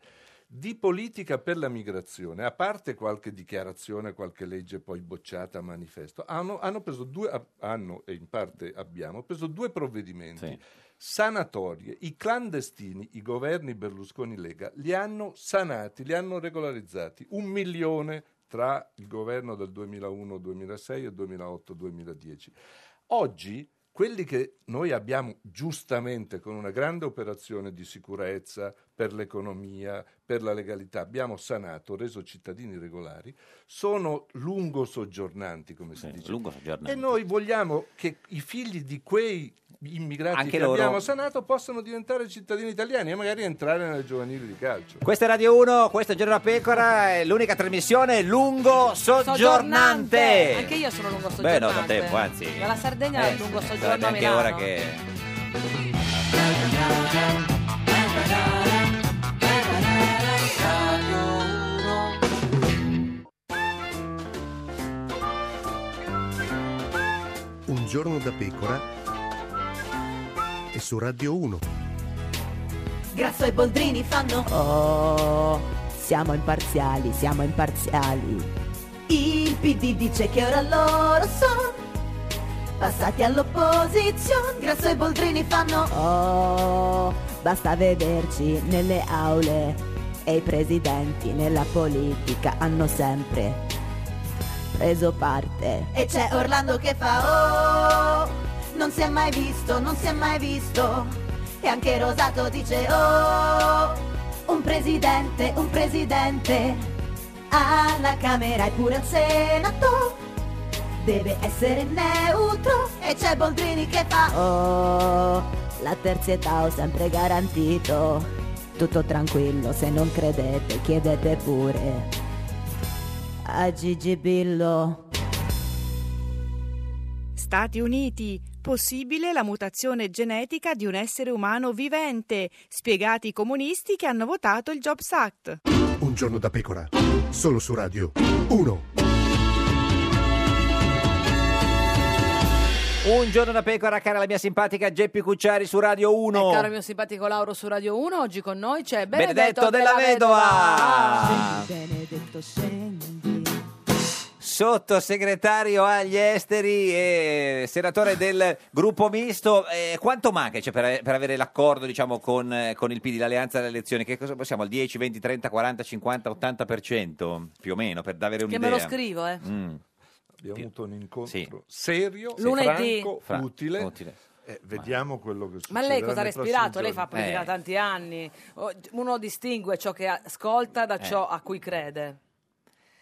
N: di politica per la migrazione, a parte qualche dichiarazione, qualche legge poi bocciata a manifesto, hanno, hanno preso due, a- hanno e in parte abbiamo preso due provvedimenti. Sanatorie, i clandestini, i governi Berlusconi-Lega li hanno sanati, li hanno regolarizzati. Un milione tra il governo del 2001-2006 e 2008-2010. Oggi quelli che noi abbiamo giustamente con una grande operazione di sicurezza per l'economia, per la legalità, abbiamo sanato, reso cittadini regolari, sono lungo soggiornanti, come si dice.
B: lungo soggiornanti.
N: E noi vogliamo che i figli di quei immigrati
B: Anche
N: che
B: loro-
N: abbiamo sanato possano diventare cittadini italiani e magari entrare nelle giovanili di calcio.
B: Questa è Radio 1, questo è Giorno da Pecora, è l'unica trasmissione lungo Eh, soggiornante.
A: Anche io sono lungo
B: Beh,
A: soggiornante.
B: no, da tempo, anzi.
A: Dalla Sardegna al lungo soggiorno a
B: anche
A: Milano.
B: ora che...
Q: Un giorno da pecora e su Radio 1.
P: Grasso e Boldrini fanno Oh, siamo imparziali, siamo imparziali Il PD dice che ora loro sono Passati all'opposizione Grasso e Boldrini fanno Oh, basta vederci nelle aule E i presidenti nella politica hanno sempre preso parte
B: Eh,
U: E c'è Orlando che fa oh, non si è mai visto, non si è mai visto.
P: E anche Rosato dice oh, un presidente, un presidente alla Camera e pure al Senato deve essere neutro. E c'è Boldrini che fa oh, la terzietà ho sempre garantito. Tutto tranquillo, se non credete chiedete pure a Gigi Billo.
R: Stati Uniti. Possibile la mutazione genetica di un essere umano vivente, spiegati i comunisti che hanno votato il Jobs Act.
Q: Un giorno da pecora. Solo su Radio 1.
B: Un giorno da Pecora, cara la mia simpatica Geppi Cucciari su Radio 1.
A: E caro mio simpatico Lauro su Radio 1, oggi con noi c'è Benedetto,
B: Benedetto, della, Vedova.
P: Benedetto scendi.
B: Sottosegretario agli esteri e senatore del gruppo misto, Eh, quanto manca cioè, per, per avere l'accordo diciamo, con, eh, con il PD, l'alleanza delle elezioni? Che cosa possiamo? Al 10, 20, 30, 40, 50, 80% più o meno per avere
A: Che
B: un'idea.
A: me lo scrivo, eh.
B: Mm.
N: Abbiamo avuto un incontro
B: Sì.
N: serio,
A: Sì. Lunedì.
N: franco,
B: Fra-
N: utile. Eh, vediamo quello che
A: Ma
N: succede.
A: lei cosa ha respirato? Lei fa politica
B: Eh.
A: da tanti anni. O- Uno distingue ciò che ascolta da
N: Eh.
A: ciò a cui crede.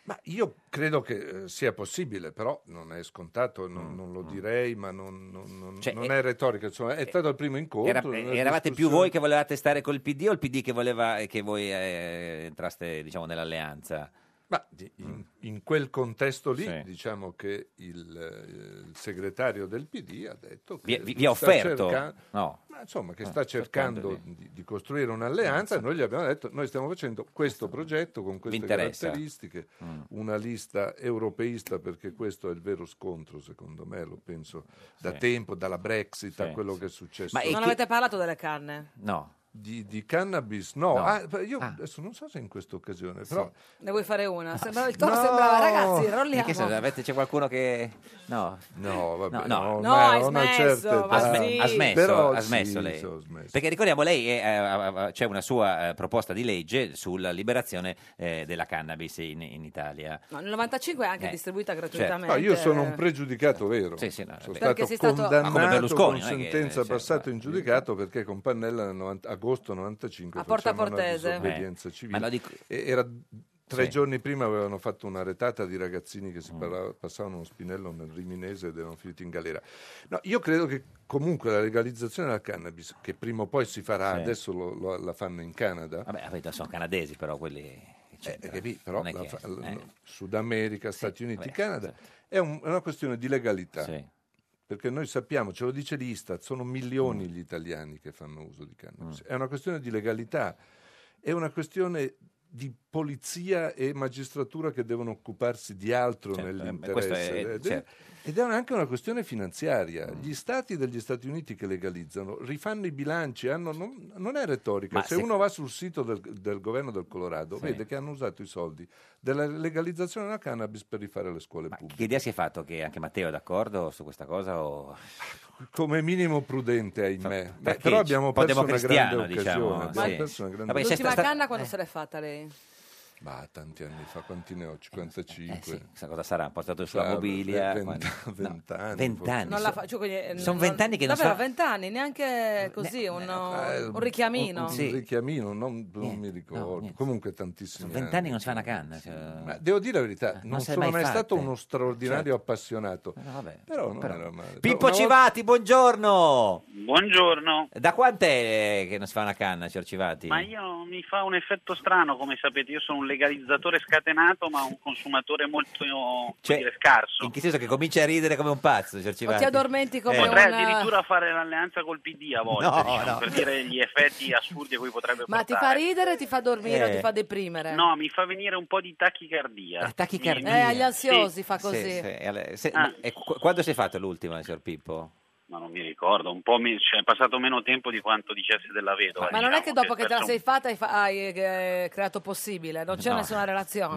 N: Ma io credo che eh, sia possibile, però non è scontato, non, non lo direi, ma non, non- non-
B: Mm, Cioè,
N: non
B: eh,
N: è retorica. insomma, è stato il primo
B: Era-
N: incontro. una
B: eravate più
N: discussione.
B: voi che volevate stare col PD o il PD che voleva eh, che voi eh, entraste diciamo, nell'alleanza?
N: Ma di- in, in quel contesto lì, diciamo che il, eh, il segretario del PD ha detto
B: Vi-
L: vi-
N: che
B: vi ha
N: sta
B: offerto?
N: cerca-
B: No.
N: ma insomma, che
B: Ah,
N: sta
B: cercando
N: cercando di, di costruire un'alleanza. e Noi gli abbiamo detto: noi stiamo facendo questo progetto con queste
B: interessa? Mm.
N: caratteristiche, una lista europeista, perché questo è il vero scontro, secondo me, lo penso da
B: Sì.
N: tempo, dalla Brexit a
B: Sì,
N: quello
B: sì.
N: che è successo.
A: non avete parlato delle canne?
B: No.
N: Di, di cannabis? No,
B: No.
N: Ah, io adesso non so se in questa occasione, però
A: Ne vuoi fare una? Sembrava il toro,
N: No!
A: sembrava ragazzi,
B: Oh, Perché Ah, se
A: rolliamo.
B: avete- c'è qualcuno che... No,
N: no, vabbè,
B: no,
N: no, No, ma hai una
B: ha,
N: smesso, certa ma età. sì.
B: smesso,
N: Però
B: ha smesso
N: sì,
B: lei.
N: so, ho smesso.
B: Perché ricordiamo, lei eh, ha- ha- c'è una sua eh, proposta di legge sulla liberazione eh, della cannabis in, in Italia.
A: No, nel 95 è anche
B: Eh,
A: distribuita
B: certo.
N: No,
A: gratuitamente.
N: io sono un pregiudicato Certo, vero. sono
A: Perché
N: stato
A: sei stato-
B: Ma
N: condannato
B: come Berlusconi,
N: con
B: non è che-
N: sentenza
B: cioè,
N: passato in giudicato perché con Pannella nel 90 agosto 95
A: A Porta
N: facevano una
A: Portese.
N: disobbedienza
B: Eh,
N: civile.
B: ma lo dico-
N: E era tre
B: Sì. Mm.
N: giorni prima avevano fatto una retata di ragazzini che si parla- passavano uno spinello nel Riminese ed erano finiti in galera. No, io credo che comunque la legalizzazione della cannabis, che prima o poi si farà,
B: Sì.
N: adesso lo- lo- la fanno in Canada.
B: Vabbè, vabbè, sono canadesi però quelli...
N: Eh, capì? Però
B: Non è
N: la
B: che-
N: fa-
B: eh.
N: no, Sud America, Stati Uniti,
B: beh,
N: Canada, è, un- è una questione di legalità. Perché noi sappiamo, ce lo dice l'Istat, sono milioni
B: Mm.
N: gli italiani che fanno uso di cannabis. È una questione di legalità, è una questione di polizia e magistratura che devono occuparsi di altro
B: Certo, eh, beh, questo
N: nell'interesse.
B: è-
N: Ed è-
B: certo. Mm.
N: Ed è anche una questione finanziaria. Gli stati degli Stati Uniti che legalizzano rifanno i bilanci, hanno- non, non è retorica.
B: Ma
N: se,
B: se-
N: uno va sul sito del, del governo del Colorado,
B: Sì.
N: vede che hanno usato i soldi della legalizzazione della cannabis per rifare le scuole pubbliche.
B: Che idea si è fatto che anche Matteo è d'accordo su questa cosa o...
N: Come minimo prudente, ahimè. Beh,
B: perché
N: però
B: ci-
N: abbiamo
B: un po'
N: perso una grande
B: democristiano,
N: occasione.
B: diciamo,
N: abbiamo
B: sì.
N: perso una grande
B: Vabbè,
N: occasione.
A: L'ultima canna
B: eh.
A: quando se l'è fatta lei?
N: Ma tanti anni fa, quanti ne ho? 55.
B: Eh sì, sa cosa sarà? Portato sulla
N: Sa,
B: mobilia?
N: vent-
B: quando- no,
N: vent'anni,
B: vent'anni,
A: Non la
B: so-
A: fa- cioè, quindi, eh,
B: sono vent'anni che non
A: davvero,
B: so-
A: vent'anni, neanche così, un,
N: Eh,
A: un richiamino.
N: Un, un richiamino, non, non mi
B: no,
N: ricordo.
B: niente.
N: Comunque tantissimi
B: Vent'anni che non si fa una canna. cioè-
N: Ma devo dire la verità, non,
B: non se l'è
N: sono
B: mai
N: mai
B: fatta.
N: stato uno straordinario appassionato.
B: No, vabbè.
N: Però non
B: Però-
N: era male.
B: Pippo
N: Una volta-
B: Civati, buongiorno!
C: Buongiorno.
B: Da quant'è che non si fa una canna, signor Civati?
C: Ma io mi fa un effetto strano, come sapete, io sono un legalizzatore scatenato, ma un consumatore molto come
B: Cioè,
C: dire, scarso.
B: In che senso che comincia a ridere come un pazzo, signor
A: O
B: Civati?
A: ti addormenti come
B: Eh.
A: un...
C: Potrei addirittura fare l'alleanza col PD a volte,
B: No,
C: diciamo,
B: no.
C: per dire gli effetti assurdi a cui potrebbe
A: Ma ti fa
C: portare.
A: ridere, ti fa dormire o
C: Eh.
A: ti fa deprimere?
C: No, mi fa venire un po' di tachicardia.
B: Tachicardia.
A: Eh, agli ansiosi fa
B: Sì,
A: così.
B: sì, e alle- se-
C: Ah.
B: ma- e qu- quando si è fatto l'ultima, signor Pippo?
C: Ma non mi ricordo, un po' mi- cioè, è passato meno tempo di quanto dicesse della vedova.
A: Ma non è
C: diciamo,
A: che dopo che te la
C: spesso-
A: sei fatta hai, fa- hai, eh, creato possibile, non c'è
C: No.
A: nessuna relazione.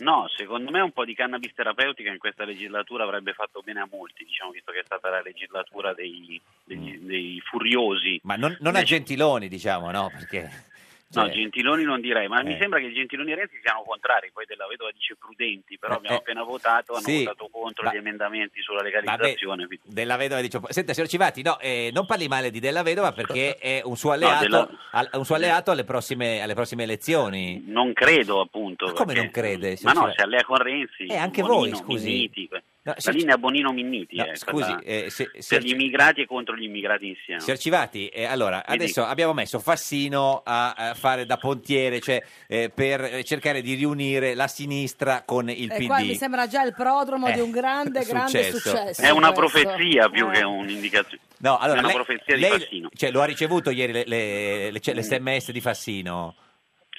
C: No, secondo me un po' di cannabis terapeutica in questa legislatura avrebbe fatto bene a molti, diciamo, visto che è stata la legislatura dei, degli-
A: Mm.
C: dei furiosi.
B: Ma non, non a Gentiloni, diciamo, no? Perché...
C: No,
B: cioè,
C: Gentiloni non direi, ma mi
B: Eh.
C: sembra che Gentiloni e Renzi siano contrari, poi della vedova dice prudenti, però
B: Eh,
C: abbiamo
B: eh.
C: appena votato, hanno
B: Sì.
C: votato contro
B: Ma-
C: gli emendamenti sulla
B: Vabbè,
C: legalizzazione. quindi-
B: della vedova dice senta signor Civati no, eh, non parli male di Della Vedova perché è un suo alleato,
C: della-
B: al- un suo alleato alle, prossime, alle prossime elezioni
C: Non credo appunto.
B: Ma come
C: perché-
B: non crede,
C: Ma
B: signor
C: no, cioè,
B: Civati?
C: si allea con Renzi.
B: Eh, anche
C: Bonino,
B: voi, scusi.
C: Minniti, que-
B: No,
C: la
B: signor-
C: linea Bonino-Minniti.
B: No,
C: è
B: scusi,
C: stata
B: eh, se-
C: per
B: signor-
C: gli immigrati e contro gli immigrati insieme.
B: Signor Civati, eh, allora,
C: Mi
B: adesso
C: dica.
B: abbiamo messo Fassino a, a fare da pontiere, cioè eh, per eh, cercare di riunire la sinistra con il
A: E
B: PD.
A: Eh, qua mi sembra già il prodromo
B: Eh,
A: di un grande, grande
B: successo.
A: successo.
C: È una
A: questo.
C: profezia più
A: Eh.
C: che un'indicazione.
B: No, allora,
C: è una
B: lei-
C: profezia di
B: lei,
C: Fassino. Mm.
B: Cioè, lo ha ricevuto ieri le, le- le- cioè, le sms di Fassino?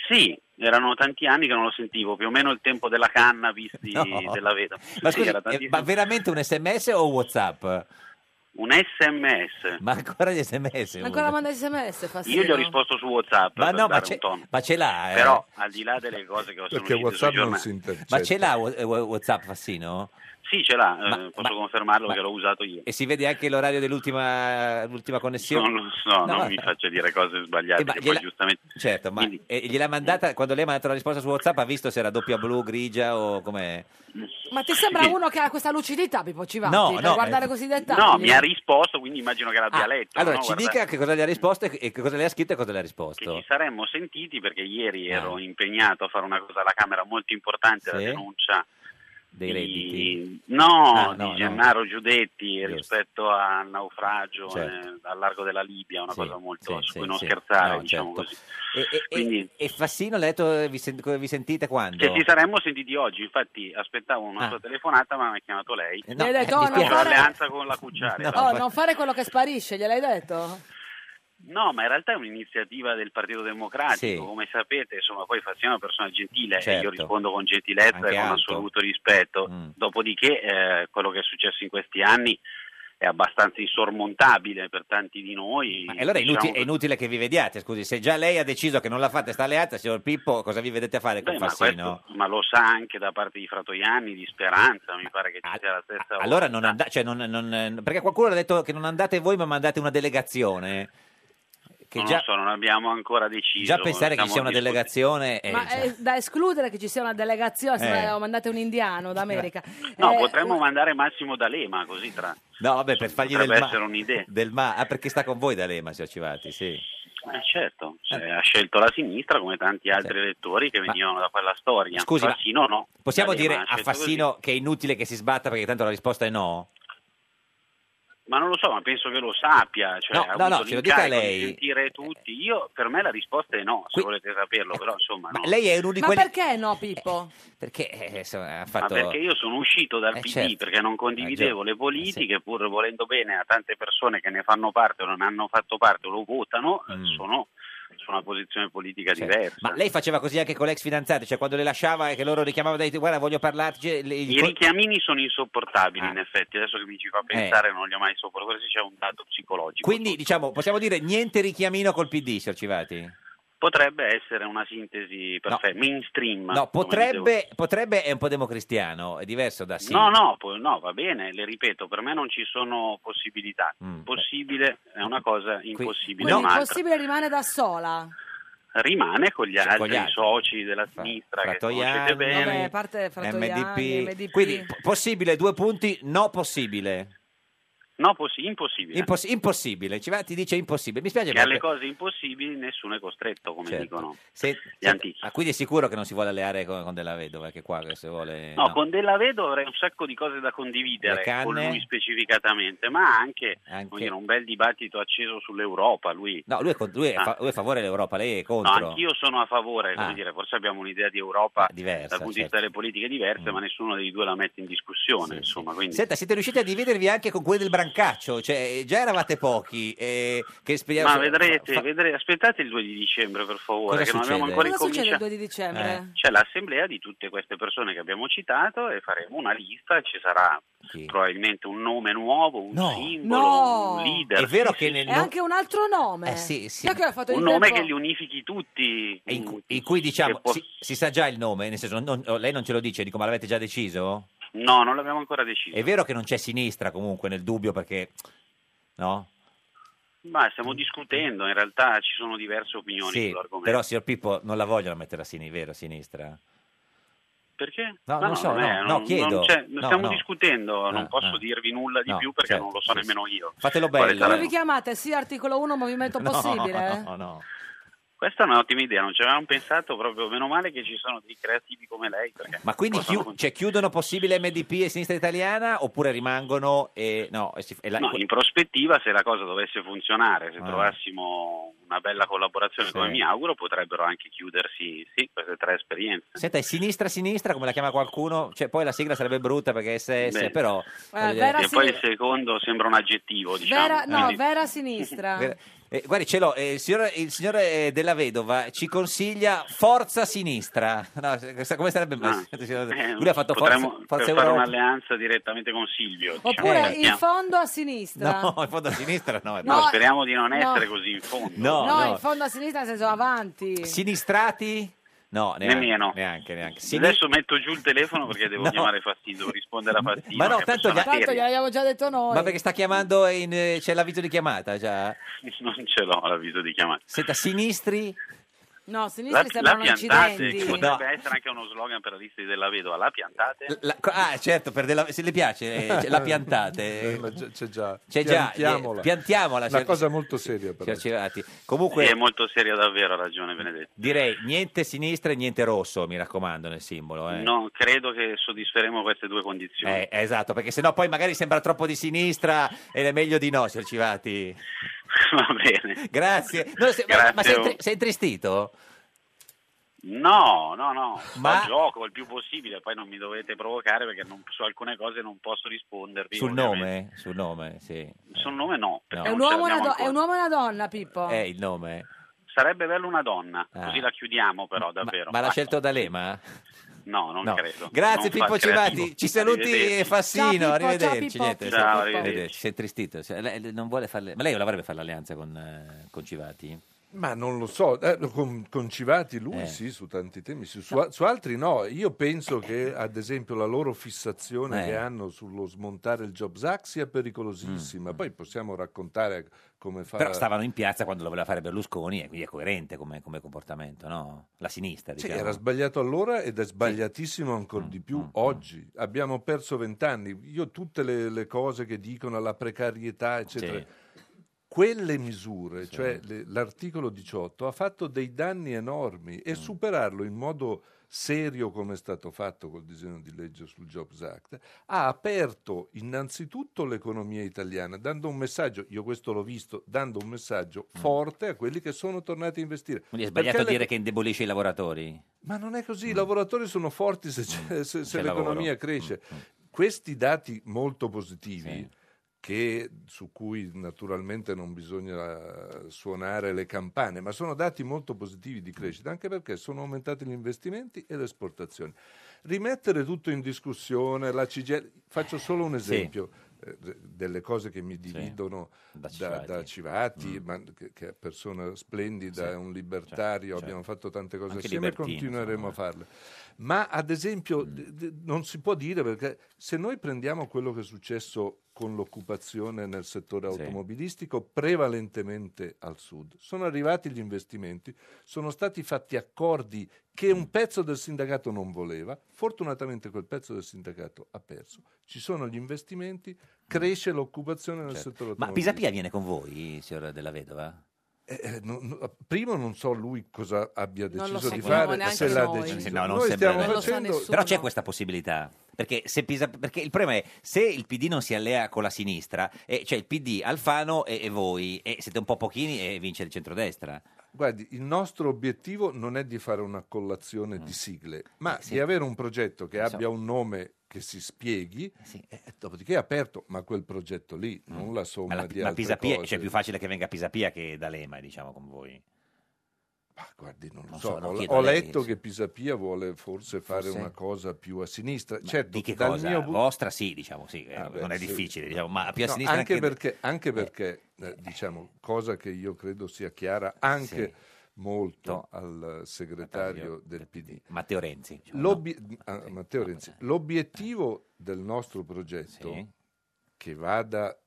C: Sì, erano tanti anni che non lo sentivo, più o meno il tempo della canna, visti
B: No.
C: della vedova.
B: Ma
C: Sì,
B: scusi,
C: era
B: eh,
C: tantissimo.
B: ma veramente un sms o un whatsapp?
C: Un sms.
B: Ma ancora gli sms?
A: Ancora
B: usa.
A: manda sms, Fassino.
C: Io gli ho risposto su WhatsApp
B: ma
C: per
B: no, ma,
C: dare
B: c'è-
C: un tono.
B: ma ce l'ha, eh.
C: Però al di là delle cose che ho
N: Perché WhatsApp non si intercetta.
B: ma ce l'ha eh, whatsapp Fassino?
C: Sì, ce l'ha, eh,
B: Ma-
C: posso
B: ma-
C: confermarlo
B: ma-
C: che l'ho usato io.
B: E si vede anche l'orario dell'ultima l'ultima connessione?
C: Non lo so, non
B: No,
C: mi faccia dire cose sbagliate,
B: Eh, ma
C: che
B: gliela-
C: poi giustamente...
B: Certo, ma eh, gliel'ha mandata quando lei ha mandato la risposta su WhatsApp? Ha visto se era doppia blu, grigia o come.
A: Ma ti sembra
C: Sì.
A: uno che ha questa lucidità, Pippo Civati,
B: No,
A: per
B: no,
A: guardare
B: eh,
A: così i dettagli?
C: No, mi ha risposto, quindi immagino che l'abbia
B: Ah,
C: letto.
B: allora,
C: no?
B: ci
C: Guarda-
B: dica che cosa le ha risposto e e che cosa le ha scritto e cosa le ha risposto.
C: ci saremmo sentiti perché ieri ero impegnato a fare una cosa alla Camera molto importante, la
B: Ah. Sì.
C: denuncia
B: dei redditi?
C: No,
B: Ah,
C: di Gennaro Giudetti
B: Giusto.
C: rispetto al naufragio
B: Certo.
C: eh, al largo della Libia, una
B: Sì,
C: cosa molto
B: sì,
C: su
B: sì,
C: cui non
B: sì.
C: scherzare,
B: No,
C: diciamo
B: certo.
C: così.
B: E, e- e- e Fassino, l'ha detto, vi, sen- vi sentite quando?
C: Che ci saremmo sentiti oggi, infatti aspettavo una
B: Ah.
C: sua telefonata ma mi ha chiamato lei.
B: Eh, no, Mi hai
A: detto, eh, mi oh, non
C: Faccio
A: fare-
C: l'alleanza con la Cucciari.
A: oh, non fare quello che sparisce, gliel'hai detto?
C: No, ma in realtà è un'iniziativa del Partito Democratico,
B: Sì.
C: come sapete, insomma, poi Fassino è una persona gentile e
B: Certo.
C: io rispondo con gentilezza
B: Anche
C: e con
B: alto. Mm.
C: assoluto rispetto. Dopodiché eh, quello che è successo in questi anni è abbastanza insormontabile per tanti di noi.
B: E allora è,
C: Diciamo
B: inuti- è inutile che vi vediate, scusi, se già lei ha deciso che non la fate sta alleata, signor Pippo, cosa vi vedete a fare con
C: Beh, ma,
B: Fassino?
C: questo- ma lo sa anche da parte di Fratoianni, di Speranza, mi pare che ci sia la stessa
B: Allora non andate, cioè non- non- eh, perché qualcuno ha detto che non andate voi ma mandate una delegazione. Che
C: non
B: già,
C: lo so, non abbiamo ancora deciso.
B: già pensare che ci sia
C: stiamo
B: una
C: discutendo.
B: delegazione... eh,
A: Ma è da escludere che ci sia una delegazione, se
B: Eh.
A: no mandate un indiano d'America.
C: No,
A: Eh,
C: potremmo mandare Massimo D'Alema, così tra...
B: No, vabbè, per fargli del
C: potrebbe
B: ma,
C: essere un'idea.
B: del ma... Ah, perché sta con voi D'Alema, signor Civati, sì.
C: Eh, certo, cioè, ha scelto la sinistra come tanti altri elettori che venivano da quella storia.
B: Eh, Scusi, ma-
C: Fassino no.
B: Possiamo
C: D'Alema
B: dire
C: ha
B: a
C: scelto così.
B: Fassino che è inutile che si sbatta perché tanto la risposta è no?
C: Ma non lo so, ma penso che lo sappia. Cioè,
B: No,
C: ha
B: no,
C: avuto
B: no, ce lo dica
C: l'incarico
B: lei.
C: Di sentire tutti. Io, per me la risposta è no, se volete saperlo, però insomma
B: eh, Ma
C: no.
B: lei è uno di
A: ma
B: quelli... Eh,
A: perché no, Pippo?
B: Perché eh, insomma, ha
C: Ma
B: fatto...
C: perché io sono uscito dal
B: Eh,
C: PD
B: certo.
C: perché non condividevo
B: Eh,
C: le politiche, pur volendo bene a tante persone che ne fanno parte o non hanno fatto parte o lo votano, eh, sono su una posizione politica diversa.
B: Mm. Ma lei faceva così anche con l'ex fidanzato, cioè quando le lasciava e che loro richiamavano dai guarda voglio parlarci... le- il
C: I
B: co- Ah.
C: richiamini sono insopportabili in effetti, adesso che mi ci fa pensare
B: Eh.
C: non li ho mai sopportati, questo c'è un dato psicologico.
B: Quindi diciamo, possiamo dire niente richiamino col PD, signor Civati?
C: Potrebbe essere una sintesi perfetta, mainstream.
B: No,
C: come
B: potrebbe, potrebbe è un po' democristiano, è diverso da sì.
C: dicevo. No, no, po- no, va bene, le ripeto, per me non ci sono possibilità.
B: Mm,
C: Possibile è una cosa impossibile.
A: Quindi
C: è un'altra.
A: possibile rimane da sola.
C: Rimane con gli
B: Cioè,
C: altri,
B: con gli altri.
C: soci della sinistra che conoscete
B: Fratoianni,
C: bene.
A: Vabbè, a parte Fratoianni,
B: MDP.
A: MDP.
B: Quindi po- possibile due punti, no possibile.
C: No, possi- impossibile.
B: Imposs- impossibile, Civati dice impossibile. Mi spiace
C: e alle
B: perché-
C: cose impossibili nessuno è costretto, come
B: Certo.
C: dicono.
B: Se-
C: gli
B: se-
C: antichi.
B: ah, quindi è sicuro che non si vuole alleare con, con Della Vedova, che qua che se vuole...
C: No,
B: Eh, no.
C: con Della Vedova avrei un sacco di cose da condividere
B: Le canne?
C: con lui specificatamente, ma anche,
B: Anche-
C: come dire, un bel dibattito acceso sull'Europa. Lui,
B: No, lui è, con- lui è
C: Ah.
B: fa- lui è a favore dell'Europa, lei è
C: No,
B: contro.
C: anch'io sono a favore, come
B: Ah.
C: dire, forse abbiamo un'idea di Europa
B: diversa,
C: dal
B: certo. Mm.
C: punto di vista delle politiche diverse, ma nessuno dei due la mette in discussione. insomma, quindi-
B: Senta, siete riusciti a dividervi anche con quelli del Brancaccio, cioè già eravate pochi. eh, che speriamo-
C: ma vedrete,
B: fa-
C: vedrete, aspettate il 2 di dicembre per favore,
B: Cosa
C: che non abbiamo
B: succede? Eh.
C: ancora
A: Cosa succede il
C: incominciato.
A: 2 di dicembre?
C: Eh, C'è l'assemblea di tutte queste persone che abbiamo citato e faremo una lista, ci sarà probabilmente un nome nuovo, un
B: No.
C: simbolo,
A: No.
C: un leader.
B: È vero
C: Sì,
B: che
C: sì,
B: nel
C: sì.
A: È anche un altro nome.
B: Eh, sì, sì.
A: Sai che ho fatto
C: un
A: in
C: nome
A: tempo-
C: che li unifichi tutti.
B: in, cu- in cui diciamo
C: Che può-
B: si, si sa già il nome, nel senso non- non- lei non ce lo dice, dico ma l'avete già deciso?
C: No, non l'abbiamo ancora deciso.
B: È vero che non c'è sinistra comunque nel dubbio perché no?
C: Ma stiamo discutendo, in realtà ci sono diverse opinioni
B: Mm. Sì,
C: sull'argomento.
B: però signor Pippo non la vogliono mettere a sinistra, vero sinistra?
C: Perché?
B: No,
C: Ma
B: non so,
C: non è-
B: no,
C: non-
B: no,
C: non
B: chiedo.
C: c'è-
B: No,
C: stiamo
B: no.
C: discutendo,
B: Ah,
C: non posso
B: ah.
C: dirvi nulla di
B: No,
C: più perché
B: certo,
C: non lo so
B: sì,
C: nemmeno io.
B: Fatelo
C: Quale
B: bello.
A: Come
C: sarà-
A: vi chiamate? Sì, articolo 1, movimento possibile? eh?
B: No, no.
C: Questa è un'ottima idea, non ci avevamo pensato proprio, meno male che ci sono dei creativi come lei. perché
B: Ma quindi
C: possono-
B: chiu- cioè, chiudono possibile MDP e sinistra italiana oppure rimangono e no? E si- e la-
C: No, in prospettiva se la cosa dovesse funzionare, se
B: Ah.
C: trovassimo una bella collaborazione
B: Sì.
C: come mi auguro, potrebbero anche chiudersi sì, queste tre esperienze.
B: Senta, è sinistra sinistra, come la chiama qualcuno? Cioè, poi la sigla sarebbe brutta perché è SS,
C: Beh.
B: però... voglio dire-
A: vera
C: e poi il secondo sembra un aggettivo, diciamo.
A: Vera, no,
C: quindi-
A: vera sinistra.
B: Vera- eh, guardi, ce l'ho, eh, il signore, il signore, eh, della vedova ci consiglia Forza Sinistra. No, questa- come sarebbe?
C: Ah. Eh,
B: Lui ha fatto
C: potremmo-
B: Forza, forza
C: per fare
B: Europa.
C: un'alleanza direttamente con Silvio. diciamo,
A: Oppure in
C: partiamo.
A: fondo a sinistra.
B: No, in fondo a sinistra no. è
A: No,
C: No,
B: vero.
C: speriamo di non
A: no.
C: essere così in fondo.
B: No,
A: No,
B: no.
A: in fondo a sinistra nel senso avanti.
B: Sinistrati? No, neanche,
C: Nemmeno.
B: neanche, neanche. Sini-
C: Adesso metto giù il telefono perché devo chiamare Fastidio, devo rispondere a Fastidio.
B: Ma no,
C: che è
B: tanto
C: persona
B: gli-
A: Tanto
C: seria.
A: gliel'abbiamo già detto noi.
B: Ma perché sta chiamando in, eh, c'è l'avviso di chiamata già?
C: Non ce l'ho l'avviso di chiamata.
B: Senta, sinistri?
A: No, sinistri
C: La, la
A: sembrano
C: piantate,
A: incidenti.
C: che potrebbe essere anche uno slogan per la lista della vedova, la piantate.
B: La- co- ah, certo, per della- se le piace, eh, ce- la piantate.
N: C'è già.
B: C'è già, eh,
N: Piantiamola.
B: piantiamola,
N: Una
B: c'è-
N: cosa molto seria però.
B: Signor Cerati. Comunque,
C: Sì, è molto seria davvero, ha ragione Benedetto.
B: direi niente sinistra e niente rosso, mi raccomando, nel simbolo. eh.
C: No, credo che soddisferemo queste due condizioni.
B: Eh, esatto, perché sennò poi magari sembra troppo di sinistra ed è meglio di no, signor Civati.
C: Va bene.
B: Grazie. No, se- ma-
C: Grazie.
B: Ma sei, intri- sei intristito?
C: No, no, no,
B: Ma-
C: ma gioco il più possibile, poi non mi dovete provocare perché non- su alcune cose non posso rispondervi.
B: Sul
C: ovviamente.
B: nome? Sul nome, sì.
C: Sul nome no. perché
A: È un
C: non ce
A: uomo e una,
C: l'abbiamo
A: do-
C: ancora.
A: è un uomo e una donna, Pippo?
B: È Eh, il nome.
C: Sarebbe bello una donna,
B: Ah.
C: così la chiudiamo però davvero.
B: Ma l'ha scelto D'Alema?
C: No, non
B: No.
C: credo.
B: Grazie
C: Non
B: Pippo
C: fa
B: Civati,
C: creativo.
B: ci saluti
C: Arrivederci.
B: e Fassino, arrivederci. niente,
C: Ciao,
B: sì,
C: arrivederci.
B: Sei intristito. Cioè, lei non vuole farle... Ma lei non avrebbe fare l'alleanza con, eh, con Civati?
N: Ma non lo so, eh, con, con Civati lui
B: Eh.
N: sì, su tanti temi, su, su- su altri no. Io penso che ad esempio la loro fissazione
D: Eh.
N: che hanno sullo smontare il Jobs Act sia pericolosissima. Poi possiamo raccontare come fa...
B: Però stavano in piazza quando lo voleva fare Berlusconi e quindi è coerente come, come comportamento, no? La sinistra,
N: Sì,
B: diciamo. Mm,
N: era sbagliato allora ed è sbagliatissimo ancora di più oggi. Abbiamo perso vent'anni. Io tutte le, le cose che dicono alla precarietà, eccetera.
D: Sì.
N: Quelle misure, cioè le- l'articolo 18, ha fatto dei danni enormi
B: Mm.
N: e superarlo in modo serio come è stato fatto col disegno di legge sul Jobs Act, ha aperto innanzitutto l'economia italiana, dando un messaggio, io questo l'ho visto, dando un messaggio forte a quelli che sono tornati a investire.
B: Mm. Quindi è
N: Perché
B: sbagliato
N: le-
B: dire che indebolisce i lavoratori?
N: ma non è
D: Mm.
N: così, i lavoratori sono forti se, c'è- se- se
B: C'è
N: l'economia
B: lavoro.
N: cresce.
D: mm.
N: Questi dati molto positivi, che- su cui naturalmente non bisogna suonare le campane, ma sono dati molto positivi di crescita, anche perché sono aumentati gli investimenti e le esportazioni. Rimettere tutto in discussione, la CGL, faccio solo un
D: Sì.
N: esempio eh, de- delle cose che mi dividono da,
D: Civati. Mm.
N: da Civati, ma che, che è persona splendida,
D: Sì.
N: è un libertario,
D: Certo,
N: abbiamo
D: certo.
N: fatto tante cose
D: Anche
N: assieme e
D: libertino,
N: continueremo a farle. Ma ad
B: Mm.
N: esempio d- d- non si può dire perché se noi prendiamo quello che è successo con l'occupazione nel settore
D: Sì.
N: automobilistico prevalentemente al sud, sono arrivati gli investimenti, sono stati fatti accordi
B: Mm.
N: che un pezzo del sindacato non voleva, fortunatamente quel pezzo del sindacato ha perso, ci sono gli investimenti, cresce l'occupazione nel
B: Mm. Certo.
N: settore
B: Ma
N: automobilistico.
B: Pisapia viene con voi, signora della vedova?
N: Eh, eh, no- no- primo non so lui cosa abbia
D: Non lo
N: deciso di
D: sappiamo
N: fare,
D: neanche
N: se l'ha
D: noi.
N: deciso.
B: No, non
N: Noi
B: sembra
N: stiamo
B: vero.
N: facendo-
B: Però c'è questa possibilità. Perché, se Pisa- perché il problema è se il PD non si allea con la sinistra, e- cioè il PD, Alfano e, e voi, e siete un po' pochini e vince il centrodestra.
N: Guardi, il nostro obiettivo non è di fare una collazione
B: Mm.
N: di sigle, ma
D: Eh, sì.
N: di avere un progetto che
D: Insomma.
N: abbia un nome che si spieghi,
B: Eh,
N: e dopodiché è aperto, ma quel progetto lì, non la
B: Mm. Ma,
N: somma
B: la-
N: di
B: ma
N: altre
B: Pisapia,
N: cose.
B: cioè, è più facile che venga Pisapia che D'Alema, diciamo, con voi.
N: Guardi, non lo
B: Non
N: so,
B: so, no,
N: ho,
B: chiedo
N: ho
B: a lei,
N: letto che Pisapia vuole forse fare
B: Forse-
N: una cosa più a sinistra.
B: Ma
N: certo,
B: di che
N: dal
B: cosa?
N: mio bu-
B: Vostra sì, diciamo, sì, eh,
N: Ah, beh,
B: non è
N: sì.
B: difficile, diciamo, ma più a
N: No,
B: sinistra
N: anche,
B: anche-
N: perché, anche perché, eh, diciamo, cosa che io credo sia chiara anche
B: Sì.
N: molto al segretario del PD.
B: Matteo Renzi. diciamo, no?
N: L'obie- ah, Matteo Renzi, l'obiettivo del nostro progetto che vada,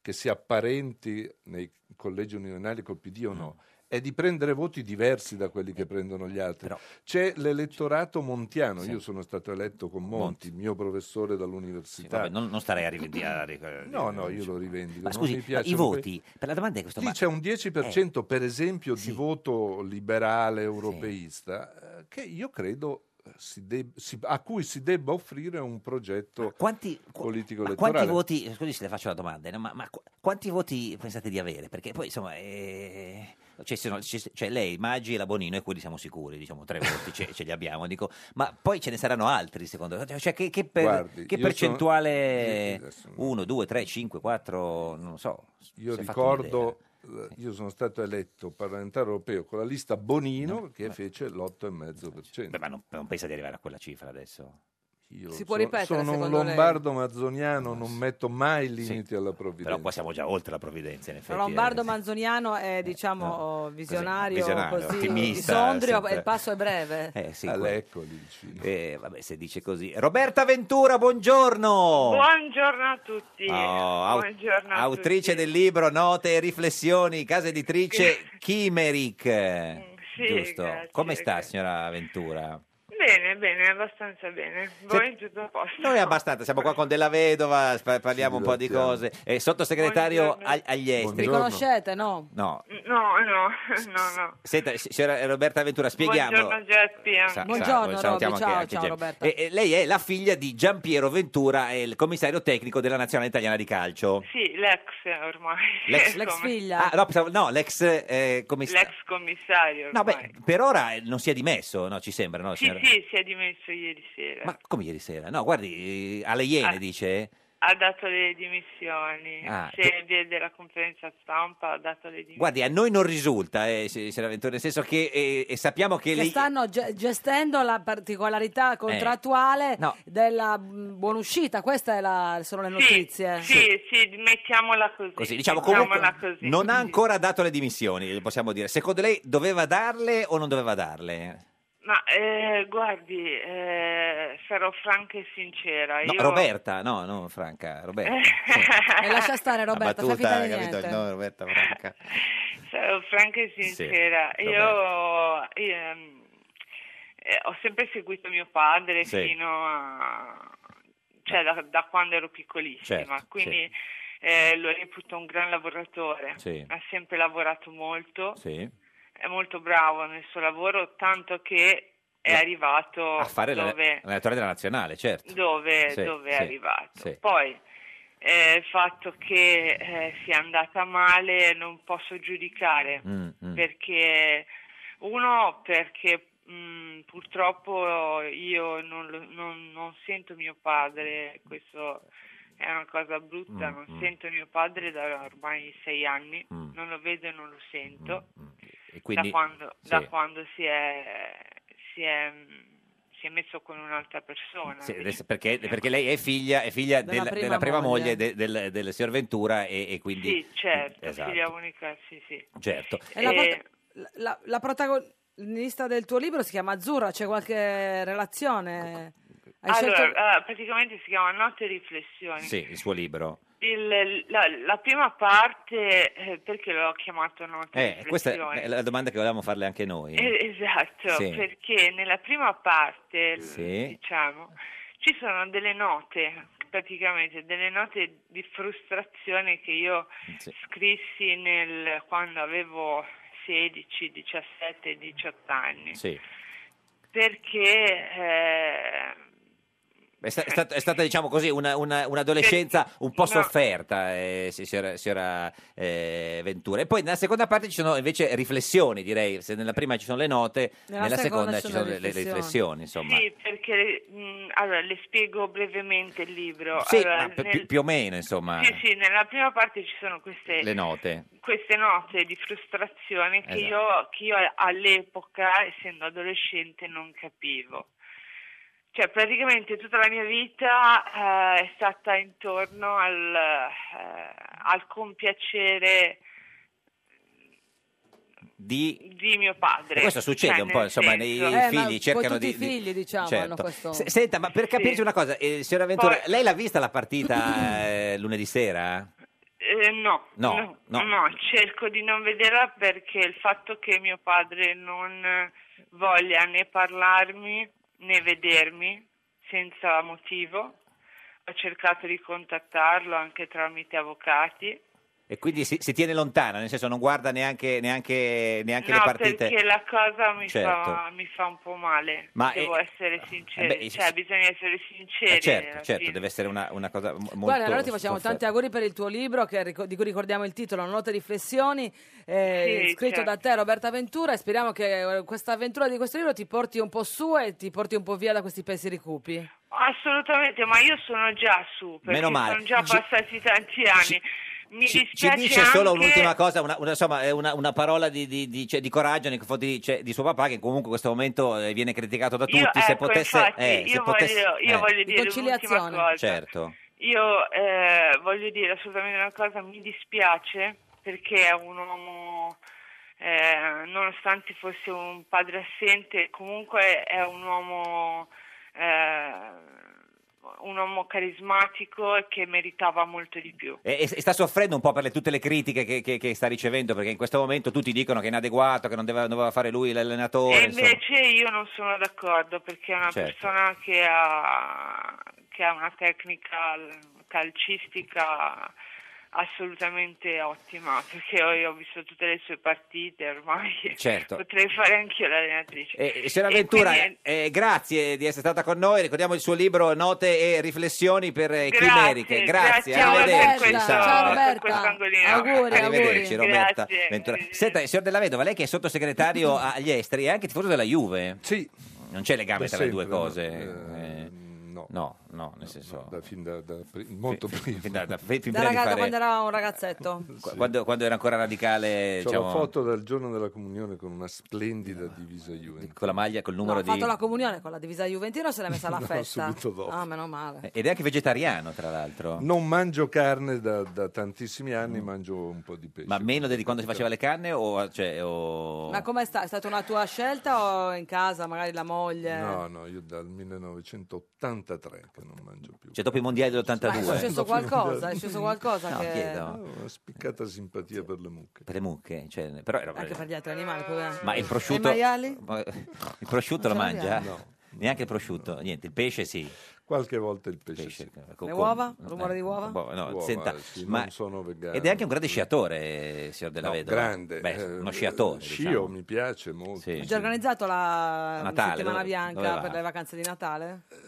N: che si apparenti nei collegi unionali col PD o no,
B: Mm.
N: è di prendere voti diversi da quelli che prendono gli altri. C'è l'elettorato montiano,
B: Sì.
N: io sono stato eletto con Monti, mio professore dall'università.
B: Vabbè, non, non starei a rivendicare.
N: Certo. No, no, io lo rivendico.
B: Ma
N: non
B: scusi,
N: mi
B: ma
N: piace
B: i
N: un po'.
B: voti, per la domanda è questo.
N: Lì
B: ma- Eh,
N: c'è un 10% per esempio di voto liberale europeista eh, che io credo eh, si deb- si- a cui si debba offrire un progetto politico
B: Ma
N: elettorale.
B: quanti voti, scusi se le faccio la domanda, no, ma, ma qu- quanti voti pensate di avere? Perché poi insomma, eh, cioè, se no- ci- cioè, lei, Maggi e la Bonino e quelli siamo sicuri, diciamo tre voti ce, ce li abbiamo, dico, ma poi ce ne saranno altri secondo te? Cioè, che, che per-
N: Guardi,
B: che
N: io
B: percentuale?
N: sono- Adesso
B: 1, 2, 3, 5, 4, non lo so.
N: Io
B: si è fatto
N: ricordo, eh, io sono stato eletto parlamentare europeo con la lista Bonino che fece l'8,5%.
B: ma non, pensa di arrivare a quella cifra adesso?
N: Io
A: Si può
N: sono-
A: ripetere,
N: sono un
A: secondo lei?
N: lombardo mazzoniano, non metto mai limiti alla provvidenza.
B: Però qua siamo già oltre la provvidenza, in effetti. eh.
A: Lombardo Manzoniano è diciamo oh, visionario,
B: visionario,
A: così,
B: ottimista,
A: sondrio,
B: sempre.
A: il passo è breve.
B: Eh, sì,
N: Ah,
B: qua-
N: ecco
B: Eh, vabbè, se dice così. Roberta Ventura, buongiorno.
E: Buongiorno a tutti.
B: Oh, au-
E: Buongiorno a
B: autrice del libro Note e riflessioni, casa editrice Chimeric.
E: Mm, Sì,
B: giusto.
E: grazie,
B: Come sta,
E: grazie.
B: signora Ventura?
E: Bene, bene, abbastanza bene. Voi tutto a posto?
B: Noi abbastanza, siamo qua con Della Vedova, sp- parliamo un po' di
E: divertiamo.
B: cose. Eh, sottosegretario ag- agli
A: Vi
B: esteri.
A: conoscete, no?
B: No.
E: No, no, no, no.
B: Senta, signora Roberta Ventura, spieghiamo.
E: Buongiorno Geppi.
B: Sa- sa-
A: Buongiorno,
B: salutiamo
A: Roby,
B: anche-
A: ciao,
B: anche
A: ciao,
B: Gem-
A: Roberta.
B: E- e lei è la figlia di Giampiero Ventura, eh, il commissario tecnico della Nazionale Italiana di Calcio.
E: Sì, l'ex ormai. Come-
B: Ah, no, pensavo- no, l'ex eh, commissario.
E: L'ex commissario
B: No,
E: ormai.
B: beh, per ora eh, non si è dimesso, no, ci sembra, no,
E: sì,
B: signora?
E: sì, si è Ah. dimesso ieri sera.
B: Ma come ieri sera? No, guardi, eh, alle Iene dice. eh.
E: Ha dato le dimissioni.
B: Ah,
E: Se vede la conferenza stampa, ha dato le dimissioni.
B: Guardi, a noi non risulta, eh, se- signora Ventura, nel senso che eh, eh, sappiamo che
A: Che
B: lei...
A: stanno ge- gestendo la particolarità contrattuale
B: Eh. no.
A: della mm, buonuscita, queste è la- sono le notizie.
E: Sì, sì, mettiamola così.
B: Così, diciamo comunque,
E: mettiamola così.
B: non ha ancora dato le dimissioni, possiamo dire. Secondo lei doveva darle o non doveva darle?
E: Ma eh, guardi, eh, sarò franca e sincera.
B: No,
E: Eh, io... Eh,
B: Roberta, no, non Franca, Roberta.
A: E Eh, lascia stare Roberta,
B: La
A: fai
B: battuta,
A: finta di
B: capito?
A: niente.
B: No, Roberta Franca.
E: Eh, Sarò franca e sincera,
B: Sì,
E: io ehm, eh, ho sempre seguito mio padre
D: Sì.
E: fino a cioè da, da quando ero piccolissima,
D: Certo,
E: quindi eh, lo reputo un gran lavoratore,
D: Sì.
E: ha sempre lavorato molto,
B: Sì.
E: è molto bravo nel suo lavoro, tanto che è arrivato
B: A fare la-
E: dove,
B: l'allenatore della nazionale, certo.
E: dove,
B: Sì,
E: dove è
B: sì,
E: arrivato.
B: sì.
E: Poi eh, il fatto che eh, sia andata male non posso giudicare
B: Mm, mm.
E: perché uno perché mh, purtroppo io non, lo- non- non sento mio padre, questo è una cosa brutta,
D: Mm,
E: non
D: mm.
E: sento mio padre da ormai sei anni, non lo vedo e non lo sento
B: Mm. E quindi-
E: da, quando,
B: sì.
E: da quando si è, si è, si è messo con un'altra persona.
B: Sì,
E: invece-
B: adesso- perché, perché lei è figlia, è figlia
E: Della
B: della,
E: prima
B: della prima moglie, de-
E: moglie.
B: del, del signor Ventura e, e quindi...
E: Sì, certo,
B: Esatto.
E: figlia unica, sì, sì.
B: Certo.
A: E la,
E: Eh,
A: prota- la- la protagonista del tuo libro si chiama Azzurra, c'è qualche relazione? Hai
E: allora,
A: scelto-
E: eh, praticamente si chiama Notte e riflessioni.
B: Sì, il suo libro.
E: Il- la, la prima parte, eh, perché l'ho chiamato Notte e
B: Eh, questa
E: riflessioni?
B: è la domanda che volevamo farle anche noi.
E: Eh, esatto,
B: Sì.
E: perché nella prima parte, l-
B: Sì.
E: diciamo, ci sono delle note, praticamente delle note di frustrazione che io
B: Sì.
E: scrissi nel, quando avevo 16, 17, 18 anni.
B: Sì.
E: Perché... eh,
B: È, sta- è stat- è stata, diciamo così, una- una- un'adolescenza un po' sofferta, eh, si- signora, signora, eh, Ventura. E poi nella seconda parte ci sono invece riflessioni, direi. Se nella prima ci sono le note,
E: Nella
B: nella, seconda,
E: seconda ci
B: ci
E: sono
B: sono le,
E: le
B: le
E: riflessioni.
B: riflessioni, insomma.
E: Sì, perché mh, allora le spiego brevemente il libro.
B: Sì,
E: Allora,
B: ma pi-
E: nel-
B: pi- più o meno, insomma,
E: sì, sì, nella prima parte ci sono queste,
B: le note.
E: queste note di frustrazione che,
B: Esatto.
E: io, che io all'epoca, essendo adolescente, non capivo. Cioè, praticamente tutta la mia vita eh, è stata intorno al, eh, al compiacere
B: Di...
E: di mio padre.
B: E questo succede
E: Cioè,
B: un po',
E: nel
B: insomma, nei-
E: senso-
B: i
A: Eh, ma
B: figli
A: poi
B: cercano
A: tutti
B: di... certo.
A: i figli, diciamo, hanno questo-
B: Se- senta, ma per capirci una cosa, eh, signora Ventura,
E: Poi-
B: lei l'ha vista la partita eh, lunedì sera?
E: Eh, no,
B: No, no.
E: cerco di non vederla perché il fatto che mio padre non voglia né parlarmi né vedermi senza motivo, ho cercato di contattarlo anche tramite avvocati.
B: E quindi si, si tiene lontana, nel senso non guarda neanche, neanche, neanche
E: no,
B: le partite.
E: perché la cosa mi, fa,
B: Certo.
E: mi fa un po' male,
B: Ma
E: devo
B: è-
E: essere sincera,
B: eh beh,
E: cioè
B: sì.
E: bisogna essere sinceri.
B: Eh, certo,
E: alla
B: certo,
E: fine.
B: deve essere una, una cosa mo- molto...
A: Guarda, allora ti facciamo
B: sofferta.
A: tanti auguri per il tuo libro, che ric- di cui ricordiamo il titolo, Note e riflessioni, eh,
E: Sì,
A: scritto
E: certo.
A: da te Roberta Ventura, e speriamo che eh, questa avventura di questo libro ti porti un po' su e ti porti un po' via da questi pensieri cupi.
E: Assolutamente, ma io sono già su, perché
B: Meno male.
E: sono già
B: Ci-
E: passati tanti anni. Mi
B: Ci, ci
E: dispiace
B: dice solo
E: anche-
B: un'ultima cosa, una, una- insomma, eh, una, una parola di, di- di- cioè, di coraggio nei confronti di, cioè, di suo papà, che comunque in questo momento eh, viene criticato da tutti.
E: Io,
B: se
E: ecco,
B: potesse,
E: infatti,
B: eh, se
E: io
B: potesse-
E: voglio, io
B: eh.
E: voglio dire un'ultima cosa.
B: Certo.
E: Io eh, voglio dire assolutamente una cosa, mi dispiace perché è un uomo, eh, nonostante fosse un padre assente, comunque è un uomo eh, un uomo carismatico e che meritava molto di più.
B: E, e- e sta soffrendo un po' per le- tutte le critiche che, che- che sta ricevendo, perché in questo momento tutti dicono che è inadeguato, che non doveva, doveva fare lui l'allenatore.
E: E
B: insomma.
E: invece io non sono d'accordo perché è una
B: Certo.
E: persona che ha, che ha una tecnica calcistica assolutamente ottima perché io ho visto tutte le sue partite ormai
B: Certo.
E: potrei fare anch'io l'allenatrice
B: Eh, eh, signora Ventura,
E: quindi-
B: eh, grazie di essere stata con noi. Ricordiamo il suo libro Note e riflessioni per eh,
E: Grazie,
B: chimeriche. Grazie,
E: grazie a voi per
B: arrivederci.
E: questo-
B: Ciao.
E: per questo angolino. Auguri,
B: Arrivederci
E: auguri.
B: Roberta
E: Grazie.
B: Ventura. Senta, signor Della Vedova, lei che è sottosegretario agli esteri è anche tifoso della Juve?
N: Sì.
B: Non c'è legame
N: Da
B: tra le due
N: sempre,
B: cose?
N: no.
B: Eh,
N: no.
B: No, nel senso...
N: da, fin da, da pri- molto prima.
B: Fin da, da- fin- fin
A: Da,
B: prima
A: raga-
B: di
A: da
B: fare-
A: quando era un ragazzetto.
B: qu- quando, quando era ancora radicale...
N: C'ho
B: diciamo, Ah,
N: la foto dal giorno della comunione con una splendida divisa Juventus.
B: Con la maglia, col
A: No,
B: numero
A: ha
B: di...
A: fatto la comunione con la divisa Juventino se l'è messa alla
N: No,
A: festa.
N: subito dopo.
A: Ah, meno male.
B: Ed è anche vegetariano, tra l'altro.
N: Non mangio carne da, da tantissimi anni, mangio un po' di pesce.
B: Mm. Ma meno di quando si faceva le canne o... Cioè, o...
A: Ma com'è sta- È stata una tua scelta o in casa, magari la moglie?
N: No, no, io dal 1983 che non mangio più.
B: Cioè, dopo i mondiali dell'82.
A: Ma è successo qualcosa? È successo qualcosa
B: No,
A: che...
B: chiedo.
N: Una spiccata simpatia per le mucche.
B: Per le mucche, cioè, però era-
A: Anche per gli altri animali, pure.
B: Ma il prosciutto...
A: E i maiali?
B: Ma- Il prosciutto lo
A: Non ce
B: mangia?
A: l'abbiamo.
B: Neanche il prosciutto, niente, il pesce sì.
N: Qualche volta il pesce.
B: Co-
A: Le
B: com-
A: uova? Rumore di uova?
B: boh, no,
N: Uova,
B: senta,
N: sì,
B: ma-
N: non sono vegano.
B: Ed è anche un grande sciatore, eh, signor Della
N: No,
B: Vedova.
N: grande.
B: Beh,
N: eh,
B: uno sciatore.
N: Scio
B: diciamo.
N: mi piace molto.
B: Sì.
A: Hai già organizzato la
N: Natale,
A: settimana
N: dove-
A: bianca
N: dove va?
A: per le vacanze di Natale?
N: Eh,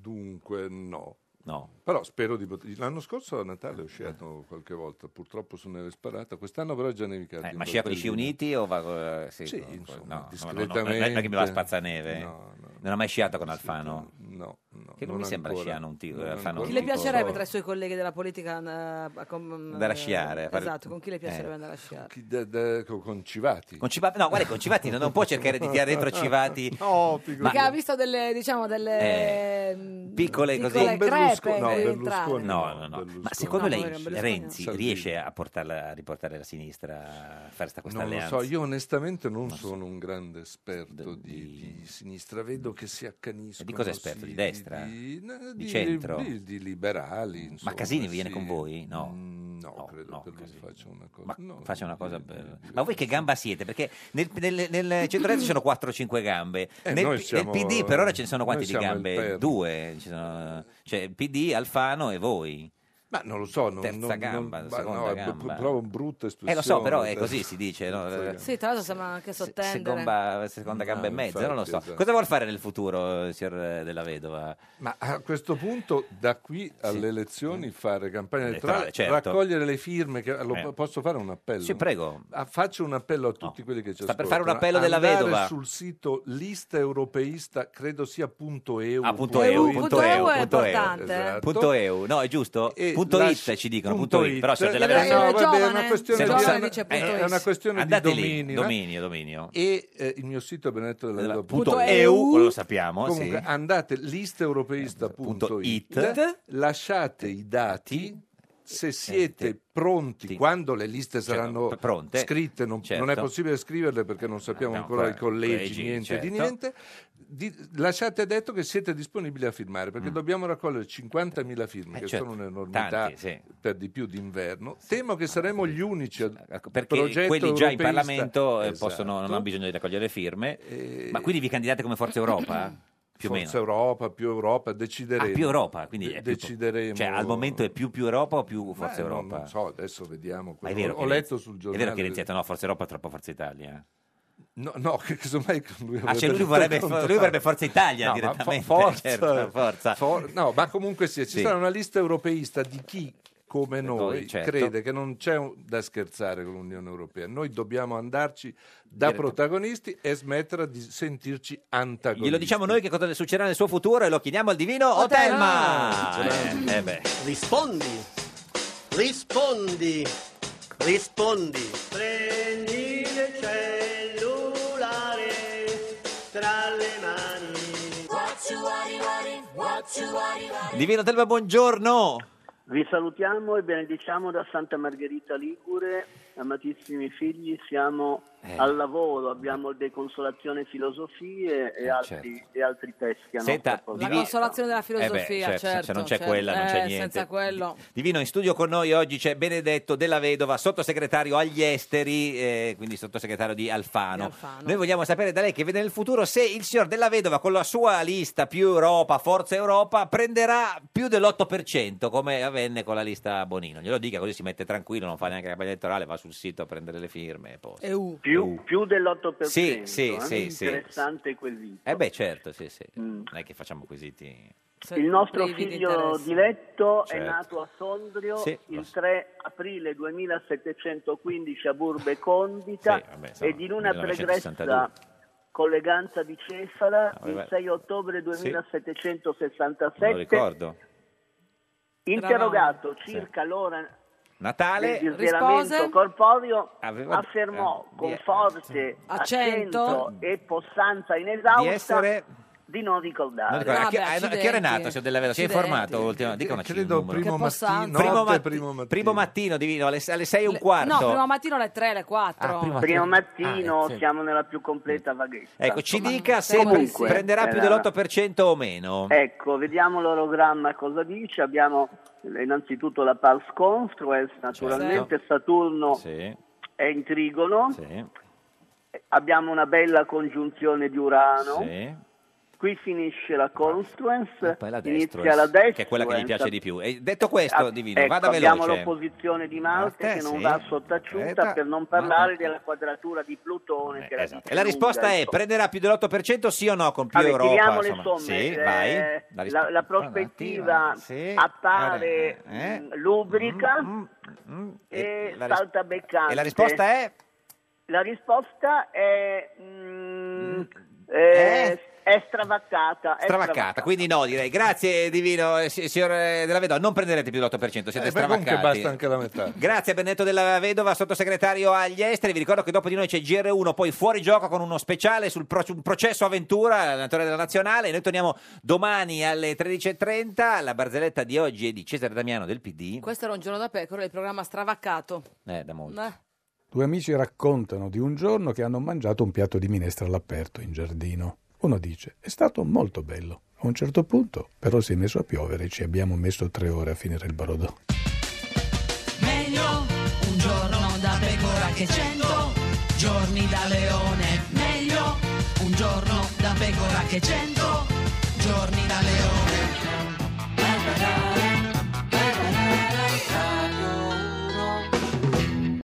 N: Dunque, no.
B: No.
N: Però spero di poter... L'anno scorso a Natale ho sciato qualche volta, purtroppo sono nella sparata. Quest'anno però è già nevicato.
B: Eh,
N: in
B: ma scia con gli sci
N: Valtellina.
B: uniti o va con... eh,
N: Sì,
B: con-
N: insomma,
B: no, no, no, no,
N: discretamente.
B: non è che mi va a spazzaneve.
N: No,
B: non ha mai sciato con Alfano?
N: No, no.
B: Che non, mi sembra sciano un tipo... Alfano
A: Chi
B: un
A: le
B: tipo-
A: piacerebbe tra i suoi colleghi della politica eh, a com-
B: Andare a sciare, a fare-
A: Esatto, con chi le piacerebbe
B: Eh.
A: andare a sciare?
N: Chi- da- da- co- con Civati.
B: Con Civati, no, guarda, con Civati non, non può cercare di tirare dentro Civati.
N: No,
B: ma Eh.
A: Perché ha visto delle, diciamo, delle mm,
B: piccole così.
A: piccole crepe
N: no,
A: per
N: Berlusconi,
A: entrare.
B: No, no, no. Ma secondo
A: No,
B: lei
A: povero Berlusconi.
B: Renzi
N: Salvini.
B: riesce a, portarla, a riportare la sinistra a fare sta questa
N: Non lo
B: alleanza?
N: so, io onestamente non sono un grande esperto di, di sinistra, vedo che si accaniscono.
B: Di cosa è esperto?
N: sì,
B: Di destra?
N: Di,
B: Di
N: di-
B: centro?
N: Di, di liberali.
B: Ma
N: insomma,
B: Casini viene
N: sì. Mm,
B: con voi? No.
N: No, credo che lui faccia una cosa.
B: Ma
N: no, eh,
B: faccia una cosa per... Ma voi che gamba siete? Perché nel, nel, nel centrodestra ci sono 4-5 gambe,
N: Eh,
B: nel,
N: noi
B: P-
N: siamo-
B: nel PD per ora ce ne sono
N: noi
B: quanti di
N: siamo il
B: gambe?
N: perno.
B: Due, ci sono- cioè il PD, Alfano e voi.
N: Ma non lo so, non,
B: Terza
N: non- non-
B: gamba,
N: ma
B: seconda
N: no, è
B: gamba.
N: pro- proprio una brutta espressione.
B: Eh lo so, però è
N: terza-
B: così si dice, no?
N: terza gamba.
A: Sì, tra l'altro sembra anche sottendere.
B: Seconda, seconda gamba
N: No,
B: e mezza,
N: infatti,
B: non lo so.
N: esatto.
B: Cosa vuol fare nel futuro, signor eh, della Vedova?
N: Ma a questo punto, da qui alle elezioni, fare campagna
B: Mm. Elettorale,
N: elettorale,
B: certo.
N: raccogliere le firme. che- lo-
B: Eh.
N: Posso fare un appello?
B: Sì, prego.
N: Ah, faccio un appello a tutti quelli che ci
B: sta per
N: ascoltano.
B: fare un appello della
N: Andare
B: vedova.
N: sul sito listaeuropeista, credo sia punto .eu.
B: Ah, punto .eu, punto .eu, punto .eu.
N: Esatto.
B: Punto .eu, no, è giusto? punto
N: lasci-
B: .it ci dicono,
N: punto
B: punto .it, però signor
N: it.
B: della
N: Eh,
B: Vedova...
N: no, vabbè, è una questione
B: Se non
N: di-
B: sa-
N: è una-
B: eh,
N: è una questione di
B: Andate lì,
N: domini, no?
B: dominio, dominio.
N: e eh, il mio sito benedetto della vedova
B: punto .eu, lo sappiamo,
N: comunque
B: sì. Eh,
N: andate listeeuropeista.it lasciate i dati se siete pronti quando le liste saranno
B: Certo, pronte,
N: scritte non,
B: certo. Ah,
N: non è possibile scriverle perché non sappiamo
B: No,
N: ancora
B: qua-
N: i collegi
B: collegi,
N: niente di
B: certo.
N: niente di- lasciate detto che siete disponibili a firmare perché dobbiamo raccogliere 50.000 firme
B: Mm. Eh,
N: che
B: certo,
N: sono un'enormità
B: tanti, sì. Ah,
N: per di più d'inverno temo che saremo gli unici a-
B: Perché
N: progetto
B: quelli già in
N: europeista-
B: Parlamento eh,
N: Esatto.
B: possono, non hanno bisogno di raccogliere firme. Ma quindi vi candidate come Forza Europa? Più o meno.
N: Forza Europa, più Europa, decideremo.
B: Ah, più Europa, quindi
N: De-
B: è più-
N: decideremo.
B: cioè, al momento è più più Europa o più
N: Beh,
B: Forza
N: non-
B: Europa?
N: Non so, adesso vediamo.
B: Ma è vero
N: ho
B: che
N: letto
B: Renzi-
N: sul giornale.
B: È vero che Renzi ha detto no, Forza Europa è troppo Forza Italia.
N: No, no, che casomai lui
B: Ah,
N: avrebbe
B: cioè, lui
N: detto
B: vorrebbe-
N: il contrario.
B: lui vorrebbe Forza Italia
N: No, ma
B: direttamente,
N: fo- forza,
B: certo, forza.
N: For- no, ma comunque sì, ci
B: Sì.
N: sarà una lista europeista di chi come noi
B: certo.
N: crede che non c'è un- da scherzare con l'Unione Europea. Noi dobbiamo andarci da
B: Diretto.
N: protagonisti e smettere di sentirci antagonisti.
B: Glielo diciamo noi che cosa succederà nel suo futuro e lo chiediamo al divino Otelma.
D: Otelma.
B: Eh, eh beh.
D: Rispondi, rispondi, rispondi. Prendi il cellulare tra le mani.
B: Divino Otelma, buongiorno.
D: Vi salutiamo e benediciamo da Santa Margherita Ligure
F: amatissimi figli, siamo
B: Eh.
F: al lavoro, abbiamo deconsolazione filosofie e,
B: Eh,
F: altri,
B: certo.
F: e altri testi. a
B: Senta,
F: nostra
A: La
B: Divino.
A: consolazione della
B: beh,
A: filosofia,
B: certo, se
A: certo.
B: non c'è
A: certo.
B: quella non c'è
A: Eh,
B: niente.
A: Senza quello.
B: Divino, in studio con noi oggi c'è Benedetto Della Vedova, sottosegretario agli esteri, eh, quindi sottosegretario di Alfano. Noi vogliamo sapere da lei che vede nel futuro se il signor Della Vedova con la sua lista più Europa, Forza Europa, prenderà più dell'8% come avvenne con la lista Bonino. Glielo dica così si mette tranquillo, non fa neanche campagna elettorale, va sul sito a prendere le firme e posto.
F: Più, più dell'8%.
B: Sì, sì,
F: eh?
B: sì, sì.
F: Interessante quel video.
B: Eh beh certo, sì, sì.
F: Mm.
B: Non è che facciamo quesiti.
F: Il nostro figlio diletto è
B: Certo.
F: nato a Sondrio
B: Sì, lo
F: il
B: so.
F: 3 aprile 2715 a Burbe Condita
B: Sì, vabbè, insomma,
F: ed in una
B: 1962.
F: pregressa colleganza di Cefala
B: Ah,
F: il
B: vabbè.
F: 6 ottobre
B: Sì.
F: 2767
B: Non lo ricordo.
F: interrogato
B: Sì.
F: circa l'ora
B: Natale
F: del disvelamento corporeo
B: Aveva-
F: affermò
B: eh,
F: con
B: di- Mm.
F: forte
A: Accento.
F: accento e possanza inesausta
B: Di essere-
F: di non ricordare
B: Non ricordo, a che, a- a che ora è eh, nato, signor Della Vedova? Si è informato ultimamente? Dica una cifra,
N: Credo
B: un numero.
N: primo Che possa- mattino,
B: Primo,
N: notte,
B: matti- primo mattino, divino, alle, alle 6 e un quarto.
A: No, prima mattino alle 3, alle 4.
B: Ah, prima-
F: Primo mattino
B: Ah, sì.
F: siamo nella più completa vaghezza.
B: Ecco, ci
F: Insomma,
B: dica se
F: comunque,
B: pre- prenderà più
F: eh,
B: dell'8% o meno.
F: Ecco, vediamo l'orogramma cosa dice. Abbiamo eh, innanzitutto la Pars Construes, naturalmente Saturno
B: Certo. Sì,
F: è in trigono,
B: sì,
F: abbiamo una bella congiunzione di Urano,
B: sì.
F: qui finisce la Construens,
B: Poi la destra,
F: inizia la destra.
B: che è quella che gli piace di più. E detto questo, divino,
F: Ecco,
B: vada
F: abbiamo
B: veloce.
F: l'opposizione di Marte
B: Marte,
F: che non
B: sì.
F: va sottaciuta
B: Aspetta. Eh,
F: per non parlare della quadratura di Plutone. che la dice
B: E la risposta
F: lunga,
B: è:
F: insomma.
B: prenderà più dell'8% sì o no con più
F: ecco. Vabbè,
B: Europa?
F: tiriamo le
B: insomma.
F: somme.
B: Sì,
F: Eh,
B: vai.
F: La,
B: risposta-
F: la prospettiva appare
B: eh. Mm,
F: mh, lubrica
B: e
F: e,
B: la ris-
F: salta beccante.
B: E la risposta è?
F: La risposta è, mh,
B: eh?
F: eh, è stravaccata. è
B: Stravaccata, quindi no, direi. Grazie, Divino, eh, si- signor eh, Della Vedova. Non prenderete più l'8%, siete
N: Eh, beh,
B: stravaccati.
N: comunque basta anche la metà.
B: Grazie a Benedetto della Vedova, sottosegretario agli esteri. Vi ricordo che dopo di noi c'è GR1, poi fuori gioco con uno speciale sul pro- sul processo Aventura, allenatore della nazionale. Noi torniamo domani alle 13.30. La barzelletta di oggi è di Cesare Damiano del PD.
A: Questo era un giorno da pecora, il programma stravaccato.
B: Eh, da molto.
A: Eh.
G: Due amici raccontano di un giorno che hanno mangiato un piatto di minestra all'aperto in giardino. Uno dice: È stato molto bello. A un certo punto, però, si è messo a piovere e ci abbiamo messo tre ore a finire il barodò.
H: Meglio un giorno da pecora che cento giorni da leone. Meglio un giorno da pecora che cento giorni da leone.
A: Eh.